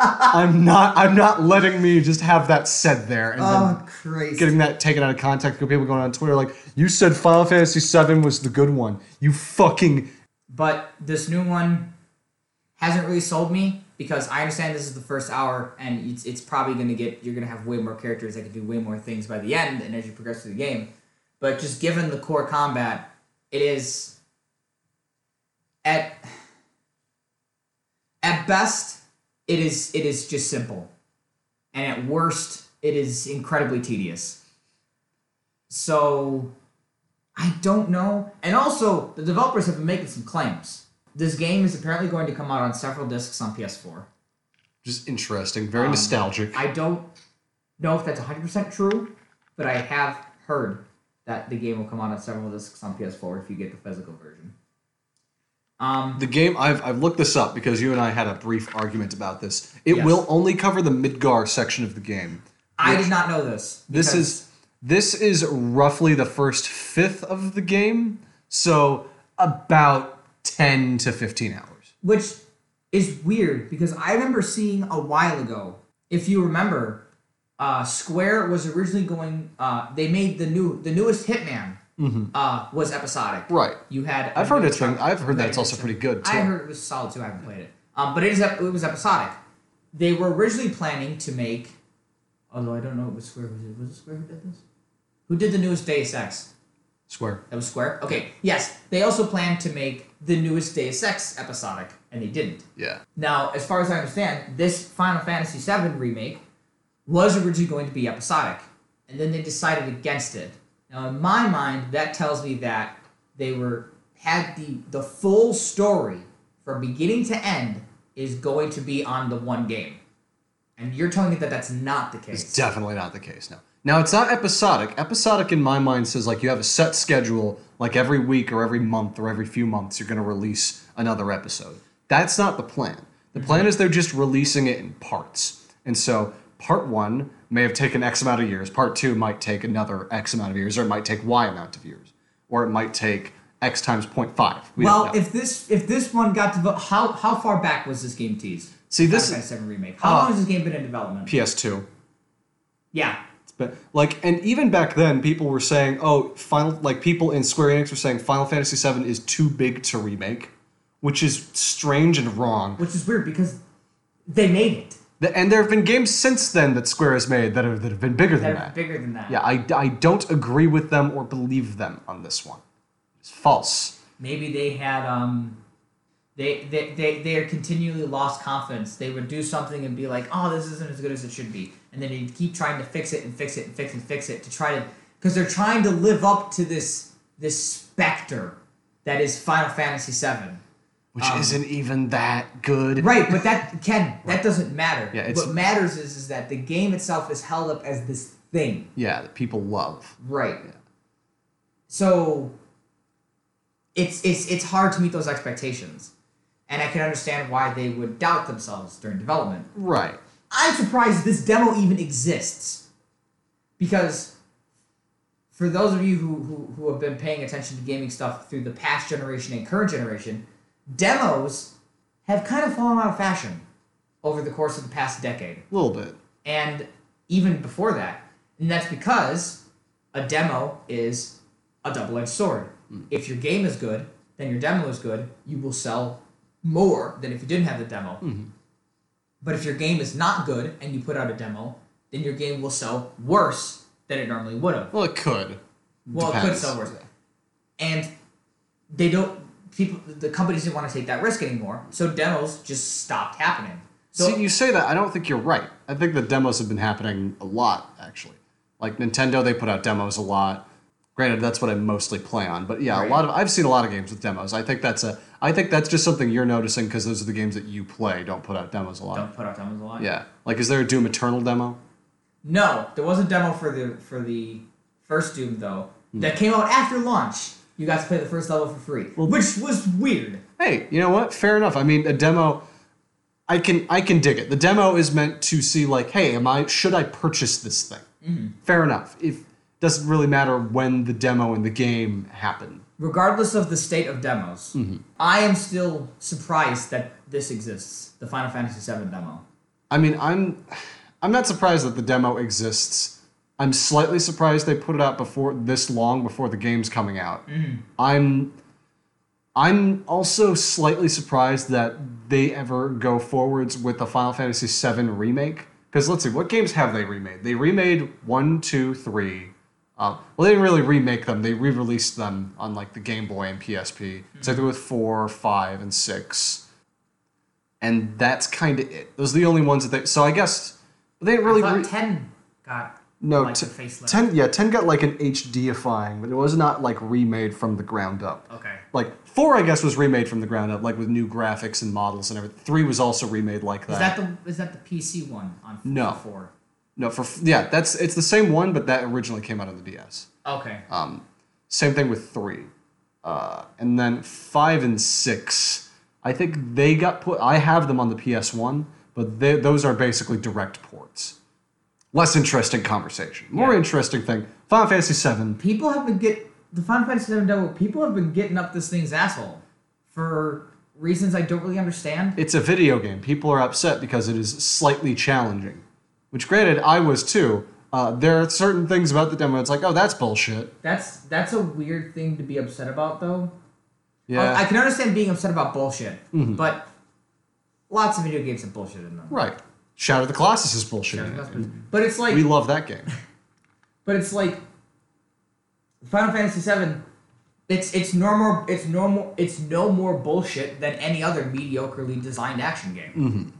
[SPEAKER 1] I'm not. I'm not letting me just have that said there and
[SPEAKER 3] oh
[SPEAKER 1] then
[SPEAKER 3] Christ.
[SPEAKER 1] getting that taken out of context. Go people going on Twitter like, you said Final Fantasy VII was the good one. You fucking
[SPEAKER 3] but this new one hasn't really sold me because I understand this is the first hour and it's, it's probably going to get you're going to have way more characters that can do way more things by the end and as you progress through the game. But just given the core combat, it is at at best it is it is just simple. And at worst, it is incredibly tedious. So I don't know. And also, the developers have been making some claims. This game is apparently going to come out on several discs on PS4.
[SPEAKER 1] just interesting, very nostalgic.
[SPEAKER 3] Um, I don't know if that's 100% true, but I have heard that the game will come out on several discs on PS4 if you get the physical version. Um,
[SPEAKER 1] the game I've, I've looked this up because you and I had a brief argument about this. It
[SPEAKER 3] Yes.
[SPEAKER 1] will only cover the Midgar section of the game.
[SPEAKER 3] I did not know this.
[SPEAKER 1] This
[SPEAKER 3] because-
[SPEAKER 1] is this is roughly the first fifth of the game, so about ten to fifteen hours.
[SPEAKER 3] which is weird because I remember seeing a while ago. If you remember, uh, Square was originally going. Uh, they made the new, the newest Hitman uh, was episodic.
[SPEAKER 1] Mm-hmm. Right.
[SPEAKER 3] You had.
[SPEAKER 1] I've heard it's
[SPEAKER 3] it's.
[SPEAKER 1] been, I've heard that it's also pretty good too.
[SPEAKER 3] I heard it was solid too. I haven't played it, um, but it is ep- it was episodic. They were originally planning to make, although I don't know what Square was. It was it Square who did this? Who did the newest Deus Ex?
[SPEAKER 1] Square.
[SPEAKER 3] That was Square. Okay. Yes, they also planned to make the newest Deus Ex episodic, and they didn't.
[SPEAKER 1] Yeah.
[SPEAKER 3] Now, as far as I understand, this Final Fantasy VII remake was originally going to be episodic, and then they decided against it. Now, in my mind, that tells me that they were had the the full story from beginning to end is going to be on the one game, and you're telling me that that's not the case.
[SPEAKER 1] It's definitely not the case now. Now it's not episodic. Episodic in my mind says like you have a set schedule, like every week or every month or every few months you're going to release another episode. That's not the plan. The
[SPEAKER 3] Mm-hmm.
[SPEAKER 1] plan is they're just releasing it in parts. And so part 1 may have taken x amount of years, part 2 might take another x amount of years or it might take y amount of years or it might take x times 0.5. We don't
[SPEAKER 3] well,
[SPEAKER 1] know.
[SPEAKER 3] if this if this one got developed, how how far back was this game teased?
[SPEAKER 1] See, this- Uh,
[SPEAKER 3] Final Fantasy VII remake. How long has this game been in development?
[SPEAKER 1] PS2
[SPEAKER 3] yeah,
[SPEAKER 1] But like, and even back then, people were saying, "Oh, final!" Like people in Square Enix were saying, "Final Fantasy VII is too big to remake," which is strange and wrong.
[SPEAKER 3] which is weird because they made it.
[SPEAKER 1] Th- And there have been games since then that Square has made that have, that have been bigger than
[SPEAKER 3] They're
[SPEAKER 1] that.
[SPEAKER 3] bigger than that.
[SPEAKER 1] Yeah, I, I don't agree with them or believe them on this one. It's false.
[SPEAKER 3] Maybe they had um they they, they they are continually lost confidence. They would do something and be like, "Oh, this isn't as good as it should be." And then they keep trying to fix it and fix it and fix and fix it to try to cuz they're trying to live up to this this specter that is Final Fantasy 7.
[SPEAKER 1] Which isn't even that good.
[SPEAKER 3] Right, but that Ken, that doesn't matter.
[SPEAKER 1] Yeah, it's-
[SPEAKER 3] what matters is is that the game itself is held up as this thing.
[SPEAKER 1] Yeah, that people love.
[SPEAKER 3] Right. So it's it's it's hard to meet those expectations. And I can understand why they would doubt themselves during development.
[SPEAKER 1] Right.
[SPEAKER 3] I'm surprised this demo even exists. Because for those of you who, who, who have been paying attention to gaming stuff through the past generation and current generation, demos have kind of fallen out of fashion over the course of the past decade
[SPEAKER 1] A little bit.
[SPEAKER 3] and even before that. And that's because a demo is a double edged sword.
[SPEAKER 1] Hmm.
[SPEAKER 3] If your game is good, then your demo is good. You will sell more than if you didn't have the demo.
[SPEAKER 1] Mm-hmm.
[SPEAKER 3] But if your game is not good and you put out a demo, then your game will sell worse than it normally would have.
[SPEAKER 1] Well, it could.
[SPEAKER 3] Well, it could
[SPEAKER 1] Depends.
[SPEAKER 3] sell worse. And they don't. People, the companies didn't want to take that risk anymore, so demos just stopped happening. So
[SPEAKER 1] See, you say that. I don't think you're right. I think the demos have been happening a lot, actually. Like Nintendo, they put out demos a lot. Granted, that's what I mostly play on, but yeah,
[SPEAKER 3] Right.
[SPEAKER 1] a lot of I've seen a lot of games with demos. I think that's a I think that's just something you're noticing because those are the games that you play don't put out demos a lot.
[SPEAKER 3] don't put out demos a lot.
[SPEAKER 1] Yeah, like is there a Doom Eternal demo?
[SPEAKER 2] No, there was a demo for the for the first Doom though that came out after launch. You got to play the first level for free, which was weird.
[SPEAKER 1] hey, you know what? Fair enough. I mean, a demo, I can I can dig it. The demo is meant to see like, hey, am I should I purchase this thing?
[SPEAKER 3] Mm-hmm.
[SPEAKER 1] Fair enough. If doesn't really matter when the demo and the game happen.
[SPEAKER 2] Regardless of the state of demos, I am still surprised that this exists. The Final Fantasy VII demo.
[SPEAKER 1] I mean, I'm I'm not surprised that the demo exists. I'm slightly surprised they put it out before this long before the game's coming out. I'm I'm also slightly surprised that they ever go forwards with the Final Fantasy VII remake. Because let's see, what games have they remade? They remade one, two, three. Uh, well, they didn't really remake them. They re-released them on like the Game Boy and PSP. So I think with four, five, and six and that's kind of it. Those are the only ones that they. So I guess they didn't really.
[SPEAKER 3] But
[SPEAKER 1] re-
[SPEAKER 3] ten got
[SPEAKER 1] no,
[SPEAKER 3] like
[SPEAKER 1] t-
[SPEAKER 3] a facelift.
[SPEAKER 1] ten. Yeah, ten got like an HDifying, but it was not like remade from the ground up.
[SPEAKER 3] okay.
[SPEAKER 1] Like four, I guess, was remade from the ground up, like with new graphics and models and everything. Three was also remade like
[SPEAKER 3] Is that the is that the PC one on
[SPEAKER 1] No.
[SPEAKER 3] four?
[SPEAKER 1] no, for yeah, that's it's the same one, but that originally came out on the DS.
[SPEAKER 3] Okay.
[SPEAKER 1] Same thing with three. Uh, and then five and six, I think they got put. I have them on the PS1, but they, those are basically direct ports. Less interesting conversation. More interesting thing Final Fantasy VII.
[SPEAKER 2] People have been get the Final Fantasy VII demo. People have been getting up this thing's asshole for reasons I don't really understand.
[SPEAKER 1] It's a video game. People are upset because it is slightly challenging, which, granted, I was too. Uh, there are certain things about the demo. It's like, oh, that's bullshit.
[SPEAKER 2] That's that's a weird thing to be upset about though. Um,
[SPEAKER 1] Yeah,
[SPEAKER 2] I can understand being upset about bullshit, but lots of video games have bullshit in them.
[SPEAKER 1] right. Shadow of the Colossus is bullshit.
[SPEAKER 2] But it's like
[SPEAKER 1] We love that game.
[SPEAKER 2] But it's like Final Fantasy VII. It's it's normal. It's normal. It's no more bullshit than any other mediocrely designed action game.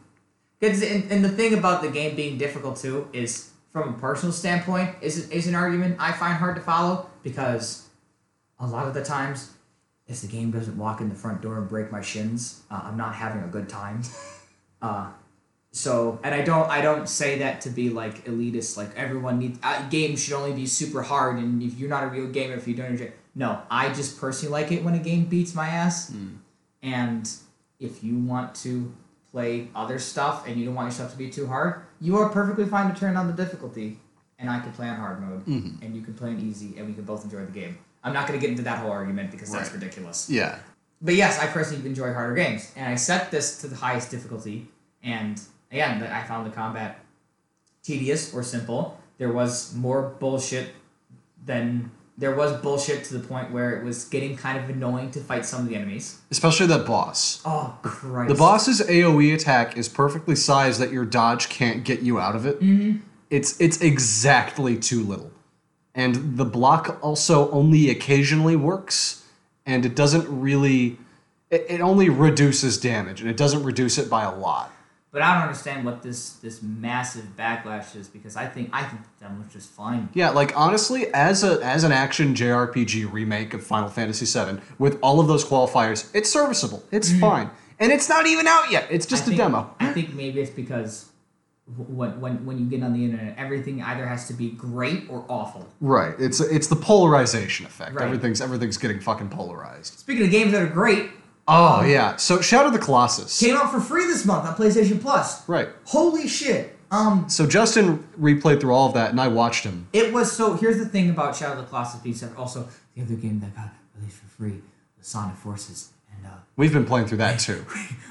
[SPEAKER 3] Because and, and the thing about the game being difficult too is from a personal standpoint is is an argument I find hard to follow because a lot of the times if the game doesn't walk in the front door and break my shins, uh, I'm not having a good time. Uh, so and I don't I don't say that to be like elitist like everyone needs uh, games should only be super hard and if you're not a real gamer if you don't enjoy no I just personally like it when a game beats my ass and if you want to play other stuff and you don't want your stuff to be too hard, you are perfectly fine to turn down the difficulty. And I can play on hard mode, and you can play on easy, and we can both enjoy the game. I'm not going to get into that whole argument because that's
[SPEAKER 1] Right.
[SPEAKER 3] ridiculous.
[SPEAKER 1] yeah.
[SPEAKER 3] But yes, I personally enjoy harder games, and I set this to the highest difficulty. And again, I found the combat tedious or simple. There was more bullshit than there was bullshit to the point where it was getting kind of annoying to fight some of the enemies.
[SPEAKER 1] Especially that boss.
[SPEAKER 3] Oh Christ!
[SPEAKER 1] The boss's AoE attack is perfectly sized that your dodge can't get you out of it.
[SPEAKER 3] Mm-hmm.
[SPEAKER 1] It's it's exactly too little. And the block also only occasionally works and it doesn't really it, it only reduces damage and it doesn't reduce it by a lot.
[SPEAKER 3] But I don't understand what this this massive backlash is because I think I think the demo was just fine.
[SPEAKER 1] Yeah, like honestly, as a as an action JRPG remake of Final Fantasy VII with all of those qualifiers, it's serviceable. It's fine. And it's not even out yet. It's just
[SPEAKER 3] Mm-hmm. I
[SPEAKER 1] a
[SPEAKER 3] think-
[SPEAKER 1] demo.
[SPEAKER 3] I think maybe it's because wh- when when when you get on the internet, everything either has to be great or awful.
[SPEAKER 1] Right. It's it's the polarization effect.
[SPEAKER 3] Right.
[SPEAKER 1] Everything's everything's getting fucking polarized.
[SPEAKER 2] Speaking of games that are great,
[SPEAKER 1] Oh yeah. So Shadow of the Colossus.
[SPEAKER 2] came out for free this month on PlayStation Plus.
[SPEAKER 1] right.
[SPEAKER 2] Holy shit! Um,
[SPEAKER 1] So Justin replayed through all of that, and I watched him.
[SPEAKER 3] It was so. Here's the thing about Shadow of the Colossus being separate. Also, the other game that got released for free was Sonic Forces, and uh,
[SPEAKER 1] We've been playing through that too.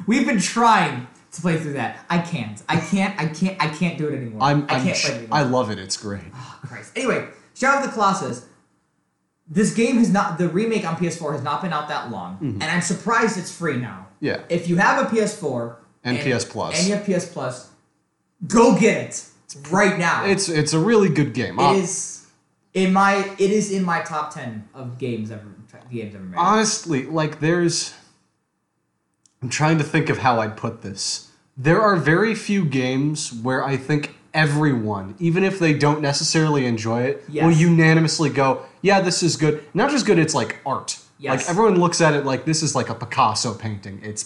[SPEAKER 3] we've been trying to play through that. I can't. I can't. I can't. I can't do it anymore.
[SPEAKER 1] I'm, I'm
[SPEAKER 3] I can't
[SPEAKER 1] sh-
[SPEAKER 3] play it anymore.
[SPEAKER 1] I love it. It's great.
[SPEAKER 3] Christ. Anyway, Shadow of the Colossus. This game has not the remake on PS4 has not been out that long, and I'm surprised it's free now.
[SPEAKER 1] Mm-hmm. Yeah.
[SPEAKER 3] If you have a PS4
[SPEAKER 1] And PS Plus.
[SPEAKER 3] and you have PS Plus, go get it right now.
[SPEAKER 1] It's it's a really good game. Uh,
[SPEAKER 3] it is in my it is in my top ten of games ever games ever made.
[SPEAKER 1] honestly, like there's I'm trying to think of how I'd put this. There are very few games where I think everyone, even if they don't necessarily enjoy it, will
[SPEAKER 3] Yes.
[SPEAKER 1] unanimously go, "Yeah, this is good." Not just good, it's like art.
[SPEAKER 3] Yes.
[SPEAKER 1] Like everyone looks at it like this is like a Picasso painting. It's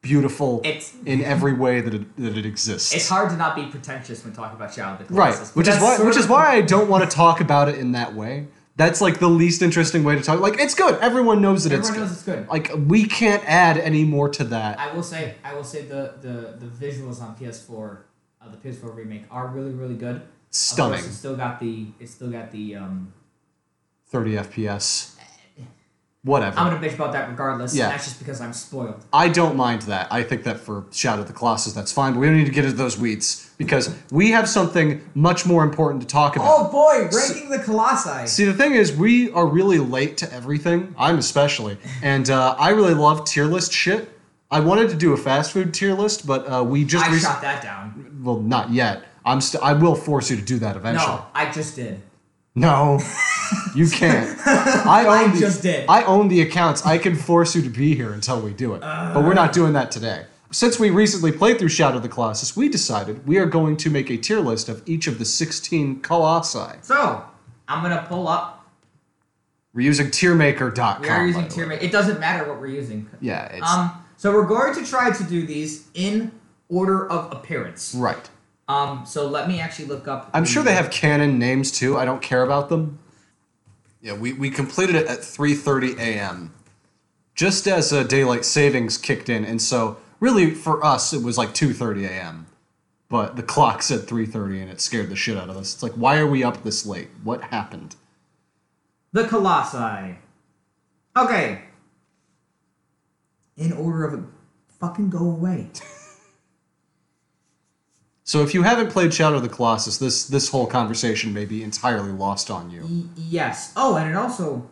[SPEAKER 1] beautiful
[SPEAKER 3] It's-
[SPEAKER 1] in every way that it, that it exists.
[SPEAKER 3] It's hard to not be pretentious when talking about child neglect.
[SPEAKER 1] right,
[SPEAKER 3] That's-
[SPEAKER 1] which is
[SPEAKER 3] that's
[SPEAKER 1] why
[SPEAKER 3] sort
[SPEAKER 1] which
[SPEAKER 3] of-
[SPEAKER 1] is why I don't want to talk about it in that way. That's like the least interesting way to talk. Like it's good. Everyone knows that
[SPEAKER 2] Everyone knows
[SPEAKER 1] it's
[SPEAKER 2] it's good.
[SPEAKER 1] good. Like we can't add any more to that.
[SPEAKER 3] I will say, I will say the the the visuals on PS4, uh, the PS4 remake are really really good.
[SPEAKER 1] Stunning.
[SPEAKER 3] Of course, it's still got the it's still got the um.
[SPEAKER 1] 30 FPS. Whatever.
[SPEAKER 3] I'm gonna bitch about that regardless.
[SPEAKER 1] Yeah.
[SPEAKER 3] And that's just because I'm spoiled.
[SPEAKER 1] I don't mind that. I think that for Shadow of the Colossus, that's fine. But we don't need to get into those weeds because we have something much more important to talk about.
[SPEAKER 3] Oh boy, ranking the colossi.
[SPEAKER 1] See, the thing is, we are really late to everything. I'm especially, and uh, I really love tier list shit. I wanted to do a fast food tier list, but uh, we just
[SPEAKER 3] I
[SPEAKER 1] rec-
[SPEAKER 3] shot that down.
[SPEAKER 1] well, not yet. I'm st- I will force you to do that eventually.
[SPEAKER 3] No, I just did.
[SPEAKER 1] No, you can't. I
[SPEAKER 3] I
[SPEAKER 1] own the,
[SPEAKER 3] just did.
[SPEAKER 1] I own the accounts. I can force you to be here until we do it. but we're not doing that today. Since we recently played through Shadow of the Colossus, we decided we are going to make a tier list of each of the 16 colossi.
[SPEAKER 3] So I'm gonna pull up.
[SPEAKER 1] We're using tiermaker.com.
[SPEAKER 3] We are
[SPEAKER 1] by
[SPEAKER 3] using
[SPEAKER 1] the
[SPEAKER 3] tier.
[SPEAKER 1] way.
[SPEAKER 3] ma- It doesn't matter what we're using.
[SPEAKER 1] Yeah, it's
[SPEAKER 3] Um. So we're going to try to do these in order of appearance.
[SPEAKER 1] right.
[SPEAKER 3] Um. So let me actually look up.
[SPEAKER 1] I'm
[SPEAKER 3] the-
[SPEAKER 1] sure they have canon names too. I don't care about them. Yeah, we, we completed it at 3:30 a.m. just as uh, daylight savings kicked in, and so really for us it was like 2:30 a.m. But the clock said 3:30, and it scared the shit out of us. It's like, why are we up this late? What happened?
[SPEAKER 3] The Colossi. Okay. In order of fucking go away.
[SPEAKER 1] So if you haven't played Shadow of the Colossus, this this whole conversation may be entirely lost on you.
[SPEAKER 3] Y- yes. Oh, and it also.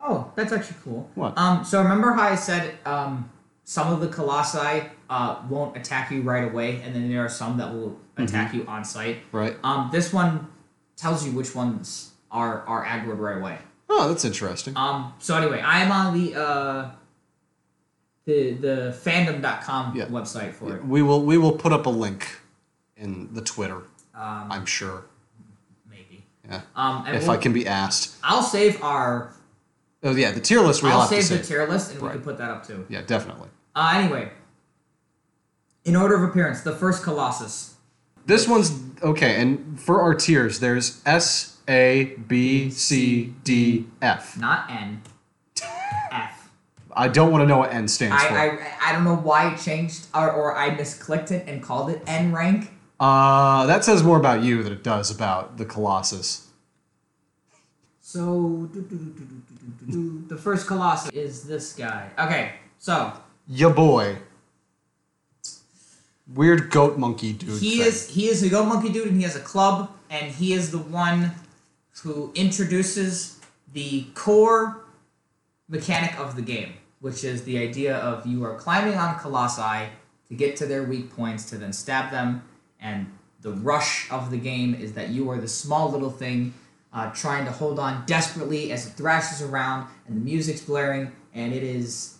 [SPEAKER 3] Oh, that's actually cool.
[SPEAKER 1] What?
[SPEAKER 3] Um. So remember how I said um some of the Colossi uh won't attack you right away, and then there are some that will attack you on sight.
[SPEAKER 1] Mm-hmm. Right?
[SPEAKER 3] Um. This one tells you which ones are are aggroed right away.
[SPEAKER 1] Oh, that's interesting.
[SPEAKER 3] Um. So anyway, I am on the uh. The the fandom.com
[SPEAKER 1] Yeah.
[SPEAKER 3] website for it.
[SPEAKER 1] We will we will put up a link in the Twitter.
[SPEAKER 3] Um,
[SPEAKER 1] I'm sure.
[SPEAKER 3] maybe.
[SPEAKER 1] Yeah.
[SPEAKER 3] Um, and
[SPEAKER 1] if
[SPEAKER 3] we'll,
[SPEAKER 1] I can be asked.
[SPEAKER 3] I'll save our.
[SPEAKER 1] Oh yeah, the tier list we
[SPEAKER 3] I'll
[SPEAKER 1] have to
[SPEAKER 3] save the
[SPEAKER 1] save.
[SPEAKER 3] tier list, and
[SPEAKER 1] Right.
[SPEAKER 3] we can put that up too.
[SPEAKER 1] yeah, definitely.
[SPEAKER 3] Uh, anyway, in order of appearance, the first Colossus.
[SPEAKER 1] This one's okay, and for our tiers, there's S A B C D F.
[SPEAKER 3] not N. F.
[SPEAKER 1] I don't want to know what N stands
[SPEAKER 3] I, I I don't know why it changed or, or I misclicked it and called it N rank.
[SPEAKER 1] for. Uh, that says more about you than it does about the Colossus.
[SPEAKER 3] So do, do, do, do, do, do, do, do. the first Colossus is this guy. Okay, so
[SPEAKER 1] Ya boy. Weird goat monkey dude.
[SPEAKER 3] he
[SPEAKER 1] thing.
[SPEAKER 3] is he is a go monkey dude and he has a club and he is the one who introduces the core mechanic of the game which is the idea of you are climbing on colossi to get to their weak points to then stab them and the rush of the game is that you are the small little thing uh, trying to hold on desperately as it thrashes around and the music's blaring and it is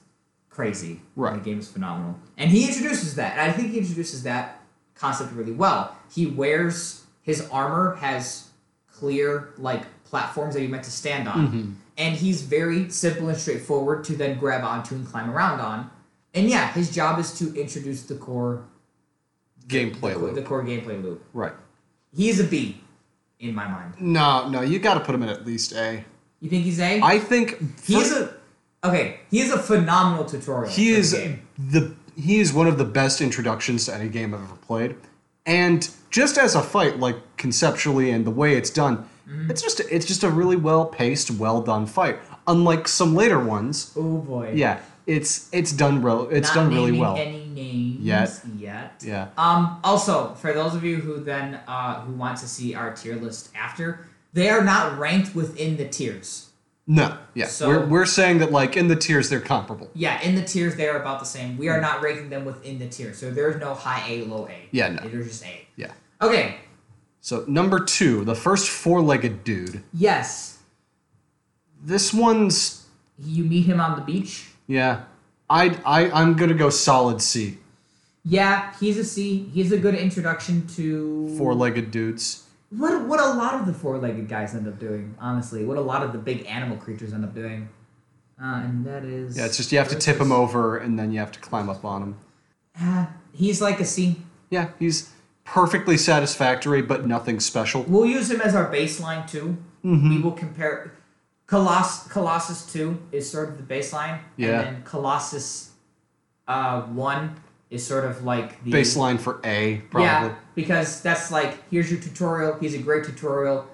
[SPEAKER 3] crazy.
[SPEAKER 1] Right.
[SPEAKER 3] The game is phenomenal. And he introduces that. And I think he introduces that concept really well. He wears his armor has clear like platforms that you're meant to stand on.
[SPEAKER 1] Mm-hmm.
[SPEAKER 3] And he's very simple and straightforward to then grab onto and climb around on. And yeah, his job is to introduce the core
[SPEAKER 1] gameplay loop.
[SPEAKER 3] the core gameplay loop.
[SPEAKER 1] right.
[SPEAKER 3] He's a B in my mind.
[SPEAKER 1] No, no, you got to put him in at least A.
[SPEAKER 3] You think he's A?
[SPEAKER 1] I think
[SPEAKER 3] he's
[SPEAKER 1] for-
[SPEAKER 3] a Okay, he is a phenomenal tutorial.
[SPEAKER 1] He
[SPEAKER 3] for the
[SPEAKER 1] is
[SPEAKER 3] game.
[SPEAKER 1] the he is one of the best introductions to any game I've ever played, and just as a fight, like conceptually and the way it's done,
[SPEAKER 3] Mm-hmm.
[SPEAKER 1] it's just it's just a really well paced, well done fight. Unlike some later ones,
[SPEAKER 3] Oh boy.
[SPEAKER 1] yeah, it's it's done rel- it's
[SPEAKER 3] Not
[SPEAKER 1] done really
[SPEAKER 3] naming
[SPEAKER 1] well.
[SPEAKER 3] Any names
[SPEAKER 1] Yet.
[SPEAKER 3] Yet.
[SPEAKER 1] yeah,
[SPEAKER 3] Um. Also, for those of you who then uh, who want to see our tier list after, they are not ranked within the tiers.
[SPEAKER 1] no, yeah,
[SPEAKER 3] So-
[SPEAKER 1] we're we're saying that like in the tiers they're comparable.
[SPEAKER 3] Yeah, in the tiers they are about the same. We
[SPEAKER 1] Hmm.
[SPEAKER 3] are not ranking them within the tier, so there is no high A, low A.
[SPEAKER 1] Yeah, no.
[SPEAKER 3] They're just A.
[SPEAKER 1] Yeah.
[SPEAKER 3] Okay.
[SPEAKER 1] So number two, the first four legged dude.
[SPEAKER 3] Yes,
[SPEAKER 1] This one's
[SPEAKER 3] you meet him on the beach.
[SPEAKER 1] yeah, I I I'm gonna go solid C.
[SPEAKER 3] Yeah, he's a C. He's a good introduction to
[SPEAKER 1] Four legged dudes.
[SPEAKER 3] What what a lot of the four legged guys end up doing, honestly. What a lot of the big animal creatures end up doing, uh, and that is
[SPEAKER 1] Yeah, it's just you have to tip him over and then you have to climb up on him.
[SPEAKER 5] Ah, he's like a C.
[SPEAKER 1] Yeah, he's perfectly satisfactory, but nothing special.
[SPEAKER 3] We'll use him as our baseline too.
[SPEAKER 1] Mm-hmm.
[SPEAKER 3] We will compare. Coloss- Colossus two is sort of the baseline,
[SPEAKER 1] Yeah.
[SPEAKER 3] and then Colossus uh, one is sort of like the
[SPEAKER 1] Baseline for A, probably.
[SPEAKER 3] Yeah, because that's like here's your tutorial. He's a great tutorial.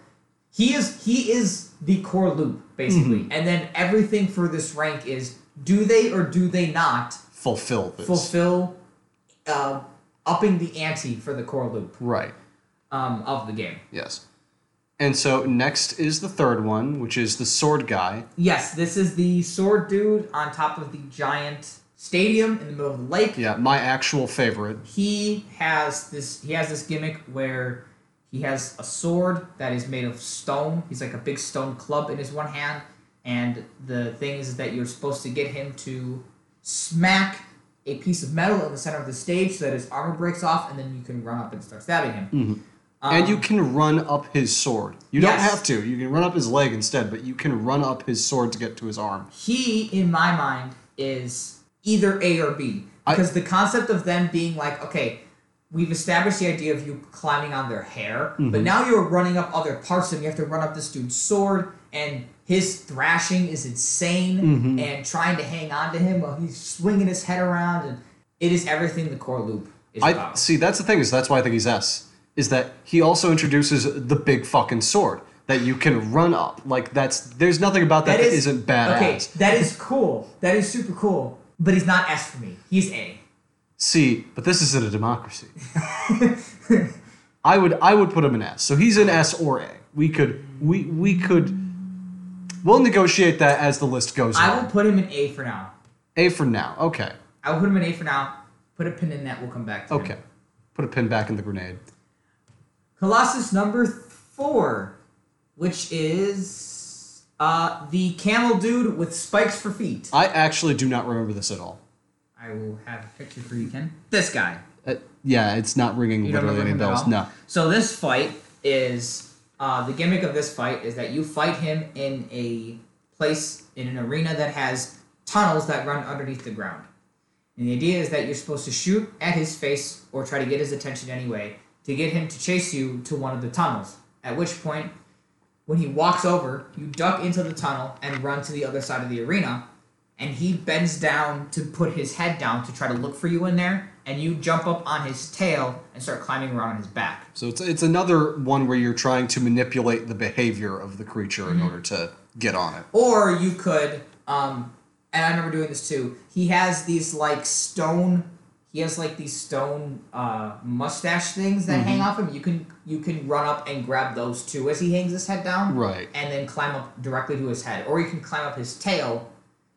[SPEAKER 3] He is he is the core loop basically,
[SPEAKER 1] Mm-hmm.
[SPEAKER 3] and then everything for this rank is do they or do they not
[SPEAKER 1] Fulfill this.
[SPEAKER 3] fulfill uh, upping the ante for the core loop
[SPEAKER 1] right.
[SPEAKER 3] um, of the game.
[SPEAKER 1] Yes. And so next is the third one, which is the sword guy.
[SPEAKER 3] Yes, this is the sword dude on top of the giant stadium in the middle of the lake.
[SPEAKER 1] Yeah, my actual favorite.
[SPEAKER 3] He has this he has this gimmick where he has a sword that is made of stone. He's like a big stone club in his one hand, and the thing is that you're supposed to get him to smack a piece of metal in the center of the stage so that his armor breaks off, and then you can run up and start stabbing him.
[SPEAKER 1] and you can run up his sword. You don't
[SPEAKER 3] Um, Yes.
[SPEAKER 1] have to. You can run up his leg instead, but you can run up his sword to get to his arm.
[SPEAKER 3] he in my mind is either A or B
[SPEAKER 1] I-
[SPEAKER 3] because the concept of them being like okay we've established the idea of you climbing on their hair but
[SPEAKER 1] Mm-hmm.
[SPEAKER 3] now you're running up other parts and you have to run up this dude's sword and his thrashing is insane
[SPEAKER 1] Mm-hmm.
[SPEAKER 3] and trying to hang on to him while he's swinging his head around and it is everything the core loop is
[SPEAKER 1] I
[SPEAKER 3] about
[SPEAKER 1] see. That's the thing is that's why I think he's S. Is that he also introduces the big fucking sword that you can run up. Like that's there's nothing about that that isn't badass.
[SPEAKER 3] okay that is cool that is super cool but he's not S for me he's A
[SPEAKER 1] See, but this isn't a democracy. I would I would put him in S. So he's in S or A. We could we we could we'll negotiate that as the list goes
[SPEAKER 3] I
[SPEAKER 1] on.
[SPEAKER 3] will put him in A for now
[SPEAKER 1] A for now. Okay.
[SPEAKER 3] I will put him in A for now. Put a pin in that. We'll come back to him.
[SPEAKER 1] Okay. Put a pin back in the grenade.
[SPEAKER 3] Colossus number four, which is uh, the camel dude with spikes for feet.
[SPEAKER 1] I actually do not remember this at all.
[SPEAKER 3] I will have a picture for you, Ken. This guy.
[SPEAKER 1] Uh, yeah, it's not ringing
[SPEAKER 3] You don't
[SPEAKER 1] literally any
[SPEAKER 3] remember him at
[SPEAKER 1] bells.
[SPEAKER 3] all?
[SPEAKER 1] No.
[SPEAKER 3] So this fight is uh, the gimmick of this fight is that you fight him in a place in an arena that has tunnels that run underneath the ground. And the idea is that you're supposed to shoot at his face or try to get his attention anyway to get him to chase you to one of the tunnels. At which point, when he walks over, you duck into the tunnel and run to the other side of the arena. And he bends down to put his head down to try to look for you in there. And you jump up on his tail and start climbing around on his back.
[SPEAKER 1] So it's it's another one where you're trying to manipulate the behavior of the creature
[SPEAKER 3] Mm-hmm.
[SPEAKER 1] in order to get on it.
[SPEAKER 3] Or you could, um, and I remember doing this too. He has these like stone. He has like these stone uh, mustache things that hang off him. You can you can run up and grab those too as he hangs his head down,
[SPEAKER 1] Right.
[SPEAKER 3] And then climb up directly to his head, or you can climb up his tail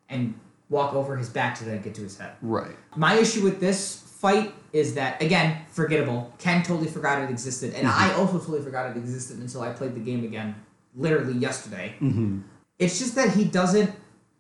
[SPEAKER 3] and walk over his back to then get to his head.
[SPEAKER 1] Right.
[SPEAKER 3] My issue with this fight is that again, forgettable. Ken totally forgot it existed, and I also totally forgot it existed until I played the game again, literally yesterday. It's just that he doesn't.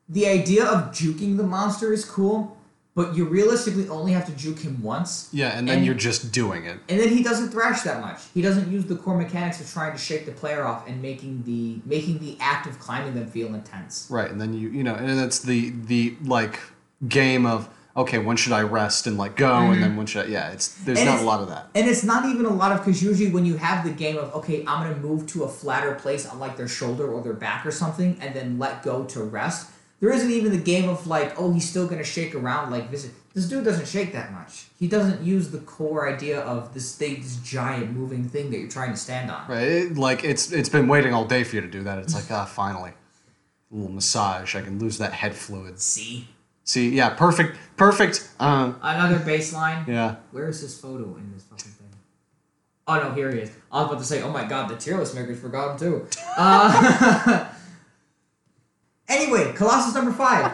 [SPEAKER 3] The idea of juking the monster is cool, but you realistically only have to juke him once.
[SPEAKER 1] Yeah, and then
[SPEAKER 3] And-
[SPEAKER 1] you're just doing it.
[SPEAKER 3] And then he doesn't thrash that much. He doesn't use the core mechanics of trying to shake the player off and making the making the act of climbing them feel intense.
[SPEAKER 1] Right, and then you you know, and that's the the like game of okay, when should I rest and like go, and then when should I, yeah, it's there's
[SPEAKER 3] Mm-hmm. And
[SPEAKER 1] not a
[SPEAKER 3] it's-
[SPEAKER 1] lot of that.
[SPEAKER 3] And it's not even a lot of because usually when you have the game of okay, I'm gonna move to a flatter place on like their shoulder or their back or something, and then let go to rest. There isn't even the game of like, oh, he's still gonna shake around like this. This dude doesn't shake that much. He doesn't use the core idea of this thing, this giant moving thing that you're trying to stand on.
[SPEAKER 1] Right, it- like it's it's been waiting all day for you to do that. It's like ah, finally, a little massage. I can lose that head fluid.
[SPEAKER 3] See
[SPEAKER 1] See, yeah, perfect, perfect. Uh,
[SPEAKER 3] another baseline.
[SPEAKER 1] yeah,
[SPEAKER 3] Where is his photo in this fucking thing? Oh no, here he is. I was about to say, oh my god, the tier list makers forgot him too. Uh, anyway, Colossus number five,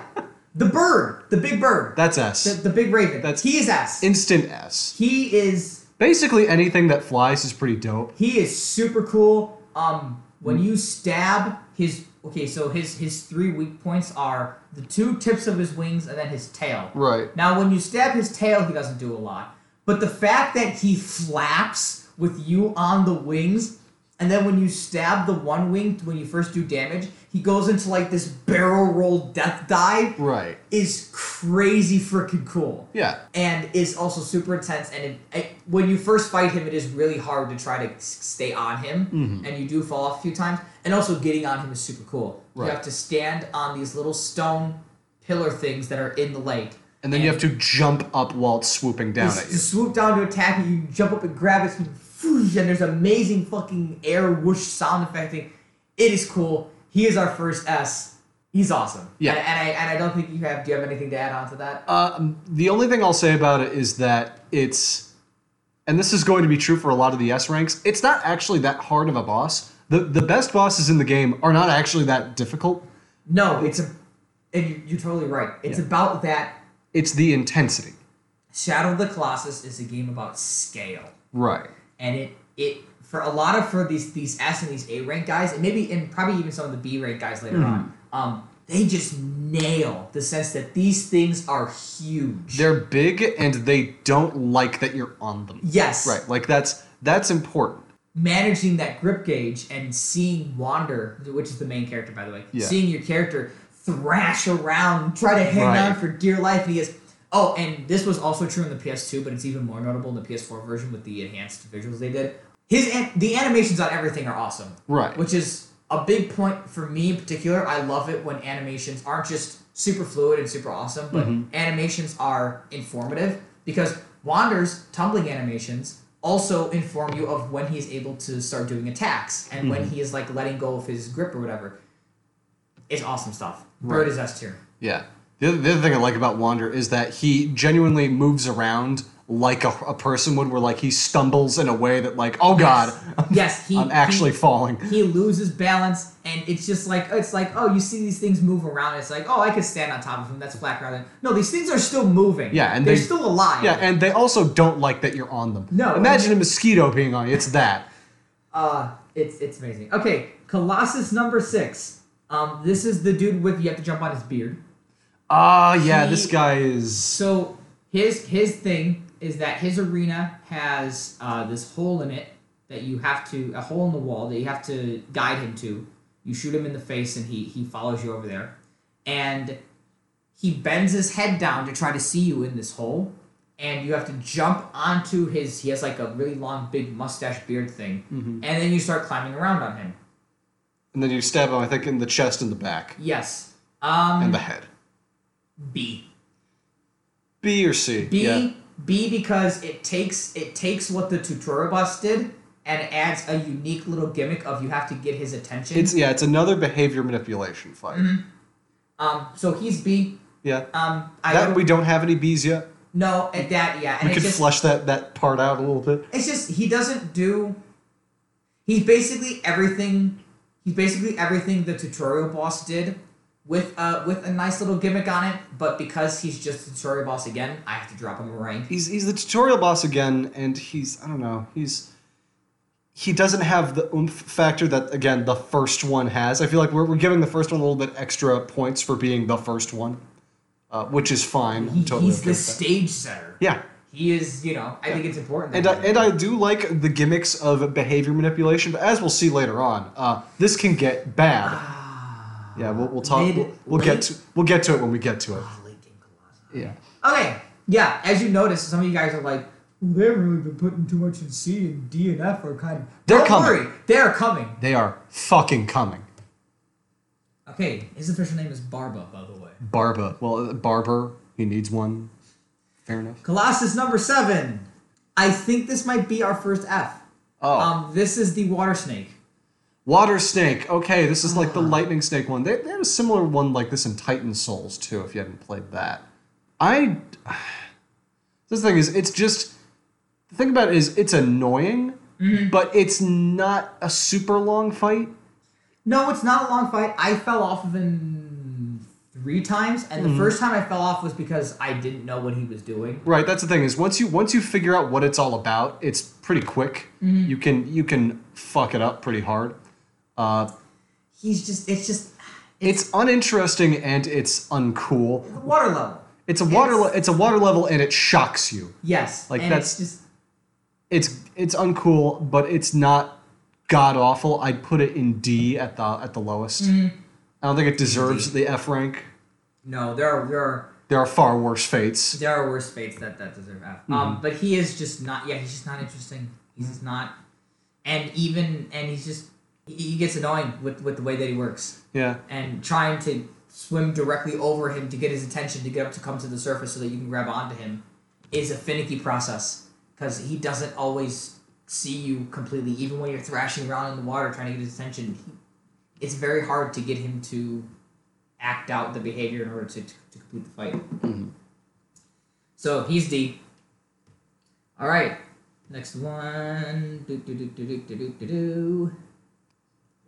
[SPEAKER 3] the bird, the big bird,
[SPEAKER 1] that's S.
[SPEAKER 3] the, the big raven.
[SPEAKER 1] That's-
[SPEAKER 3] he is ass.
[SPEAKER 1] Instant S.
[SPEAKER 3] he is
[SPEAKER 1] Basically, anything that flies is pretty dope.
[SPEAKER 3] he is super cool. Um, when
[SPEAKER 1] Hmm.
[SPEAKER 3] you stab his okay, so his his three weak points are the two tips of his wings and then his tail.
[SPEAKER 1] Right.
[SPEAKER 3] Now, when you stab his tail, he doesn't do a lot. But the fact that he flaps with you on the wings And then when you stab the one winged, when you first do damage, he goes into like this barrel roll death dive.
[SPEAKER 1] Right.
[SPEAKER 3] Is crazy freaking cool.
[SPEAKER 1] Yeah.
[SPEAKER 3] And is also super intense. And it, it, when you first fight him, it is really hard to try to s- stay on him.
[SPEAKER 1] Mm-hmm.
[SPEAKER 3] And you do fall off a few times. And also, getting on him is super cool.
[SPEAKER 1] Right.
[SPEAKER 3] You have to stand on these little stone pillar things that are in the lake.
[SPEAKER 1] And then you have to jump up while it's swooping down
[SPEAKER 3] You
[SPEAKER 1] at you.
[SPEAKER 3] swoop down to attack it, you jump up and grab it, whoosh, and there's amazing fucking air whoosh sound effecting. It is cool. He is our first S. He's awesome.
[SPEAKER 1] Yeah.
[SPEAKER 3] And, and I and I don't think you have. Do you have anything to add on to that?
[SPEAKER 1] Um, the only thing I'll say about it is that it's, and this is going to be true for a lot of the S ranks. It's not actually that hard of a boss. The the best bosses in the game are not actually that difficult.
[SPEAKER 3] no, it's a. And you, you're totally right. It's about that.
[SPEAKER 1] It's the intensity.
[SPEAKER 3] Shadow of the Colossus is a game about scale,
[SPEAKER 1] Right.
[SPEAKER 3] and it it for a lot of for these these S and these A rank guys, and maybe and probably even some of the B rank guys later
[SPEAKER 1] Hmm.
[SPEAKER 3] on. Um, they just nail the sense that these things are huge.
[SPEAKER 1] They're big and they don't like that you're on them.
[SPEAKER 3] Yes.
[SPEAKER 1] Right. Like that's that's important.
[SPEAKER 3] Managing that grip gauge and seeing Wander, which is the main character, by the way,
[SPEAKER 1] Yeah.
[SPEAKER 3] seeing your character thrash around, try to hang
[SPEAKER 1] Right.
[SPEAKER 3] on for dear life, and he is. Oh, and this was also true in the PS2, but it's even more notable in the PS4 version with the enhanced visuals they did. His an- the animations on everything are awesome,
[SPEAKER 1] Right.
[SPEAKER 3] Which is a big point for me in particular. I love it when animations aren't just super fluid and super awesome, but animations are informative because Wander's tumbling animations also inform you of when he's able to start doing attacks and when he is like letting go of his grip or whatever. It's awesome stuff. Bird is S tier.
[SPEAKER 1] Yeah. The other, the other thing I like about Wander is that he genuinely moves around like a, a person would, where like he stumbles in a way that like, oh god,
[SPEAKER 3] Yes, he
[SPEAKER 1] I'm actually
[SPEAKER 3] he,
[SPEAKER 1] falling.
[SPEAKER 3] he loses balance and it's just like it's like oh you see these things move aaround it's like oh i could stand on top of them that's flat ground no these things are still moving
[SPEAKER 1] Yeah, and
[SPEAKER 3] they're
[SPEAKER 1] they-
[SPEAKER 3] still alive
[SPEAKER 1] Yeah, and they also don't like that you're on them.
[SPEAKER 3] No.
[SPEAKER 1] Imagine a mosquito being on you. It's that.
[SPEAKER 3] uh it's it's amazing okay colossus number six um this is the dude with you have to jump on his beard
[SPEAKER 1] Ah, yeah,
[SPEAKER 3] He-
[SPEAKER 1] this guy is.
[SPEAKER 3] so his his thing is that his arena has uh, this hole in it that you have to a hole in the wall that you have to guide him to. You shoot him in the face and he he follows you over there, and he bends his head down to try to see you in this hole, and you have to jump onto his. He has like a really long, big mustache beard thing, and then you start climbing around on him.
[SPEAKER 1] And then you stab him, I think, in the chest and the back
[SPEAKER 3] Yes, um,
[SPEAKER 1] and the head.
[SPEAKER 3] B.
[SPEAKER 1] B or C?
[SPEAKER 3] B
[SPEAKER 1] Yeah.
[SPEAKER 3] B because it takes it takes what the Tutura bus did and adds a unique little gimmick of you have to get his attention.
[SPEAKER 1] It's yeah. It's another behavior manipulation fight.
[SPEAKER 3] Mm-hmm. um so he's B.
[SPEAKER 1] Yeah.
[SPEAKER 3] Um I
[SPEAKER 1] that
[SPEAKER 3] don't
[SPEAKER 1] we don't have any B's yet.
[SPEAKER 3] no at that yeah
[SPEAKER 1] We
[SPEAKER 3] and it's
[SPEAKER 1] could
[SPEAKER 3] just
[SPEAKER 1] flesh that that part out a little bit.
[SPEAKER 3] it's just he doesn't do he's basically everything he's basically everything the tutorial boss did with uh with a nice little gimmick on it, but because he's just the tutorial boss again, I have to drop him a rank.
[SPEAKER 1] He's he's the tutorial boss again, and he's I don't know. He's he doesn't have the oomph factor that again the first one has. I feel like we're, we're giving the first one a little bit extra points for being the first one, uh, which is fine. I'm
[SPEAKER 3] He-
[SPEAKER 1] totally
[SPEAKER 3] he's
[SPEAKER 1] okay
[SPEAKER 3] the
[SPEAKER 1] with that.
[SPEAKER 3] stage setter.
[SPEAKER 1] Yeah.
[SPEAKER 3] He is, you know, I think it's important. that
[SPEAKER 1] And
[SPEAKER 3] he
[SPEAKER 1] I,
[SPEAKER 3] does that.
[SPEAKER 1] and I do like the gimmicks of behavior manipulation, but as we'll see later on, uh, this can get bad. yeah, we'll, we'll talk.
[SPEAKER 3] Ah. Mid-
[SPEAKER 1] we'll we'll get
[SPEAKER 3] late-
[SPEAKER 1] to we'll get to it when we get to it.
[SPEAKER 3] Lincoln Colossus.
[SPEAKER 1] Yeah.
[SPEAKER 3] Okay, yeah. As you notice, some of you guys are like, "They haven't really been putting too much in C and D and F are kind of."
[SPEAKER 1] They're
[SPEAKER 3] Don't
[SPEAKER 1] coming.
[SPEAKER 3] worry, they're coming.
[SPEAKER 1] They are fucking coming.
[SPEAKER 3] Okay, his official name is Barba, by the way.
[SPEAKER 1] Barba. Well, uh, barber. He needs one. Fair enough.
[SPEAKER 3] Colossus number seven. I think this might be our first F.
[SPEAKER 1] Oh.
[SPEAKER 3] Um, this is the water snake.
[SPEAKER 1] Water snake. Okay, this is like the lightning snake one. They, they had a similar one like this in Titan Souls too. If you haven't played that, I. This thing is, it's just the thing about it is, it's annoying, but it's not a super long fight.
[SPEAKER 3] No, it's not a long fight. I fell off of him three times, and
[SPEAKER 1] Mm-hmm.
[SPEAKER 3] the first time I fell off was because I didn't know what he was doing.
[SPEAKER 1] Right. That's the thing is, once you once you figure out what it's all about, it's pretty quick. You can you can fuck it up pretty hard. Uh,
[SPEAKER 3] He's just, it's just
[SPEAKER 1] it's uninteresting and it's uncool.
[SPEAKER 3] water level.
[SPEAKER 1] It's a water.
[SPEAKER 3] It's-
[SPEAKER 1] le- it's a water level, and it shocks you.
[SPEAKER 3] Yes,
[SPEAKER 1] Like,
[SPEAKER 3] and
[SPEAKER 1] that's-
[SPEAKER 3] it's just
[SPEAKER 1] It's it's uncool, but it's not god awful, I'd put it in D at the at the lowest. I don't think it deserves the F rank.
[SPEAKER 3] No, there are there are,
[SPEAKER 1] There are far worse fates.
[SPEAKER 3] there are worse fates that that deserve F. Um, but he is just not. Yeah, he's just not interesting. He's just not. And even and he's just he, he gets annoying with with the way that he works
[SPEAKER 1] Yeah.
[SPEAKER 3] and trying to swim directly over him to get his attention to get up to come to the surface so that you can grab onto him is a finicky process because he doesn't always see you completely even when you're thrashing around in the water trying to get his attention he, it's very hard to get him to act out the behavior in order to, to, to complete the fight
[SPEAKER 1] Mm-hmm.
[SPEAKER 3] so he's d all right next one do, do, do, do, do, do, do, do, do.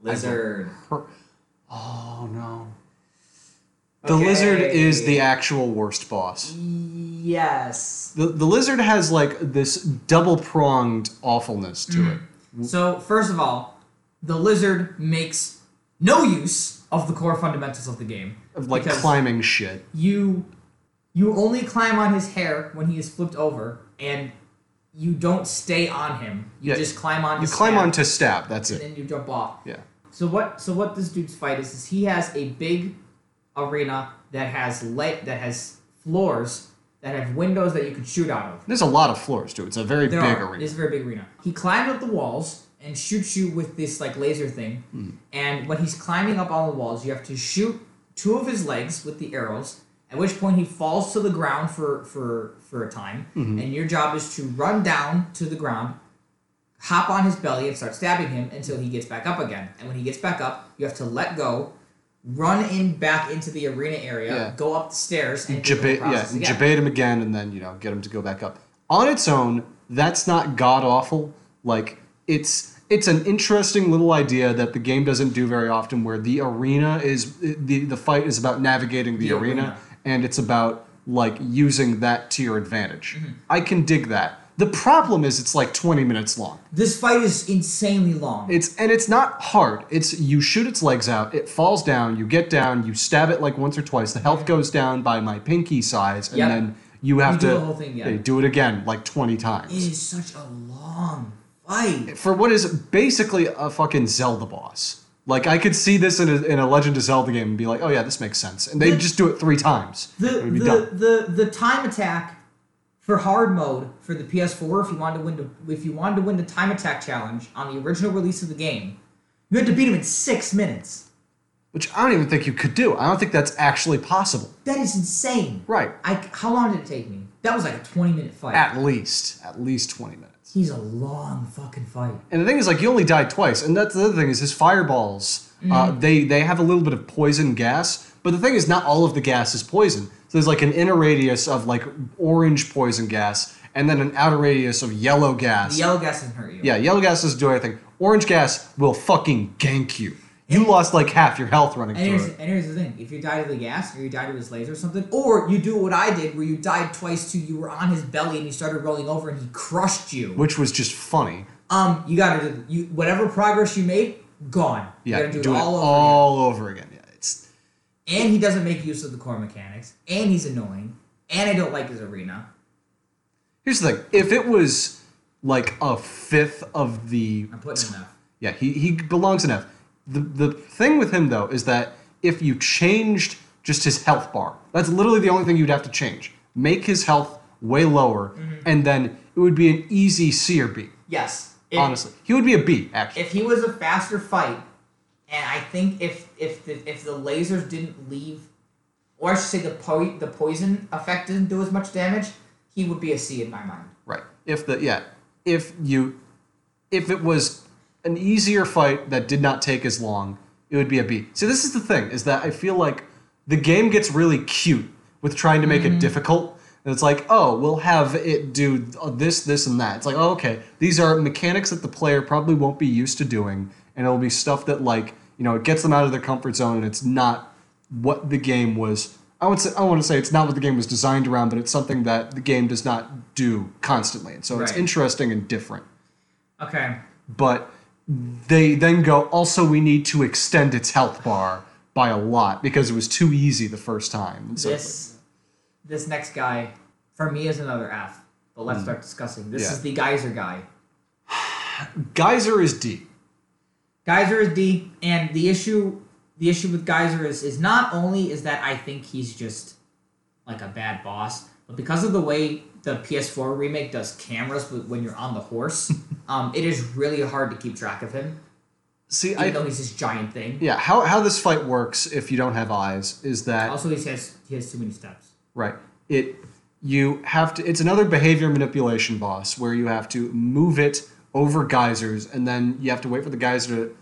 [SPEAKER 3] lizard
[SPEAKER 1] Her- oh no. The lizard is the actual worst boss.
[SPEAKER 3] Yes.
[SPEAKER 1] The, the lizard has like this double pronged awfulness to it.
[SPEAKER 3] So, first of all, the lizard makes no use of the core fundamentals of the game.
[SPEAKER 1] Of like
[SPEAKER 3] because
[SPEAKER 1] climbing shit.
[SPEAKER 3] you you only climb on his hair when he is flipped over and you don't stay on him. You
[SPEAKER 1] Yeah,
[SPEAKER 3] just climb on
[SPEAKER 1] You
[SPEAKER 3] his
[SPEAKER 1] climb
[SPEAKER 3] hair,
[SPEAKER 1] on to stab, that's
[SPEAKER 3] and
[SPEAKER 1] it.
[SPEAKER 3] then you jump off.
[SPEAKER 1] Yeah.
[SPEAKER 3] So what so what this dude's fight is is he has a big arena that has light that has floors that have windows that you can shoot out of.
[SPEAKER 1] There's a lot of floors too. It's a very
[SPEAKER 3] There
[SPEAKER 1] big
[SPEAKER 3] are.
[SPEAKER 1] arena.
[SPEAKER 3] It's a very big arena. He climbed up the walls and shoots you with this like laser thing.
[SPEAKER 1] Hmm.
[SPEAKER 3] And when he's climbing up all the walls, you have to shoot two of his legs with the arrows. At which point he falls to the ground for for for a time.
[SPEAKER 1] Hmm.
[SPEAKER 3] And your job is to run down to the ground, hop on his belly and start stabbing him until he gets back up again. And when he gets back up, you have to let go. Run in back into the arena area,
[SPEAKER 1] Yeah.
[SPEAKER 3] go up the stairs, and do the
[SPEAKER 1] Jeba- yeah,
[SPEAKER 3] process again.
[SPEAKER 1] jebate him again, and then you know get him to go back up. On its own, that's not god awful. Like it's it's an interesting little idea that the game doesn't do very often, where the arena is the the fight is about navigating the,
[SPEAKER 3] The
[SPEAKER 1] arena,
[SPEAKER 3] arena.
[SPEAKER 1] and it's about like using that to your advantage.
[SPEAKER 3] Mm-hmm.
[SPEAKER 1] I can dig that. The problem is it's like 20 minutes long.
[SPEAKER 3] This fight is insanely long.
[SPEAKER 1] It's and it's not hard. It's you shoot its legs out, it falls down, you get down, you stab it like once or twice. The health goes down by my pinky size, and
[SPEAKER 3] Yep.
[SPEAKER 1] then you have
[SPEAKER 3] do
[SPEAKER 1] to
[SPEAKER 3] the whole thing again.
[SPEAKER 1] yeah, do it again like twenty
[SPEAKER 3] It
[SPEAKER 1] times
[SPEAKER 3] is such a long fight.
[SPEAKER 1] for what is basically a fucking Zelda boss. Like I could see this in a, in a Legend of Zelda game and be like, oh yeah, this makes sense, and they
[SPEAKER 3] The-
[SPEAKER 1] just do it three times.
[SPEAKER 3] The
[SPEAKER 1] it would be
[SPEAKER 3] the,
[SPEAKER 1] done.
[SPEAKER 3] the the time attack for hard mode for the PS4 if you wanted to win the, if you wanted to win the time attack challenge on the original release of the game, you had to beat him in six minutes.
[SPEAKER 1] Which I don't even think you could do. I don't think that's actually possible.
[SPEAKER 3] That is insane.
[SPEAKER 1] Right.
[SPEAKER 3] I how long did it take me? That was like a twenty minute fight.
[SPEAKER 1] At least at least twenty minutes.
[SPEAKER 3] He's a long fucking fight.
[SPEAKER 1] And the thing is, like, you only died twice. And that's the other thing is his fireballs. Uh,
[SPEAKER 3] Mm-hmm.
[SPEAKER 1] they they have a little bit of poison gas, but the thing is, not all of the gas is poison. So there's like an inner radius of like orange poison gas, and then an outer radius of yellow
[SPEAKER 3] The
[SPEAKER 1] gas.
[SPEAKER 3] yellow gas doesn't hurt you.
[SPEAKER 1] yeah, yellow gas doesn't do anything. Orange gas will fucking gank you. You lost like half your health running
[SPEAKER 3] And
[SPEAKER 1] through
[SPEAKER 3] here's,
[SPEAKER 1] it.
[SPEAKER 3] and here's the thing: if you die to the gas, or you die to his laser or something, or you do what I did, where you died twice too, you were on his belly and you started rolling over and he crushed you.
[SPEAKER 1] which was just funny.
[SPEAKER 3] Um, you gotta do you whatever progress you made, gone.
[SPEAKER 1] Yeah,
[SPEAKER 3] you gotta do, it all over again.
[SPEAKER 1] all over again. Yeah, it's
[SPEAKER 3] And he doesn't make use of the core mechanics, and he's annoying, and I don't like his arena.
[SPEAKER 1] here's the thing. If it was like a fifth of the
[SPEAKER 3] I'm putting enough.
[SPEAKER 1] Yeah, he, he belongs in F. The the thing with him though is that if you changed just his health bar, that's literally the only thing you'd have to change. Make his health way lower,
[SPEAKER 3] Mm-hmm.
[SPEAKER 1] and then it would be an easy C or B.
[SPEAKER 3] Yes. If,
[SPEAKER 1] honestly, he would be a B actually.
[SPEAKER 3] If he was a faster fight, and I think if if the if the lasers didn't leave or I should say the po- the poison effect didn't do as much damage, he would be a C in my mind.
[SPEAKER 1] right. If the yeah, if you, if it was an easier fight that did not take as long, it would be a B. See, this is the thing is that I feel like the game gets really cute with trying to make it difficult. And it's like, oh, we'll have it do this, this, and that. It's like, oh, okay, these are mechanics that the player probably won't be used to doing, and it'll be stuff that like you know it gets them out of their comfort zone, and it's not what the game was. I would say I want to say it's not what the game was designed around, but it's something that the game does not do constantly, and so it's
[SPEAKER 3] Right.
[SPEAKER 1] interesting and different
[SPEAKER 3] Okay.
[SPEAKER 1] but they then go also we need to extend its health bar by a lot because it was too easy the first time and so it's
[SPEAKER 3] this this next guy for me is another F. Hmm. But let's start discussing. This
[SPEAKER 1] Yeah.
[SPEAKER 3] is the geyser guy.
[SPEAKER 1] like- geyser is d
[SPEAKER 3] Geyser is D, and the issue the issue with Geyser is is not only is that I think he's just like a bad boss, but because of the way the PS4 remake does cameras with- when you're on the horse, um, it is really hard to keep track of him,
[SPEAKER 1] See,
[SPEAKER 3] even
[SPEAKER 1] I
[SPEAKER 3] though he's this giant thing.
[SPEAKER 1] yeah, how how this fight works if you don't have eyes is that
[SPEAKER 3] Also, he has he has too many steps.
[SPEAKER 1] Right. It you have to it's another behavior manipulation boss where you have to move it over geysers and then you have to wait for the geyser to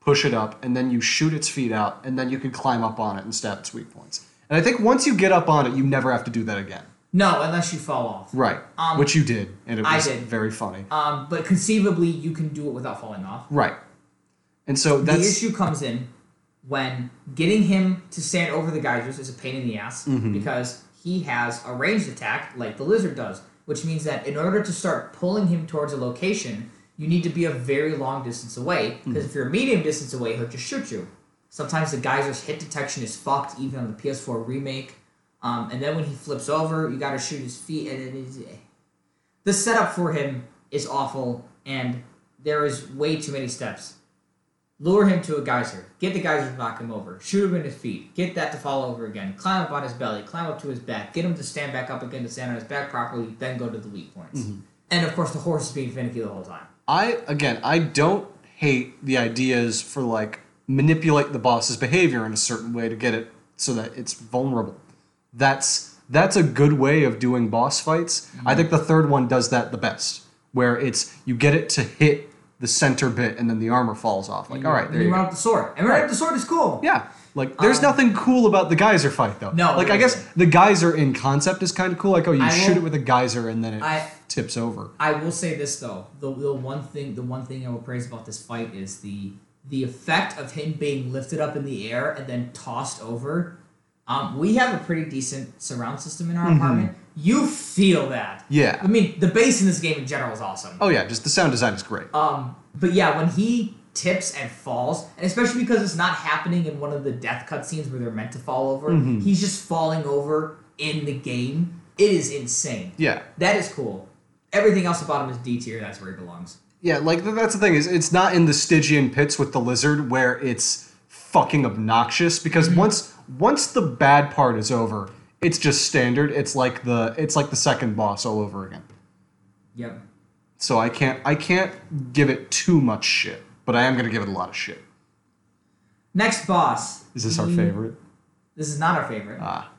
[SPEAKER 1] push it up and then you shoot its feet out and then you can climb up on it and stab its weak points. And I think once you get up on it you never have to do that again.
[SPEAKER 3] No, unless you fall off.
[SPEAKER 1] Right.
[SPEAKER 3] Um,
[SPEAKER 1] Which you did and it
[SPEAKER 3] I
[SPEAKER 1] was
[SPEAKER 3] did.
[SPEAKER 1] very funny.
[SPEAKER 3] Um, but conceivably, you can do it without falling off.
[SPEAKER 1] right. And so that's
[SPEAKER 3] the issue comes in when getting him to stand over the geysers is a pain in the ass because he has a ranged attack like the lizard does, which means that in order to start pulling him towards a location, you need to be a very long distance away because if you're a medium distance away, he'll just shoot you. Sometimes the geyser's hit detection is fucked, even on the PS4 remake. Um, and then when he flips over, you got to shoot his feet, and then he's, the setup for him is awful, and there is way too many steps. Lure him to a geyser. Get the geyser to knock him over. Shoot him in his feet. Get that to fall over again. Climb up on his belly. Climb up to his back. Get him to stand back up again to stand on his back properly. Then go to the weak points.
[SPEAKER 1] Mm-hmm.
[SPEAKER 3] And of course, the horse is being finicky the whole time.
[SPEAKER 1] I again, I don't hate the ideas for like manipulate the boss's behavior in a certain way to get it so that it's vulnerable. That's that's a good way of doing boss fights.
[SPEAKER 3] Mm-hmm.
[SPEAKER 1] I think the third one does that the best, where it's you get it to hit the center bit and then the armor falls off. Like, all right,
[SPEAKER 3] And
[SPEAKER 1] there
[SPEAKER 3] you
[SPEAKER 1] you
[SPEAKER 3] run
[SPEAKER 1] go.
[SPEAKER 3] up the sword. And running up the sword is cool.
[SPEAKER 1] Yeah. Like, there's nothing cool about the geyser fight, though.
[SPEAKER 3] Um, No,
[SPEAKER 1] Like,
[SPEAKER 3] there
[SPEAKER 1] I guess
[SPEAKER 3] isn't.
[SPEAKER 1] the geyser in concept is kind of cool. Like, oh, you
[SPEAKER 3] I
[SPEAKER 1] shoot
[SPEAKER 3] will-
[SPEAKER 1] it with a geyser and then it
[SPEAKER 3] I-
[SPEAKER 1] tips over.
[SPEAKER 3] I will say this though, the, the one thing the one thing I will praise about this fight is the the effect of him being lifted up in the air and then tossed over. Um, we have a pretty decent surround system in our apartment. You feel that.
[SPEAKER 1] Yeah.
[SPEAKER 3] I mean, the bass in this game in general is awesome.
[SPEAKER 1] Oh, yeah, just the sound design is great.
[SPEAKER 3] Um, but yeah, when he tips and falls, and especially because it's not happening in one of the death cutscenes where they're meant to fall over, he's just falling over in the game. It is insane.
[SPEAKER 1] yeah.
[SPEAKER 3] That is cool. Everything else about him is D tier. That's where he belongs.
[SPEAKER 1] Yeah, like th- that's the thing is it's not in the Stygian pits with the lizard where it's fucking obnoxious because
[SPEAKER 3] Mm-hmm.
[SPEAKER 1] once once the bad part is over, it's just standard. It's like the it's like the second boss all over again.
[SPEAKER 3] Yep.
[SPEAKER 1] So I can't I can't give it too much shit, but I am gonna give it a lot of shit.
[SPEAKER 3] Next boss.
[SPEAKER 1] Is this our
[SPEAKER 3] Mm,
[SPEAKER 1] favorite?
[SPEAKER 3] This is not our favorite.
[SPEAKER 1] Ah,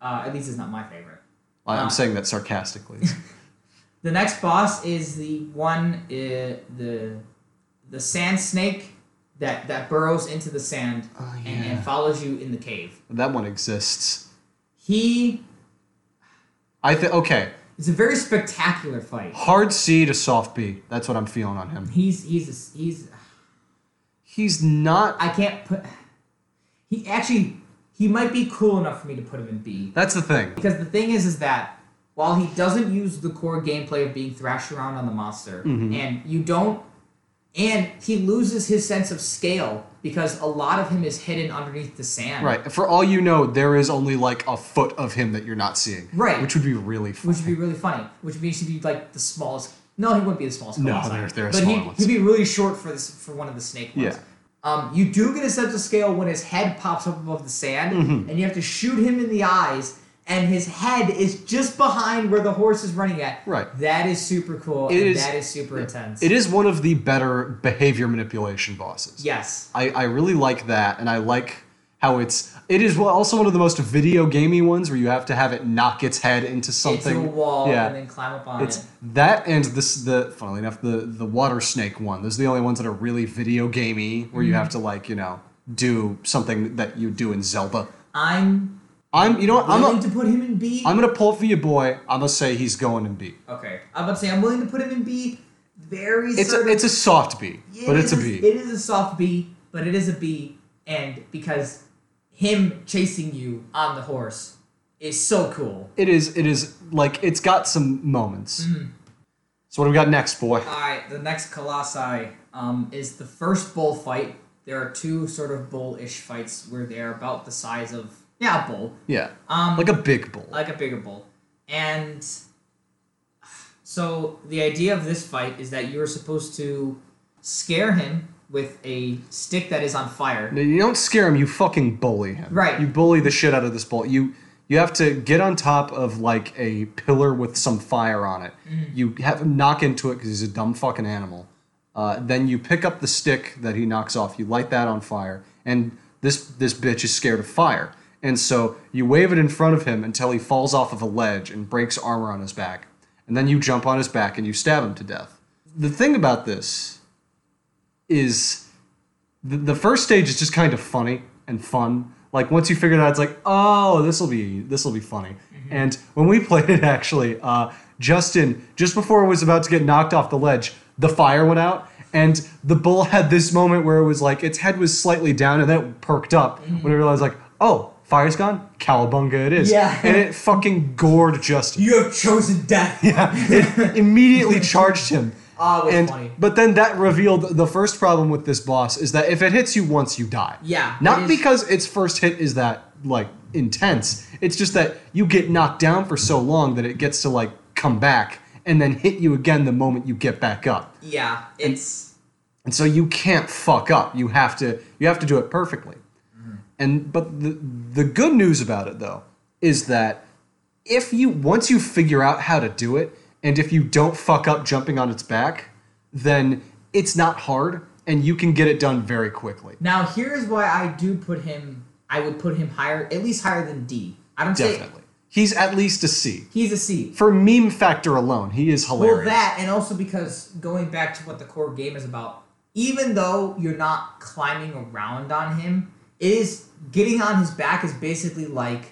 [SPEAKER 3] Uh, at least it's not my favorite.
[SPEAKER 1] I- I'm
[SPEAKER 3] Uh,
[SPEAKER 1] saying that sarcastically.
[SPEAKER 3] The next boss is the one uh, the the sand snake that that burrows into the sand
[SPEAKER 1] Oh,
[SPEAKER 3] and,
[SPEAKER 1] yeah.
[SPEAKER 3] and follows you in the cave.
[SPEAKER 1] that one exists.
[SPEAKER 3] He
[SPEAKER 1] I think okay,
[SPEAKER 3] is a very spectacular fight.
[SPEAKER 1] hard C to soft B. That's what I'm feeling on him.
[SPEAKER 3] He's he's a, he's
[SPEAKER 1] He's not.
[SPEAKER 3] I can't put. He actually he might be cool enough for me to put him in B.
[SPEAKER 1] That's the thing.
[SPEAKER 3] Because the thing is, is that while he doesn't use the core gameplay of being thrashed around on the monster, and you don't, and he loses his sense of scale because a lot of him is hidden underneath the sand.
[SPEAKER 1] Right. For all you know, there is only like a foot of him that you're not seeing.
[SPEAKER 3] Right.
[SPEAKER 1] Which would be really fun.
[SPEAKER 3] Which would be really funny. Which means he'd be like the smallest. No, he wouldn't be the smallest.
[SPEAKER 1] No,
[SPEAKER 3] colossi,
[SPEAKER 1] they're- they're
[SPEAKER 3] but
[SPEAKER 1] smaller
[SPEAKER 3] he'd,
[SPEAKER 1] ones.
[SPEAKER 3] he'd be really short for this for one of the snake ones.
[SPEAKER 1] Yeah.
[SPEAKER 3] Um, you do get a sense of scale when his head pops up above the sand,
[SPEAKER 1] Mm-hmm.
[SPEAKER 3] and you have to shoot him in the eyes, and his head is just behind where the horse is running at.
[SPEAKER 1] Right.
[SPEAKER 3] That is super cool.
[SPEAKER 1] It
[SPEAKER 3] and
[SPEAKER 1] is-
[SPEAKER 3] that is super intense.
[SPEAKER 1] It is one of the better behavior manipulation bosses.
[SPEAKER 3] Yes.
[SPEAKER 1] I, I really like that, and I like how it's. It is well- also one of the most video gamey ones where you have to have it knock its head into something.
[SPEAKER 3] Into a wall
[SPEAKER 1] Yeah.
[SPEAKER 3] and then climb up on
[SPEAKER 1] it's
[SPEAKER 3] it.
[SPEAKER 1] that and this the funnily enough the the water snake one. Those are the only ones that are really video gamey where you have to like you know do something that you do in Zelda.
[SPEAKER 3] I'm
[SPEAKER 1] I'm you know what I'm
[SPEAKER 3] willing
[SPEAKER 1] a,
[SPEAKER 3] to put him in B.
[SPEAKER 1] I'm gonna pull for your boy. I'm gonna say he's going in B.
[SPEAKER 3] okay. I'm about to say I'm willing to put him in B. Very
[SPEAKER 1] It's
[SPEAKER 3] sort
[SPEAKER 1] a,
[SPEAKER 3] of
[SPEAKER 1] it's a soft B, but
[SPEAKER 3] It
[SPEAKER 1] it's a
[SPEAKER 3] is-
[SPEAKER 1] B.
[SPEAKER 3] It is a soft B, but it is a B, and because him chasing you on the horse is so cool.
[SPEAKER 1] It is it is like it's got some moments. So what do we got next, boy?
[SPEAKER 3] All right, the next colossi um, is the first bull fight. There are two sort of bull-ish fights where they're about the size of yeah, a bull,
[SPEAKER 1] Yeah,
[SPEAKER 3] um,
[SPEAKER 1] like a big bull.
[SPEAKER 3] like a bigger bull, and so the idea of this fight is that you're supposed to scare him
[SPEAKER 6] with a stick that is on fire.
[SPEAKER 1] No, You don't scare him. You fucking bully him.
[SPEAKER 6] Right.
[SPEAKER 1] You bully the shit out of this bull. You you have to get on top of like a pillar with some fire on it. You have him knock into it because he's a dumb fucking animal. Uh, then you pick up the stick that he knocks off. You light that on fire, and this this bitch is scared of fire. And so you wave it in front of him until he falls off of a ledge and breaks armor on his back. And then you jump on his back and you stab him to death. The thing about this is the, the first stage is just kind of funny and fun. Like once you figure it out, it's like, oh, this will be this will be funny. And when we played it, actually, uh, Justin just before it was about to get knocked off the ledge, the fire went out, and the bull had this moment where it was like its head was slightly down, and then it perked up when it realized like, oh, fire's gone, cowabunga it is.
[SPEAKER 3] Yeah.
[SPEAKER 1] and it fucking gored Justin.
[SPEAKER 3] You have chosen death.
[SPEAKER 1] Yeah, it immediately charged him.
[SPEAKER 3] Ah, it was
[SPEAKER 1] and,
[SPEAKER 3] funny.
[SPEAKER 1] But then that revealed the first problem with this boss is that if it hits you once, you die.
[SPEAKER 3] Yeah,
[SPEAKER 1] Not
[SPEAKER 3] it is-
[SPEAKER 1] because its first hit is that like intense. It's just that you get knocked down for so long that it gets to like come back and then hit you again the moment you get back up.
[SPEAKER 3] Yeah, it's
[SPEAKER 1] And so you can't fuck up. You have to you have to do it perfectly.
[SPEAKER 3] Mm-hmm.
[SPEAKER 1] And but the the good news about it though is that if you once you figure out how to do it and if you don't fuck up jumping on its back, then it's not hard and you can get it done very quickly.
[SPEAKER 3] now here's why I do put him. I would put him higher, at least higher than D. I don't
[SPEAKER 1] Definitely.
[SPEAKER 3] say
[SPEAKER 1] He's at least a C.
[SPEAKER 3] he's a C.
[SPEAKER 1] For meme factor alone, he is hilarious.
[SPEAKER 3] Well, that and also because going back to what the core game is about, even though you're not climbing around on him, it is getting on his back is basically like,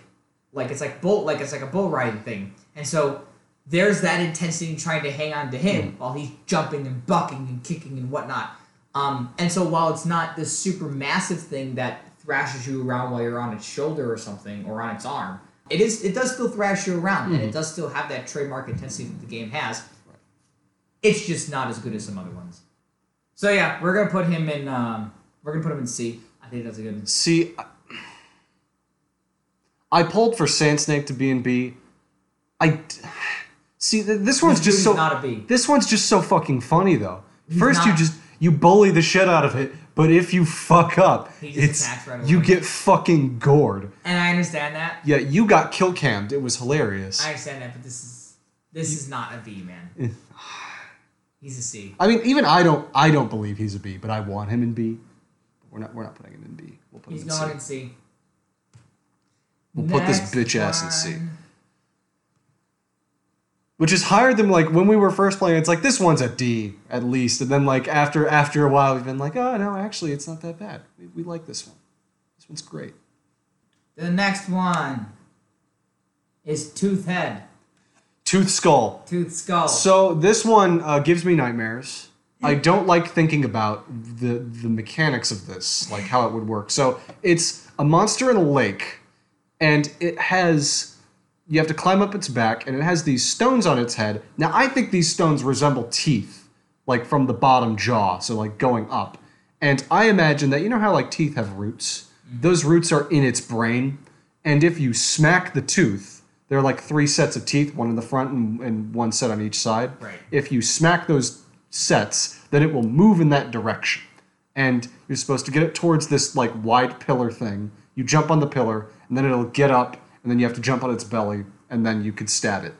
[SPEAKER 3] like it's like bull, like it's like a bull riding thing, and so there's that intensity in trying to hang on to him while he's jumping and bucking and kicking and whatnot. Um, and so while it's not this super massive thing that thrashes you around while you're on its shoulder or something or on its arm, it is it does still thrash you around and it does still have that trademark intensity that the game has. It's just not as good as some other ones. So yeah, we're gonna put him in. Um, we're gonna put him in C. I think that's a good.
[SPEAKER 1] See, I- I pulled for Sand Snake to be in B. I d- see th- this one's
[SPEAKER 3] This
[SPEAKER 1] just
[SPEAKER 3] dude's
[SPEAKER 1] so.
[SPEAKER 3] not a B.
[SPEAKER 1] This one's just so fucking funny though. First, you
[SPEAKER 3] not.
[SPEAKER 1] just you bully the shit out of it, but if you fuck up,
[SPEAKER 3] just
[SPEAKER 1] it's
[SPEAKER 3] attacks right
[SPEAKER 1] you
[SPEAKER 3] away.
[SPEAKER 1] get fucking gored.
[SPEAKER 3] And I understand that.
[SPEAKER 1] Yeah, you got kill cammed. It was hilarious.
[SPEAKER 3] I understand that, but this is this is not a B, man. He's a C.
[SPEAKER 1] I mean, even I don't I don't believe he's a B, but I want him in B. We're not we're not putting him in B. We'll put
[SPEAKER 3] He's
[SPEAKER 1] him in C.
[SPEAKER 3] going in C.
[SPEAKER 1] We'll put this
[SPEAKER 3] Next
[SPEAKER 1] bitch ass in C.
[SPEAKER 3] one.
[SPEAKER 1] which is higher than like when we were first playing. It's like this one's a D at least, and then like after after a while, we've been like, oh no, actually, it's not that bad. We, we like this one. This one's great.
[SPEAKER 3] The next one is Tooth Head,
[SPEAKER 1] Tooth Skull.
[SPEAKER 3] Tooth Skull.
[SPEAKER 1] So this one uh, gives me nightmares. I don't like thinking about the the mechanics of this, like how it would work. So it's a monster in a lake, and it has you have to climb up its back, and it has these stones on its head. Now I think these stones resemble teeth, like from the bottom jaw, so like going up. And I imagine that you know how like teeth have roots. Those roots are in its brain, and if you smack the tooth, there are like three sets of teeth, one in the front and, and one set on each side.
[SPEAKER 3] Right.
[SPEAKER 1] If you smack those sets, then it will move in that direction. And you're supposed to get it towards this like wide pillar thing. You jump on the pillar, and then it'll get up, and then you have to jump on its belly, and then you could stab it.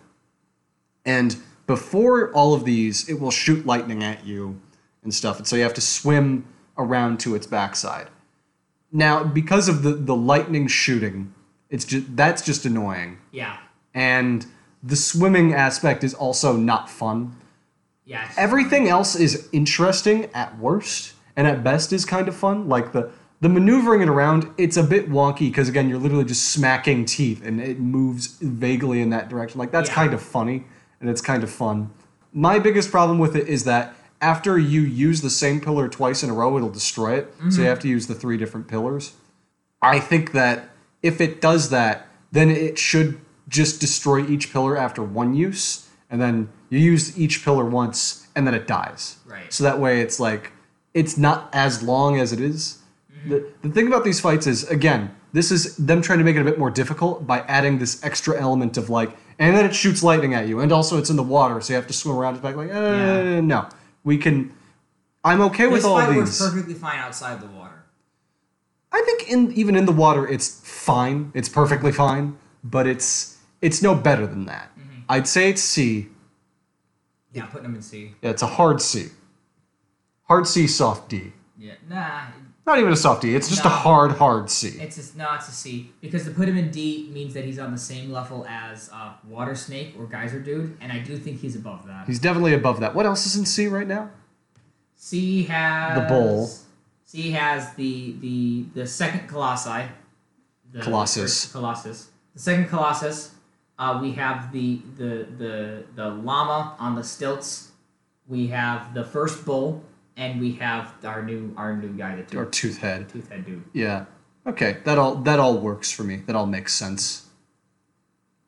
[SPEAKER 1] And before all of these, it will shoot lightning at you and stuff. And so you have to swim around to its backside. Now, because of the, the lightning shooting, it's just that's just annoying.
[SPEAKER 3] yeah,
[SPEAKER 1] And the swimming aspect is also not fun.
[SPEAKER 3] yeah.
[SPEAKER 1] Everything else is interesting at worst, and at best is kind of fun. Like the the maneuvering it around, it's a bit wonky because again, you're literally just smacking teeth, and it moves vaguely in that direction. Like that's
[SPEAKER 3] Yeah.
[SPEAKER 1] kind of funny, and it's kind of fun. My biggest problem with it is that after you use the same pillar twice in a row, it'll destroy it. So you have to use the three different pillars. I think that if it does that, then it should just destroy each pillar after one use, and then you use each pillar once, and then it dies.
[SPEAKER 3] Right.
[SPEAKER 1] So that way, it's like it's not as long as it is.
[SPEAKER 3] Mm-hmm.
[SPEAKER 1] The, the thing about these fights is, again, this is them trying to make it a bit more difficult by adding this extra element of like, and then it shoots lightning at you, and also it's in the water, so you have to swim around. It's like, like, uh,
[SPEAKER 3] Yeah.
[SPEAKER 1] no, we can I'm okay with
[SPEAKER 3] This
[SPEAKER 1] all
[SPEAKER 3] fight works
[SPEAKER 1] these.
[SPEAKER 3] perfectly fine outside the water.
[SPEAKER 1] I think in even in the water, it's fine. It's perfectly fine, but it's it's no better than that. I'd say it's C.
[SPEAKER 3] Yeah, I'm putting him in C.
[SPEAKER 1] Yeah, it's a hard C. Hard C, soft D.
[SPEAKER 3] Yeah, nah,
[SPEAKER 1] Not even a soft D. It's just a
[SPEAKER 3] No.
[SPEAKER 1] hard, hard C.
[SPEAKER 3] it's a, no, it's a C because to put him in D means that he's on the same level as uh, Water Snake or Geyser Dude, and I do think he's above that.
[SPEAKER 1] He's definitely above that. What else is in C right now?
[SPEAKER 3] C has
[SPEAKER 1] The bowl.
[SPEAKER 3] C has the the the second colossi. The
[SPEAKER 1] Colossus.
[SPEAKER 3] first Colossus. The second colossus. Uh, we have the the the the llama on the stilts. We have the first bull, and we have our new our new guy, the
[SPEAKER 1] Or
[SPEAKER 3] tooth,
[SPEAKER 1] tooth head.
[SPEAKER 3] tooth head dude.
[SPEAKER 1] Yeah. Okay. That all that all works for me. That all makes sense.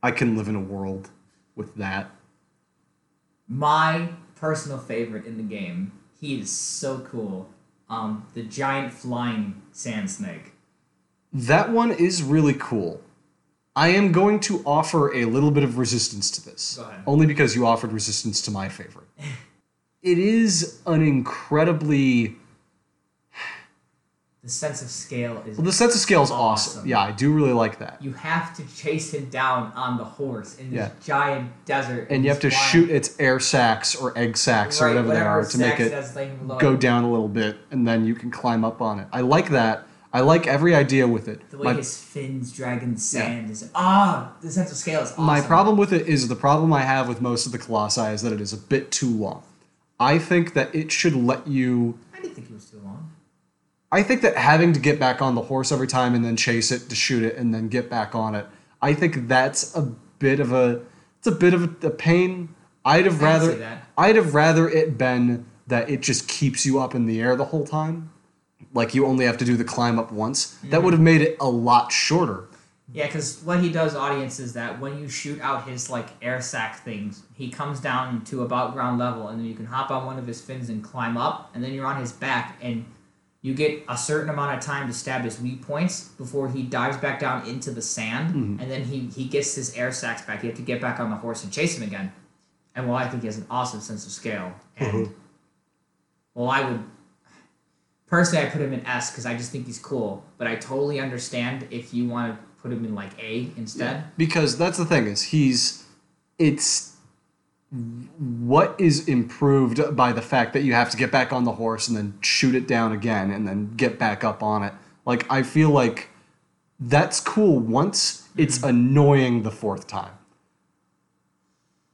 [SPEAKER 1] I can live in a world with that.
[SPEAKER 3] My personal favorite in the game. He is so cool. Um, the giant flying sand snake.
[SPEAKER 1] That one is really cool. I am going to offer a little bit of resistance to this.
[SPEAKER 3] Go ahead.
[SPEAKER 1] Only because you offered resistance to my favorite. it is an incredibly
[SPEAKER 3] The sense of scale is
[SPEAKER 1] well, the sense of scale is awesome.
[SPEAKER 3] Awesome.
[SPEAKER 1] Yeah, I do really like that.
[SPEAKER 3] you have to chase him down on the horse in this
[SPEAKER 1] Yeah.
[SPEAKER 3] giant desert,
[SPEAKER 1] And you have
[SPEAKER 3] he's
[SPEAKER 1] to
[SPEAKER 3] flying
[SPEAKER 1] shoot its air sacs or egg sacs or
[SPEAKER 3] right,
[SPEAKER 1] whatever, they are to make
[SPEAKER 3] stacks
[SPEAKER 1] it
[SPEAKER 3] that's laying below.
[SPEAKER 1] go down a little bit and then you can climb up on it. I like that. I like every idea with it.
[SPEAKER 3] The way
[SPEAKER 1] My,
[SPEAKER 3] his fins drag in the sand is ah, the sense of scale is awesome.
[SPEAKER 1] my problem with it is the problem I have with most of the Colossi is that it is a bit too long. I think that it should let you.
[SPEAKER 3] I didn't think it was too long.
[SPEAKER 1] I think that having to get back on the horse every time and then chase it to shoot it and then get back on it. I think that's a bit of a. It's a bit of a, a pain. I'd have
[SPEAKER 3] I can see
[SPEAKER 1] rather.
[SPEAKER 3] that.
[SPEAKER 1] I'd have rather it been that it just keeps you up in the air the whole time. Like you only have to do the climb up once.
[SPEAKER 3] Mm-hmm.
[SPEAKER 1] That would have made it a lot shorter.
[SPEAKER 3] Yeah, because what he does, audience, is that when you shoot out his like air sac things, he comes down to about ground level, and then you can hop on one of his fins and climb up, and then you're on his back, and you get a certain amount of time to stab his weak points before he dives back down into the sand,
[SPEAKER 1] Mm-hmm.
[SPEAKER 3] and then he he gets his air sacs back. You have to get back on the horse and chase him again. And well, I think he has an awesome sense of scale, and
[SPEAKER 1] Mm-hmm.
[SPEAKER 3] well, I would personally I put him in S because I just think he's cool. But I totally understand if you want to put him in like A instead.
[SPEAKER 1] because that's the thing is he's it's what is improved by the fact that you have to get back on the horse and then shoot it down again and then get back up on it like i feel like that's cool once it's
[SPEAKER 3] Mm-hmm.
[SPEAKER 1] annoying the fourth time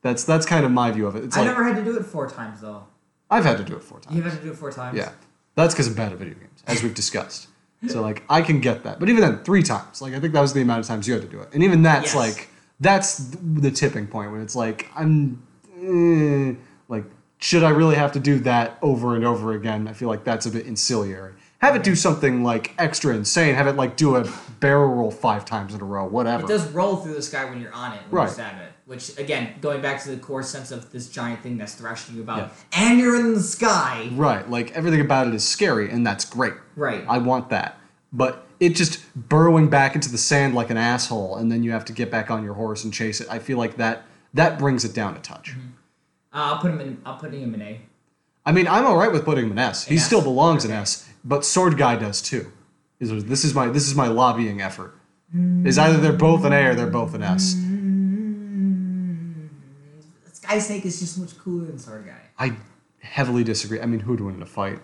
[SPEAKER 1] that's that's kind of my view of it it's
[SPEAKER 3] I
[SPEAKER 1] like
[SPEAKER 3] never had to do it four times though.
[SPEAKER 1] i've had to do it four times
[SPEAKER 3] You've had to do it four times.
[SPEAKER 1] yeah that's because i'm bad at video games as we've discussed so like i can get that but even then three times like i think that was the amount of times you had to do it and even that's
[SPEAKER 3] Yes.
[SPEAKER 1] like that's th- the tipping point when it's like i'm eh, like should i really have to do that over and over again i feel like that's a bit ancillary have it do something like extra insane have it like do a barrel roll five times in a row whatever
[SPEAKER 3] It does roll through the sky when you're on it, when
[SPEAKER 1] Right.
[SPEAKER 3] you stab it. Which again, going back to the core sense of this giant thing that's thrashing you about, and you're in the sky.
[SPEAKER 1] right like everything about it is scary and that's great
[SPEAKER 3] Right.
[SPEAKER 1] I want that. But it just burrowing back into the sand like an asshole, and then you have to get back on your horse and chase it. I feel like that that brings it down a touch.
[SPEAKER 3] Uh, I'll put him in. I'll put him in A.
[SPEAKER 1] I mean, I'm all right with putting him in S. He
[SPEAKER 3] An S?
[SPEAKER 1] still belongs in S, but Sword Guy does too. Is this is my this is my lobbying effort. Is either they're both an A or they're both an S.
[SPEAKER 3] Mm-hmm. Sky Snake is just much cooler than Sword Guy.
[SPEAKER 1] I heavily disagree. I mean, who would win in a fight?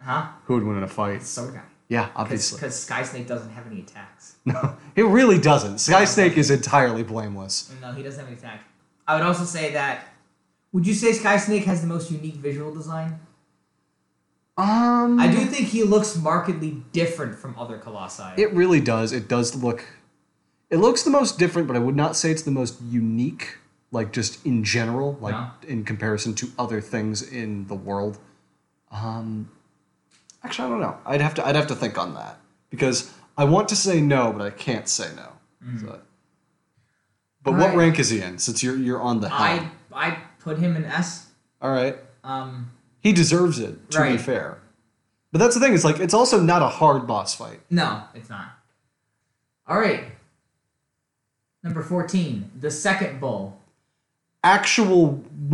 [SPEAKER 3] Huh?
[SPEAKER 1] Who would win in a fight?
[SPEAKER 3] Sword Guy.
[SPEAKER 1] Yeah, obviously.
[SPEAKER 3] Because Sky Snake doesn't have any attacks.
[SPEAKER 1] It really doesn't. Sky Snake is entirely blameless.
[SPEAKER 3] No, he doesn't have an attack. I would also say that. Would you say Sky Snake has the most unique visual design?
[SPEAKER 1] Um,
[SPEAKER 3] I do think he looks markedly different from other colossi.
[SPEAKER 1] It really does. It does look. It looks the most different, but I would not say it's the most unique. Like just in general, like
[SPEAKER 3] No.
[SPEAKER 1] in comparison to other things in the world. Um, actually, I don't know. I'd have to. I'd have to think on that because I want to say no, but I can't say no.
[SPEAKER 3] Mm.
[SPEAKER 1] So- But
[SPEAKER 3] All
[SPEAKER 1] what
[SPEAKER 3] right.
[SPEAKER 1] rank is he in? Since you're you're on the helm.
[SPEAKER 3] I I put him in S.
[SPEAKER 1] All right,
[SPEAKER 3] Um,
[SPEAKER 1] he deserves it. To be
[SPEAKER 3] Right.
[SPEAKER 1] fair, but that's the thing. It's like it's also not a hard boss fight.
[SPEAKER 3] no, it's not. All right. Number fourteen, the second bull.
[SPEAKER 1] Actual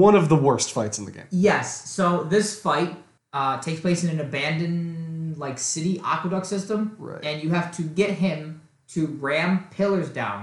[SPEAKER 1] one of the worst fights in the game.
[SPEAKER 3] Yes. So this fight uh, takes place in an abandoned like city aqueduct system,
[SPEAKER 7] Right.
[SPEAKER 3] and you have to get him to ram pillars down.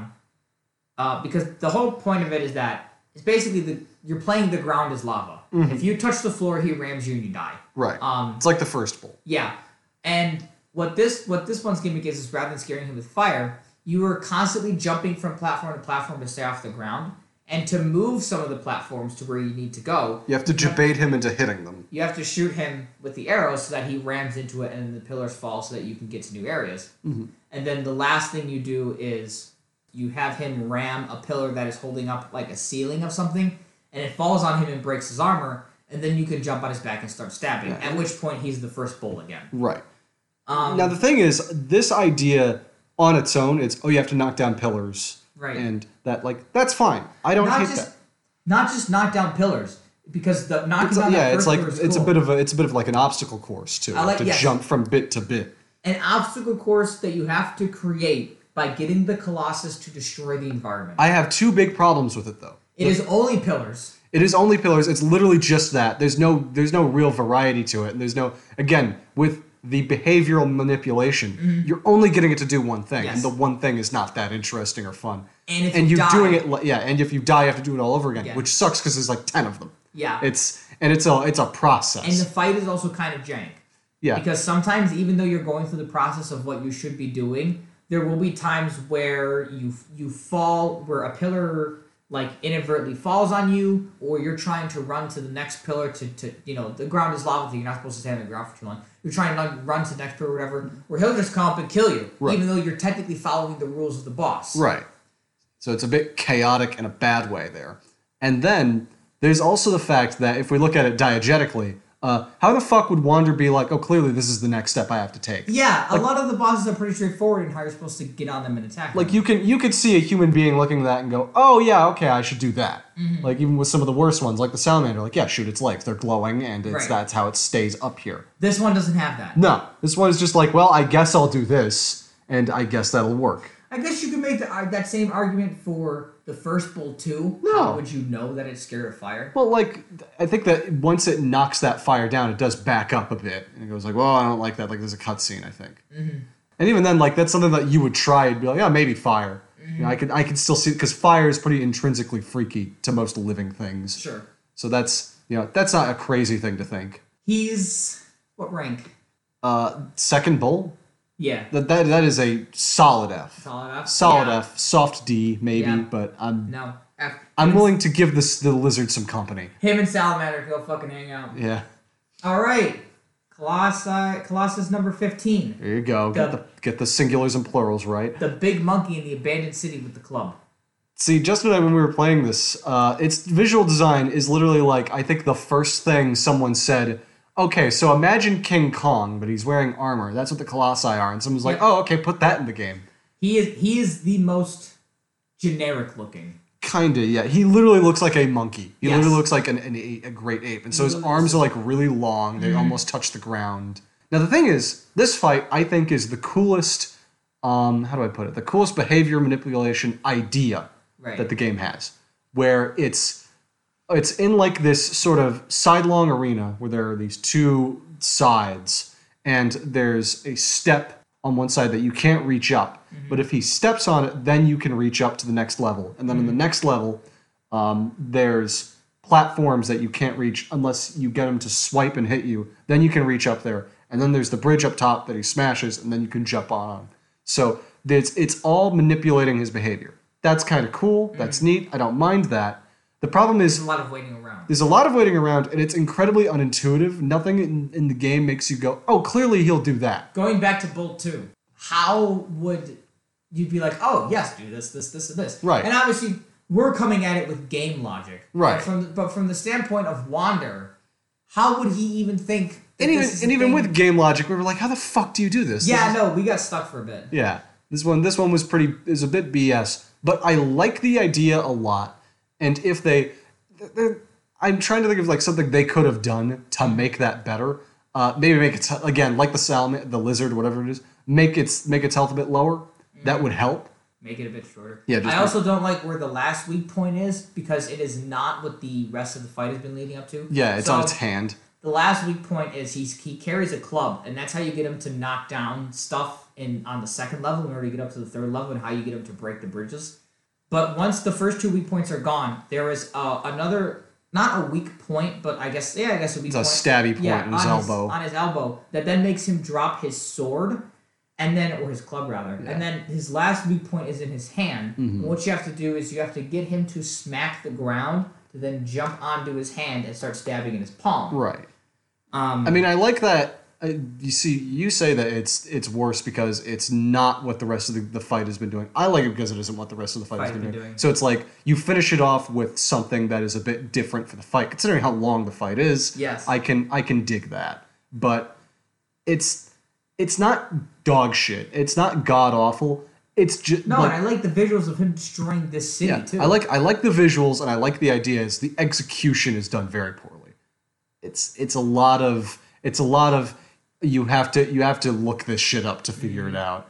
[SPEAKER 3] Uh, because the whole point of it is that it's basically the you're playing the ground as lava. If you touch the floor, he rams you and you die.
[SPEAKER 7] Right.
[SPEAKER 3] Um,
[SPEAKER 1] It's like the first bowl.
[SPEAKER 3] yeah, and what this what this one's gimmick is is rather than scaring him with fire, you are constantly jumping from platform to platform to stay off the ground and to move some of the platforms to where you need to go.
[SPEAKER 1] You have to debate him into hitting them.
[SPEAKER 3] You have to shoot him with the arrows so that he rams into it and the pillars fall so that you can get to new areas. And then the last thing you do is you have him ram a pillar that is holding up like a ceiling of something and it falls on him and breaks his armor. And then you can jump on his back and start stabbing, at which point he's the first bull again.
[SPEAKER 1] Right.
[SPEAKER 3] Um,
[SPEAKER 1] now the thing is, this idea on its own, it's oh you have to knock down pillars,
[SPEAKER 3] Right.
[SPEAKER 1] And that like that's fine. I don't
[SPEAKER 3] not
[SPEAKER 1] hate
[SPEAKER 3] just
[SPEAKER 1] that.
[SPEAKER 3] not just knock down pillars because the knocking
[SPEAKER 1] It's,
[SPEAKER 3] down
[SPEAKER 1] yeah,
[SPEAKER 3] that
[SPEAKER 1] it's
[SPEAKER 3] first
[SPEAKER 1] like
[SPEAKER 3] pillar is
[SPEAKER 1] it's a
[SPEAKER 3] cool.
[SPEAKER 1] bit of a it's a bit of like an obstacle course too.
[SPEAKER 3] I like-
[SPEAKER 1] to
[SPEAKER 3] yes.
[SPEAKER 1] jump from bit to bit.
[SPEAKER 3] an obstacle course that you have to create by getting the colossus to destroy the environment.
[SPEAKER 1] I have two big problems with it though.
[SPEAKER 3] it is only pillars.
[SPEAKER 1] It is only pillars. It's literally just that. There's no there's no real variety to it. And there's no again with the behavioral manipulation. You're only getting it to do one thing,
[SPEAKER 3] Mm-hmm. Yes.
[SPEAKER 1] and the one thing is not that interesting or fun.
[SPEAKER 3] And if
[SPEAKER 1] and
[SPEAKER 3] you
[SPEAKER 1] you're
[SPEAKER 3] die-
[SPEAKER 1] doing it li- yeah. And if you die, you have to do it all over again,
[SPEAKER 3] Yeah.
[SPEAKER 1] which sucks because there's like ten of them.
[SPEAKER 3] Yeah.
[SPEAKER 1] It's and it's a it's a process.
[SPEAKER 3] and the fight is also kind of jank.
[SPEAKER 1] yeah.
[SPEAKER 3] Because sometimes even though you're going through the process of what you should be doing, there will be times where you you fall where a pillar like inadvertently falls on you or you're trying to run to the next pillar to, to you know the ground is lava so you're not supposed to stay on the ground for too long you're trying to like, run to the next pillar or whatever where he'll just come up and kill you
[SPEAKER 1] Mm-hmm. Right.
[SPEAKER 3] even though you're technically following the rules of the boss
[SPEAKER 1] Right. So it's a bit chaotic in a bad way there. And then there's also the fact that if we look at it diegetically, uh, how the fuck would Wander be like, oh, clearly this is the next step I have to take?
[SPEAKER 3] yeah a lot of the bosses are pretty straightforward in how you're supposed to get on them and attack
[SPEAKER 1] Like
[SPEAKER 3] them.
[SPEAKER 1] you can you could see a human being looking at that and go, oh yeah, okay, I should do that. Like even with some of the worst ones, like the salamander, like yeah, shoot its legs, they're glowing, and it's
[SPEAKER 3] Right.
[SPEAKER 1] that's how it stays up here.
[SPEAKER 3] this one doesn't have that
[SPEAKER 1] No, this one is just like, well, I guess I'll do this, and I guess that'll work.
[SPEAKER 3] I guess you could make the, uh, that same argument for the first bull too.
[SPEAKER 1] No.
[SPEAKER 3] How would you know that it's scared of fire?
[SPEAKER 1] Well, like I think that once it knocks that fire down, it does back up a bit, and it goes like, "Well, I don't like that." Like there's a cutscene, I think. And even then, like that's something that you would try and be like, "Yeah, maybe fire." You know, I could I could still see because fire is pretty intrinsically freaky to most living things.
[SPEAKER 3] Sure.
[SPEAKER 1] So that's you know that's not a crazy thing to think.
[SPEAKER 3] He's what rank?
[SPEAKER 1] Uh, second bowl
[SPEAKER 3] Yeah.
[SPEAKER 1] that that, that is a solid F,
[SPEAKER 3] Solid F.
[SPEAKER 1] solid
[SPEAKER 3] Yeah.
[SPEAKER 1] F, soft D maybe,
[SPEAKER 3] Yeah.
[SPEAKER 1] but I'm
[SPEAKER 3] No. F.
[SPEAKER 1] I'm willing to give this the lizard some company.
[SPEAKER 3] Him and Salamander go fucking hang out.
[SPEAKER 1] Yeah,
[SPEAKER 3] All right. Colossi, Colossus number fifteen.
[SPEAKER 1] there you go. Get
[SPEAKER 3] Done.
[SPEAKER 1] the get the singulars and plurals right.
[SPEAKER 3] The big monkey in the abandoned city with the club.
[SPEAKER 1] See, Justin and I, when we were playing this, uh, its visual design is literally like I think the first thing someone said. Okay, so imagine King Kong, but he's wearing armor. That's what the colossi are, and someone's like,
[SPEAKER 3] Yeah.
[SPEAKER 1] "Oh, okay, put that in the game."
[SPEAKER 3] He is he is the most generic looking.
[SPEAKER 1] Kinda, yeah. He literally looks like a monkey. He
[SPEAKER 3] Yes.
[SPEAKER 1] literally looks like an, an a, a great ape, and so his arms are like really long. They almost touch the ground. Now the thing is, this fight I think is the coolest. Um, how do I put it? The coolest behavior manipulation idea
[SPEAKER 3] Right.
[SPEAKER 1] that the game has, where it's it's in like this sort of sidelong arena where there are these two sides, and there's a step on one side that you can't reach up. But if he steps on it, then you can reach up to the next level, and then on the next level, um, there's platforms that you can't reach unless you get him to swipe and hit you. Then you can reach up there, and then there's the bridge up top that he smashes, and then you can jump on. So it's it's all manipulating his behavior. That's kind of cool.
[SPEAKER 3] Mm-hmm.
[SPEAKER 1] That's neat. I don't mind that. The problem is
[SPEAKER 3] There's a lot of waiting around.
[SPEAKER 1] there's a lot of waiting around, and it's incredibly unintuitive. Nothing in, in the game makes you go, "Oh, clearly he'll do that."
[SPEAKER 3] Going back to Bolt 2, how would you be like, oh, yes, do this, this, this, and this?
[SPEAKER 1] Right.
[SPEAKER 3] And obviously, we're coming at it with game logic.
[SPEAKER 1] Right.
[SPEAKER 3] But from the, but from the standpoint of Wander, how would he even think? that
[SPEAKER 1] And even
[SPEAKER 3] this is
[SPEAKER 1] and
[SPEAKER 3] a
[SPEAKER 1] even
[SPEAKER 3] thing-
[SPEAKER 1] with game logic, we were like, "How the fuck do you do this?" This
[SPEAKER 3] Yeah,
[SPEAKER 1] is-
[SPEAKER 3] no, we got stuck for a bit.
[SPEAKER 1] yeah. This one this one was pretty is a bit BS, but I like the idea a lot. And if they, th- th- I'm trying to think of like something they could have done to make that better. Uh, maybe make it again like the salmon, the lizard, whatever it is. Make its make its health a bit lower. That would help.
[SPEAKER 3] Make it a bit shorter.
[SPEAKER 1] Yeah, just
[SPEAKER 3] I
[SPEAKER 1] make-
[SPEAKER 3] also don't like where the last weak point is because it is not what the rest of the fight has been leading up to.
[SPEAKER 1] Yeah, it's
[SPEAKER 3] So-
[SPEAKER 1] on its hand.
[SPEAKER 3] The last weak point is he's he carries a club, and that's how you get him to knock down stuff in on the second level in order to get up to the third level, and how you get him to break the bridges. But once the first two weak points are gone, there is uh, another not a weak point, but I guess yeah, I guess a weak
[SPEAKER 1] It's a
[SPEAKER 3] point.
[SPEAKER 1] stabby point
[SPEAKER 3] yeah,
[SPEAKER 1] in his
[SPEAKER 3] on
[SPEAKER 1] elbow.
[SPEAKER 3] on his elbow that then makes him drop his sword and then or his club rather and then his last weak point is in his hand
[SPEAKER 1] Mm-hmm.
[SPEAKER 3] And what you have to do is you have to get him to smack the ground to then jump onto his hand and start stabbing in his palm
[SPEAKER 1] Right.
[SPEAKER 3] um,
[SPEAKER 1] I mean, I like that. uh, You see, you say that it's it's worse because it's not what the rest of the, the fight has been doing. I like it because it isn't what the rest of the fight, has been, doing. So it's like you finish it off with something that is a bit different for the fight, considering how long the fight is.
[SPEAKER 3] Yes.
[SPEAKER 1] I can I can dig that, but it's it's not dog shit. It's not god awful. It's just
[SPEAKER 3] no and i like the visuals of him destroying this city
[SPEAKER 1] yeah,
[SPEAKER 3] too
[SPEAKER 1] I like I like the visuals and I like the ideas. The execution is done very poorly. It's it's a lot of it's a lot of you have to you have to look this shit up to figure it out.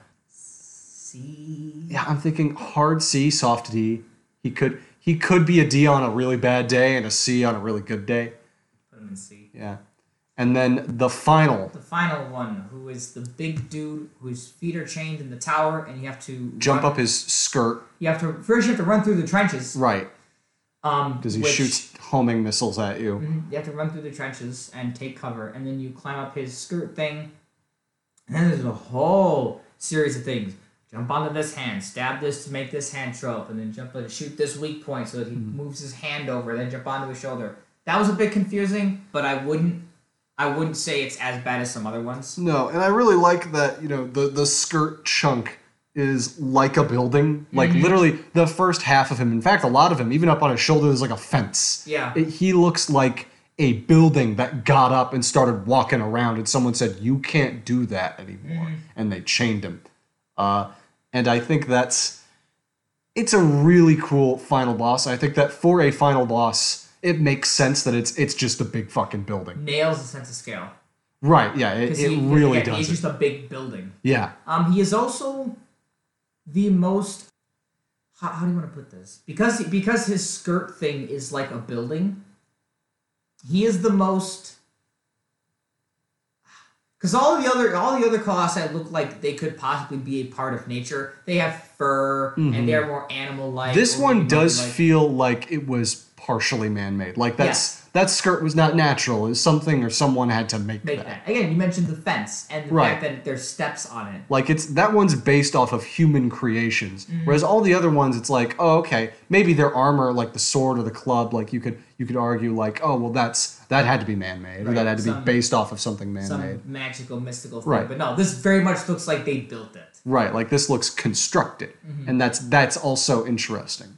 [SPEAKER 3] see
[SPEAKER 1] Yeah, I'm thinking hard C, soft D. He could he could be a D on a really bad day and a C on a really good day.
[SPEAKER 3] put him in c
[SPEAKER 1] Yeah. And then the final
[SPEAKER 3] the final one who is the big dude whose feet are chained in the tower and you have to
[SPEAKER 1] jump
[SPEAKER 3] run-
[SPEAKER 1] up his skirt.
[SPEAKER 3] you have to first you have to run through the trenches
[SPEAKER 1] Right.
[SPEAKER 3] um
[SPEAKER 1] Because he
[SPEAKER 3] which-
[SPEAKER 1] shoots homing missiles at you.
[SPEAKER 3] Mhm. You have to run through the trenches and take cover, and then you climb up his skirt thing. And then there's a whole series of things. Jump onto this hand, stab this to make this hand throw up, and then jump and shoot this weak point so that he
[SPEAKER 1] Mm-hmm.
[SPEAKER 3] moves his hand over, then jump onto his shoulder. That was a bit confusing, but I wouldn't I wouldn't say it's as bad as some other ones.
[SPEAKER 1] No, and I really like that, you know, the, the skirt chunk is like a building. Like
[SPEAKER 3] Mm-hmm.
[SPEAKER 1] literally the first half of him, in fact, a lot of him, even up on his shoulder, there's like a fence.
[SPEAKER 3] Yeah.
[SPEAKER 1] It- he looks like a building that got up and started walking around, and someone said, You can't do that anymore.
[SPEAKER 3] Mm-hmm.
[SPEAKER 1] And they chained him. Uh, and I think that's. It's a really cool final boss. I think that for a final boss, it makes sense that it's it's just a big fucking building.
[SPEAKER 3] Nails the sense of scale.
[SPEAKER 1] Right, yeah, it,
[SPEAKER 3] 'Cause
[SPEAKER 1] it
[SPEAKER 3] he-
[SPEAKER 1] really
[SPEAKER 3] again,
[SPEAKER 1] does.
[SPEAKER 3] He's
[SPEAKER 1] it.
[SPEAKER 3] just a big building.
[SPEAKER 1] yeah.
[SPEAKER 3] Um, he is also the most. How, how do you want to put this? Because because his skirt thing is like a building. He is the most. Because all the other all the other colossi look like they could possibly be a part of nature. They have fur and they are more animal like.
[SPEAKER 1] Mm-hmm. This one does feel like it was partially man-made. Like that's that skirt was not natural. It was something or someone had to make,
[SPEAKER 3] make
[SPEAKER 1] that.
[SPEAKER 3] that again. You mentioned the fence and the
[SPEAKER 1] Right.
[SPEAKER 3] fact that there's steps on it.
[SPEAKER 1] Like it's that one's based off of human creations, whereas all the other ones, it's like, oh, okay, maybe their armor, like the sword or the club, like you could you could argue like, oh, well, that's that had to be man-made, or that had to
[SPEAKER 3] Some-
[SPEAKER 1] be based off of something
[SPEAKER 3] Some
[SPEAKER 1] man-made,
[SPEAKER 3] magical, mystical thing.
[SPEAKER 1] Right.
[SPEAKER 3] But no, this very much looks like they built it.
[SPEAKER 1] right? Like this looks constructed, and that's that's also interesting,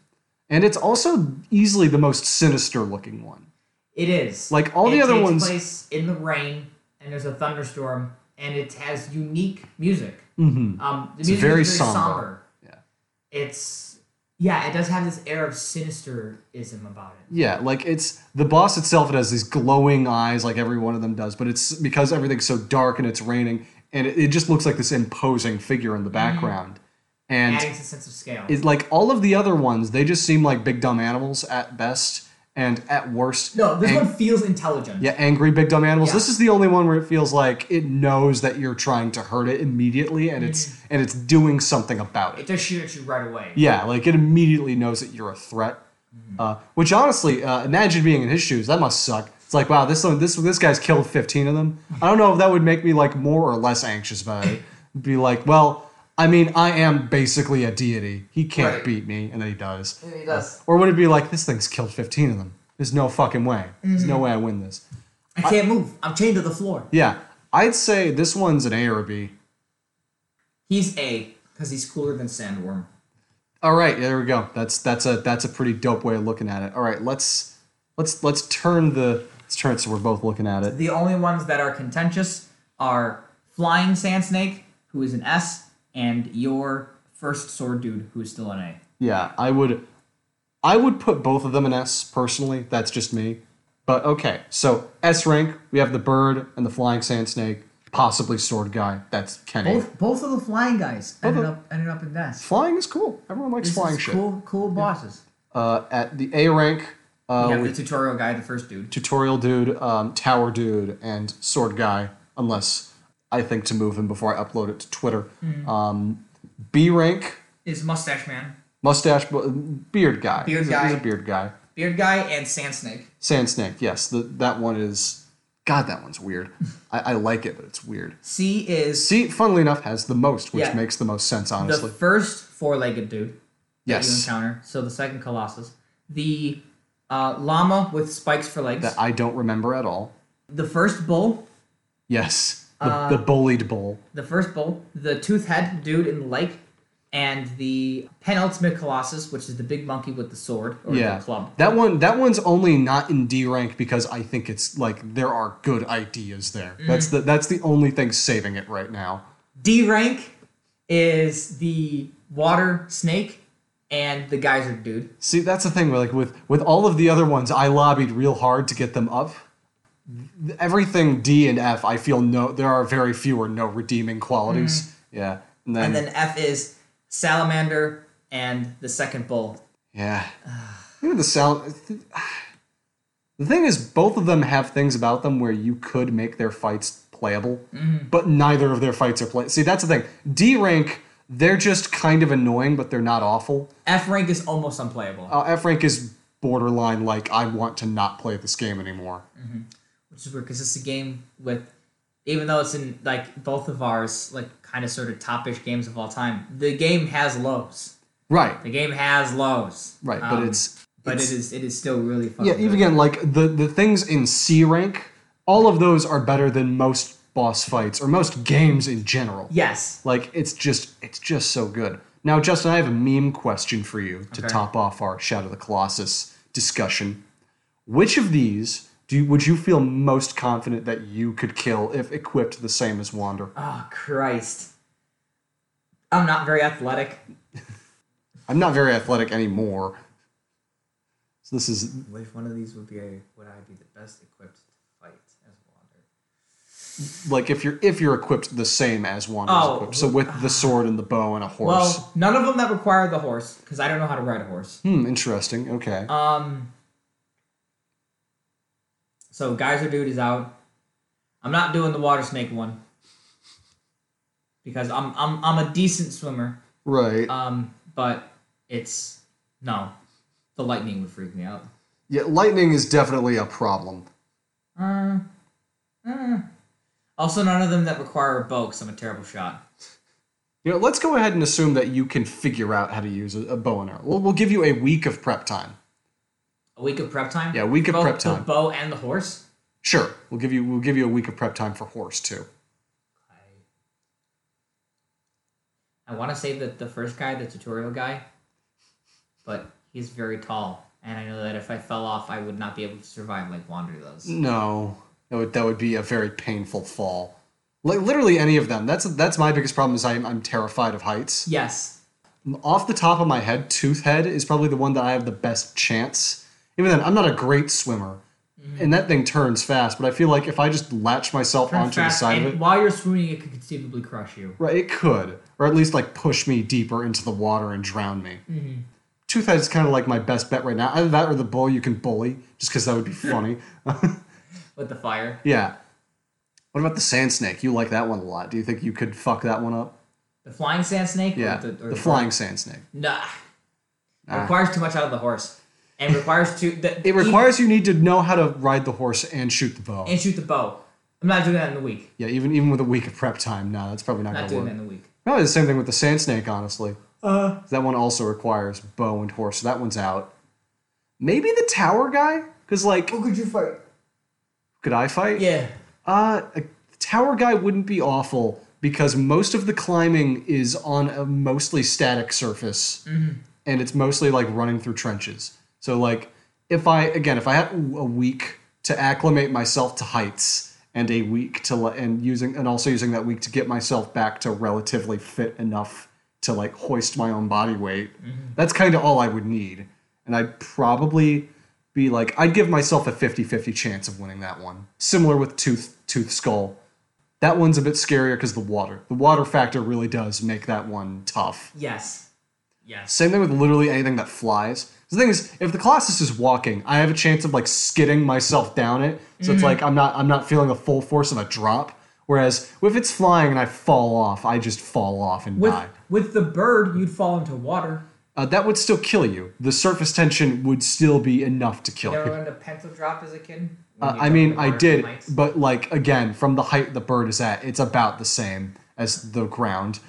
[SPEAKER 1] and it's also easily the most sinister-looking one.
[SPEAKER 3] It is
[SPEAKER 1] Like, all the
[SPEAKER 3] It
[SPEAKER 1] other
[SPEAKER 3] takes
[SPEAKER 1] ones-
[SPEAKER 3] Place in the rain, and there's a thunderstorm, and it has unique music. Um, the music
[SPEAKER 1] Mm-hmm. very
[SPEAKER 3] is very
[SPEAKER 1] somber.
[SPEAKER 3] somber. Yeah, it's yeah, it does have this air of sinisterism about it.
[SPEAKER 1] Yeah, like it's the boss itself. It has these glowing eyes, like every one of them does. But it's because everything's so dark and it's raining, and it, it just looks like this imposing figure in the background. And
[SPEAKER 3] Adding to the sense of scale.
[SPEAKER 1] it's like all of the other ones, they just seem like big dumb animals at best, and at worst,
[SPEAKER 3] no, this
[SPEAKER 1] ang-
[SPEAKER 3] one feels intelligent.
[SPEAKER 1] yeah, angry big dumb animals.
[SPEAKER 3] Yeah.
[SPEAKER 1] This is the only one where it feels like it knows that you're trying to hurt it immediately, and it's and it's doing something about
[SPEAKER 3] It does shoot at you right away.
[SPEAKER 1] yeah, like it immediately knows that you're a threat. Uh, which honestly, uh, imagine being in his shoes. That must suck. It's like, wow, this one, this this guy's killed 15 of them. I don't know if that would make me like more or less anxious about it. Be like, well, I mean, I am basically a deity. He can't
[SPEAKER 3] Right.
[SPEAKER 1] beat me, and then he does.
[SPEAKER 3] It does.
[SPEAKER 1] Or would it be like, this thing's killed 15 of them? There's no fucking way. There's no way I win this.
[SPEAKER 3] I can't move. I'm chained to the floor.
[SPEAKER 1] Yeah, I'd say this one's an A or a B.
[SPEAKER 3] He's A because he's cooler than Sandworm.
[SPEAKER 1] All right, there we go. That's that's a that's a pretty dope way of looking at it. All right, let's let's let's turn the let's turn it so we're both looking at it.
[SPEAKER 3] The only ones that are contentious are Flying Sand Snake, who is an S, and your first sword dude, who is still an A.
[SPEAKER 1] Yeah, I would I would put both of them in S personally. That's just me. But okay, so S rank, we have the bird and the flying sand snake, possibly sword guy. That's Kenny.
[SPEAKER 3] Both both of the flying guys ended
[SPEAKER 1] of-
[SPEAKER 3] up ended up in death.
[SPEAKER 1] Flying is cool. Everyone likes flying shit.
[SPEAKER 3] Cool cool bosses.
[SPEAKER 1] Uh, at the A rank,
[SPEAKER 2] Uh, you have the tutorial guy, the first dude.
[SPEAKER 1] tutorial dude, um, tower dude, and sword guy, unless I think to move him before I upload it to Twitter.
[SPEAKER 2] Hmm.
[SPEAKER 1] Um, B rank,
[SPEAKER 2] Is Mustache Man,
[SPEAKER 1] mustache, bu- beard guy.
[SPEAKER 2] Beard
[SPEAKER 1] he's A,
[SPEAKER 2] guy.
[SPEAKER 1] he's a beard guy.
[SPEAKER 2] Beard Guy, and Sand Snake.
[SPEAKER 1] Sand snake, yes. The, that one is. God, that one's weird. I, I like it, but it's weird.
[SPEAKER 2] C is
[SPEAKER 1] C, funnily enough, has the most, which
[SPEAKER 2] Yeah.
[SPEAKER 1] makes the most sense,
[SPEAKER 3] The
[SPEAKER 1] honestly.
[SPEAKER 3] first four-legged dude that you
[SPEAKER 1] yes.
[SPEAKER 3] encounter. So the second Colossus. The
[SPEAKER 2] uh, llama with spikes for legs.
[SPEAKER 1] That I don't remember at all.
[SPEAKER 3] the first bull.
[SPEAKER 1] Yes. The,
[SPEAKER 2] Uh,
[SPEAKER 1] the bullied bull.
[SPEAKER 3] The first bull. The tooth head dude in the lake. And the penultimate Colossus, which is the big monkey with the sword or
[SPEAKER 1] yeah.
[SPEAKER 3] the club.
[SPEAKER 1] That one that one's only not in D rank because I think it's like there are good ideas there.
[SPEAKER 3] Mm-hmm.
[SPEAKER 1] That's the that's the only thing saving it right now.
[SPEAKER 3] D rank is the water snake and the geyser dude.
[SPEAKER 1] See, that's the thing where like with with all of the other ones I lobbied real hard to get them up. Th- Everything D and F, I feel no there are very few or no redeeming qualities. Yeah. And then,
[SPEAKER 3] Mm-hmm. And then F is salamander and the second bull.
[SPEAKER 1] Yeah. Even the sound. The thing is, both of them have things about them where you could make their fights playable, but neither of their fights are play. See, that's the thing. D rank, they're just kind of annoying, but they're not awful.
[SPEAKER 3] F rank is almost unplayable,
[SPEAKER 1] Uh, F rank is borderline like I want to not play this game anymore.
[SPEAKER 3] which is weird because it's a game with, even though it's in like both of ours, like kind of sort of top-ish games of all time, the game has lows.
[SPEAKER 1] Right,
[SPEAKER 3] The game has lows.
[SPEAKER 1] right,
[SPEAKER 3] Um,
[SPEAKER 1] but it's
[SPEAKER 3] but
[SPEAKER 1] it's-
[SPEAKER 3] it is it is still really fun.
[SPEAKER 1] yeah. Even again, like the the things in C rank, all of those are better than most boss fights or most games in general.
[SPEAKER 3] yes.
[SPEAKER 1] Like it's just it's just so good. Now, Justin, I have a meme question for you to top off our Shadow of the Colossus discussion. Which of these do you, would you feel most confident that you could kill if equipped the same as Wander?
[SPEAKER 3] Oh Christ. I'm not very athletic.
[SPEAKER 1] I'm not very athletic anymore. So this is
[SPEAKER 2] Which one of these would be would I be the best equipped to fight as Wander?
[SPEAKER 1] like if you're if you're equipped the same as Wander is
[SPEAKER 3] Oh.
[SPEAKER 1] equipped. So with the sword and the bow and a horse.
[SPEAKER 3] Well, none of them that require the horse because I don't know how to ride a horse.
[SPEAKER 1] hmm, interesting. Okay.
[SPEAKER 3] Um. So geyser dude is out. I'm not doing the water snake one because I'm I'm I'm a decent swimmer.
[SPEAKER 1] right.
[SPEAKER 3] Um, but it's no, the lightning would freak me out.
[SPEAKER 1] yeah, lightning is definitely a problem.
[SPEAKER 3] Uh, uh. Also, none of them that require a bow because I'm a terrible shot.
[SPEAKER 1] You know, let's go ahead and assume that you can figure out how to use a, a bow and arrow. We'll, we'll give you a week of prep time.
[SPEAKER 3] A week of prep time.
[SPEAKER 1] Yeah, a week of
[SPEAKER 3] Both
[SPEAKER 1] prep time.
[SPEAKER 3] The bow and the horse.
[SPEAKER 1] Sure, we'll give you we'll give you a week of prep time for horse too.
[SPEAKER 3] I want to say that the first guy, the tutorial guy, but he's very tall, and I know that if I fell off, I would not be able to survive like Wander does.
[SPEAKER 1] No, that would that would be a very painful fall. Like literally any of them. That's that's my biggest problem is I'm I'm terrified of heights.
[SPEAKER 3] Yes,
[SPEAKER 1] Off the top of my head, tooth head is probably the one that I have the best chance. Even then, I'm not a great swimmer, and that thing turns fast. But I feel like if I just latch myself
[SPEAKER 3] Turn
[SPEAKER 1] onto the
[SPEAKER 3] fast,
[SPEAKER 1] side of it,
[SPEAKER 3] and while you're swimming, it could conceivably crush you.
[SPEAKER 1] Right, it could, or at least like push me deeper into the water and drown me.
[SPEAKER 3] Mm-hmm.
[SPEAKER 1] Toothhead is kind of like my best bet right now. Either that or the bull you can bully, just because that would be funny.
[SPEAKER 3] With the fire,
[SPEAKER 1] yeah. What about the sand snake? You like that one a lot. Do you think you could fuck that one up?
[SPEAKER 3] the flying sand snake.
[SPEAKER 1] Yeah,
[SPEAKER 3] Or the,
[SPEAKER 1] the,
[SPEAKER 3] or
[SPEAKER 1] flying sand snake.
[SPEAKER 3] Nah. Requires too much out of the horse, and requires too. The,
[SPEAKER 1] It requires you need to know how to ride the horse and shoot the bow.
[SPEAKER 3] and shoot the bow. I'm not doing that in the week.
[SPEAKER 1] yeah, even even with a week of prep time, no, that's probably not,
[SPEAKER 3] Not
[SPEAKER 1] gonna
[SPEAKER 3] doing
[SPEAKER 1] work.
[SPEAKER 3] that in the week.
[SPEAKER 1] Probably the same thing with the sand snake, honestly. Uh, that one also requires bow and horse, so that one's out. Maybe the tower guy, because like,
[SPEAKER 2] Who could you fight?
[SPEAKER 1] could I fight?
[SPEAKER 3] Yeah.
[SPEAKER 1] Uh, a tower guy wouldn't be awful because most of the climbing is on a mostly static surface, and it's mostly like running through trenches. So like, if I again, if I had a week to acclimate myself to heights and a week to li- and using and also using that week to get myself back to relatively fit enough to like hoist my own body weight, that's kind of all I would need, and I'd probably be like I'd give myself a 50-50 chance of winning that one. Similar with tooth tooth skull. That one's a bit scarier cuz the water. The water factor really does make that one tough.
[SPEAKER 3] Yes. Yes.
[SPEAKER 1] Same thing with literally anything that flies. The thing is, if the Colossus is walking, I have a chance of like skidding myself down it. So it's like I'm not I'm not feeling the full force of a drop. Whereas if it's flying and I fall off, I just fall off and
[SPEAKER 3] With
[SPEAKER 1] die.
[SPEAKER 3] with the bird, you'd fall into water.
[SPEAKER 1] Uh, that would still kill you. The surface tension would still be enough to kill
[SPEAKER 3] You ever
[SPEAKER 1] you.
[SPEAKER 3] learned a pencil drop as a kid?
[SPEAKER 1] Uh,
[SPEAKER 8] When you
[SPEAKER 1] I
[SPEAKER 8] go
[SPEAKER 1] mean,
[SPEAKER 8] to
[SPEAKER 1] I
[SPEAKER 8] water
[SPEAKER 1] did,
[SPEAKER 8] flights.
[SPEAKER 1] but like again, from the height the bird is at, it's about the same as the ground.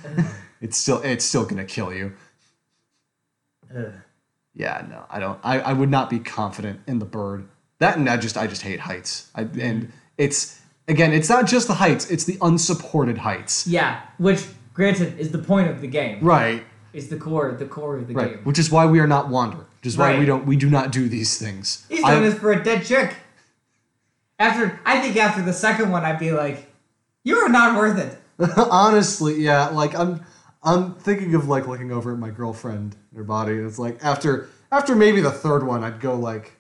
[SPEAKER 1] it's still it's still gonna kill you.
[SPEAKER 3] Ugh.
[SPEAKER 1] Yeah, no, I don't. I, I would not be confident in the bird. That and I just I just hate heights. I, and it's again, it's not just the heights; it's the unsupported heights.
[SPEAKER 3] Yeah, which granted is the point of the game.
[SPEAKER 1] Right,
[SPEAKER 3] Is the core the core of the
[SPEAKER 1] right.
[SPEAKER 3] game.
[SPEAKER 1] Which is why we are not wander. Which is why we
[SPEAKER 3] Right.
[SPEAKER 1] don't we do not do these things.
[SPEAKER 3] He's
[SPEAKER 1] I-
[SPEAKER 3] doing this for a dead chick. After I think after the second one, I'd be like, "You are not worth it."
[SPEAKER 1] Honestly, yeah. Like I'm, I'm thinking of like looking over at my girlfriend and her body, and it's like after after maybe the third one, I'd go like,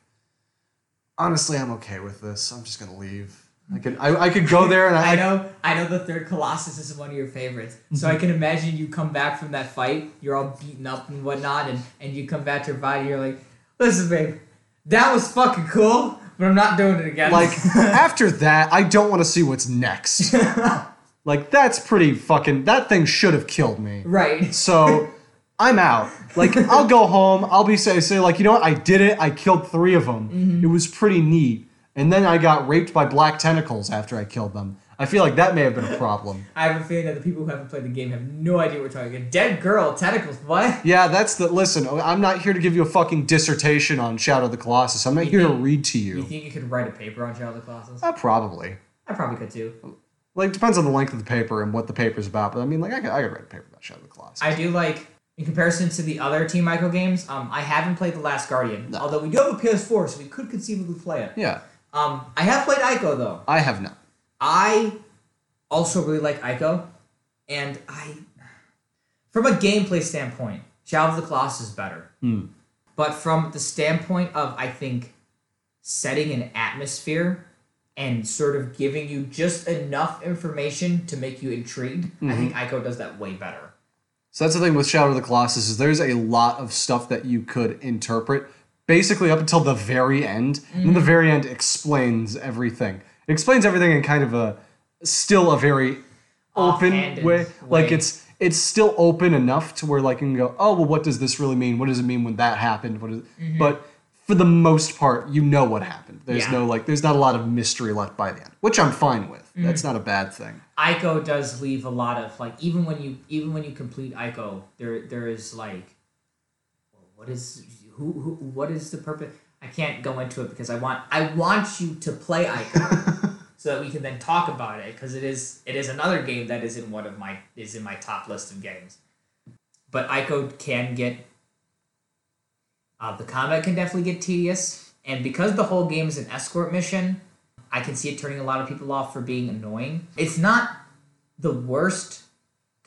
[SPEAKER 1] honestly, I'm okay with this. I'm just gonna leave. I could I, I could go there and I,
[SPEAKER 3] I know, I know. The third Colossus is one of your favorites, so
[SPEAKER 1] Mhm.
[SPEAKER 3] I can imagine you come back from that fight. You're all beaten up and whatnot, and and you come back to your body. You're like, "Listen, babe, that was fucking cool, but I'm not doing it again."
[SPEAKER 1] like after that, I don't want to see what's next. like that's pretty fucking. That thing should have killed me.
[SPEAKER 3] right?
[SPEAKER 1] So I'm out. Like I'll go home. I'll be say say like you know what I did it. I killed three of them. It was pretty neat. And then I got raped by black tentacles after I killed them. I feel like that may have been a problem.
[SPEAKER 3] I have a feeling that the people who haven't played the game have no idea what we're talking. about. Dead girl, tentacles, what?
[SPEAKER 1] Yeah, that's the listen. I'm not here to give you a fucking dissertation on Shadow of the Colossus. I'm not here to read to
[SPEAKER 3] You
[SPEAKER 1] you.
[SPEAKER 3] think you could write a paper on Shadow of the Colossus?
[SPEAKER 1] Uh, probably.
[SPEAKER 3] I probably could too.
[SPEAKER 1] Like depends on the length of the paper and what the paper's about. But I mean, like I could, I could write a paper about Shadow of the Colossus.
[SPEAKER 3] I do like, in comparison to the other Team Michael games, um, I haven't played The Last Guardian. Although we do have a PS4, so we could conceivably play it.
[SPEAKER 1] yeah,
[SPEAKER 3] Um, I have played Ico though.
[SPEAKER 1] I have not.
[SPEAKER 3] I also really like Ico, and I, from a gameplay standpoint, Shadow of the Colossus is better. But from the standpoint of, I think, setting an atmosphere and sort of giving you just enough information to make you intrigued, I think Ico does that way better.
[SPEAKER 1] So that's the thing with Shadow of the Colossus is there's a lot of stuff that you could interpret basically up until the very end. And
[SPEAKER 3] Mm-hmm.
[SPEAKER 1] then the very end explains everything. It explains everything in kind of a still a very open
[SPEAKER 3] Offhanded
[SPEAKER 1] way. Like
[SPEAKER 3] way.
[SPEAKER 1] it's it's still open enough to where like you can go, oh well what does this really mean? What does it mean when that happened? What is but for the most part, you know what happened. There's
[SPEAKER 3] Mm-hmm. Yeah.
[SPEAKER 1] no like there's not a lot of mystery left by the end, which I'm fine with. That's
[SPEAKER 3] Mm-hmm.
[SPEAKER 1] not a bad thing.
[SPEAKER 3] Ico does leave a lot of like even when you even when you complete Ico, there there is like what is who, who what is the purpose? I can't go into it because I want I want you to play Ico so that we can then talk about it because it is it is another game that is in one of my is in my top list of games. But Ico can get uh, the combat can definitely get tedious and because the whole game is an escort mission, I can see it turning a lot of people off for being annoying. It's not the worst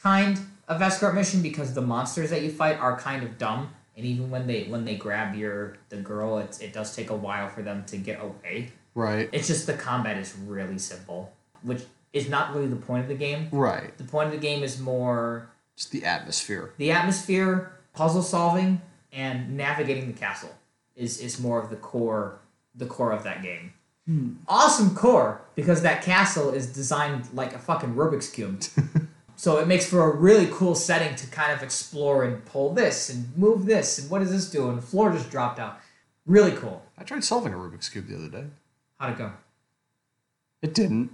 [SPEAKER 3] kind of escort mission because the monsters that you fight are kind of dumb, and even when they when they grab your the girl, it's, it does take a while for them to get away.
[SPEAKER 1] Right.
[SPEAKER 3] It's just the combat is really simple, which is not really the point of the game.
[SPEAKER 1] Right.
[SPEAKER 3] The point of the game is more
[SPEAKER 1] Just the atmosphere.
[SPEAKER 3] the atmosphere, puzzle solving, and navigating the castle is is more of the core the core of that game. Awesome core because that castle is designed like a fucking Rubik's cube. so it makes for a really cool setting to kind of explore and pull this and move this and what is this doing? The floor just dropped out. Really cool.
[SPEAKER 1] I tried solving a Rubik's Cube the other day.
[SPEAKER 3] How'd it go?
[SPEAKER 1] It didn't.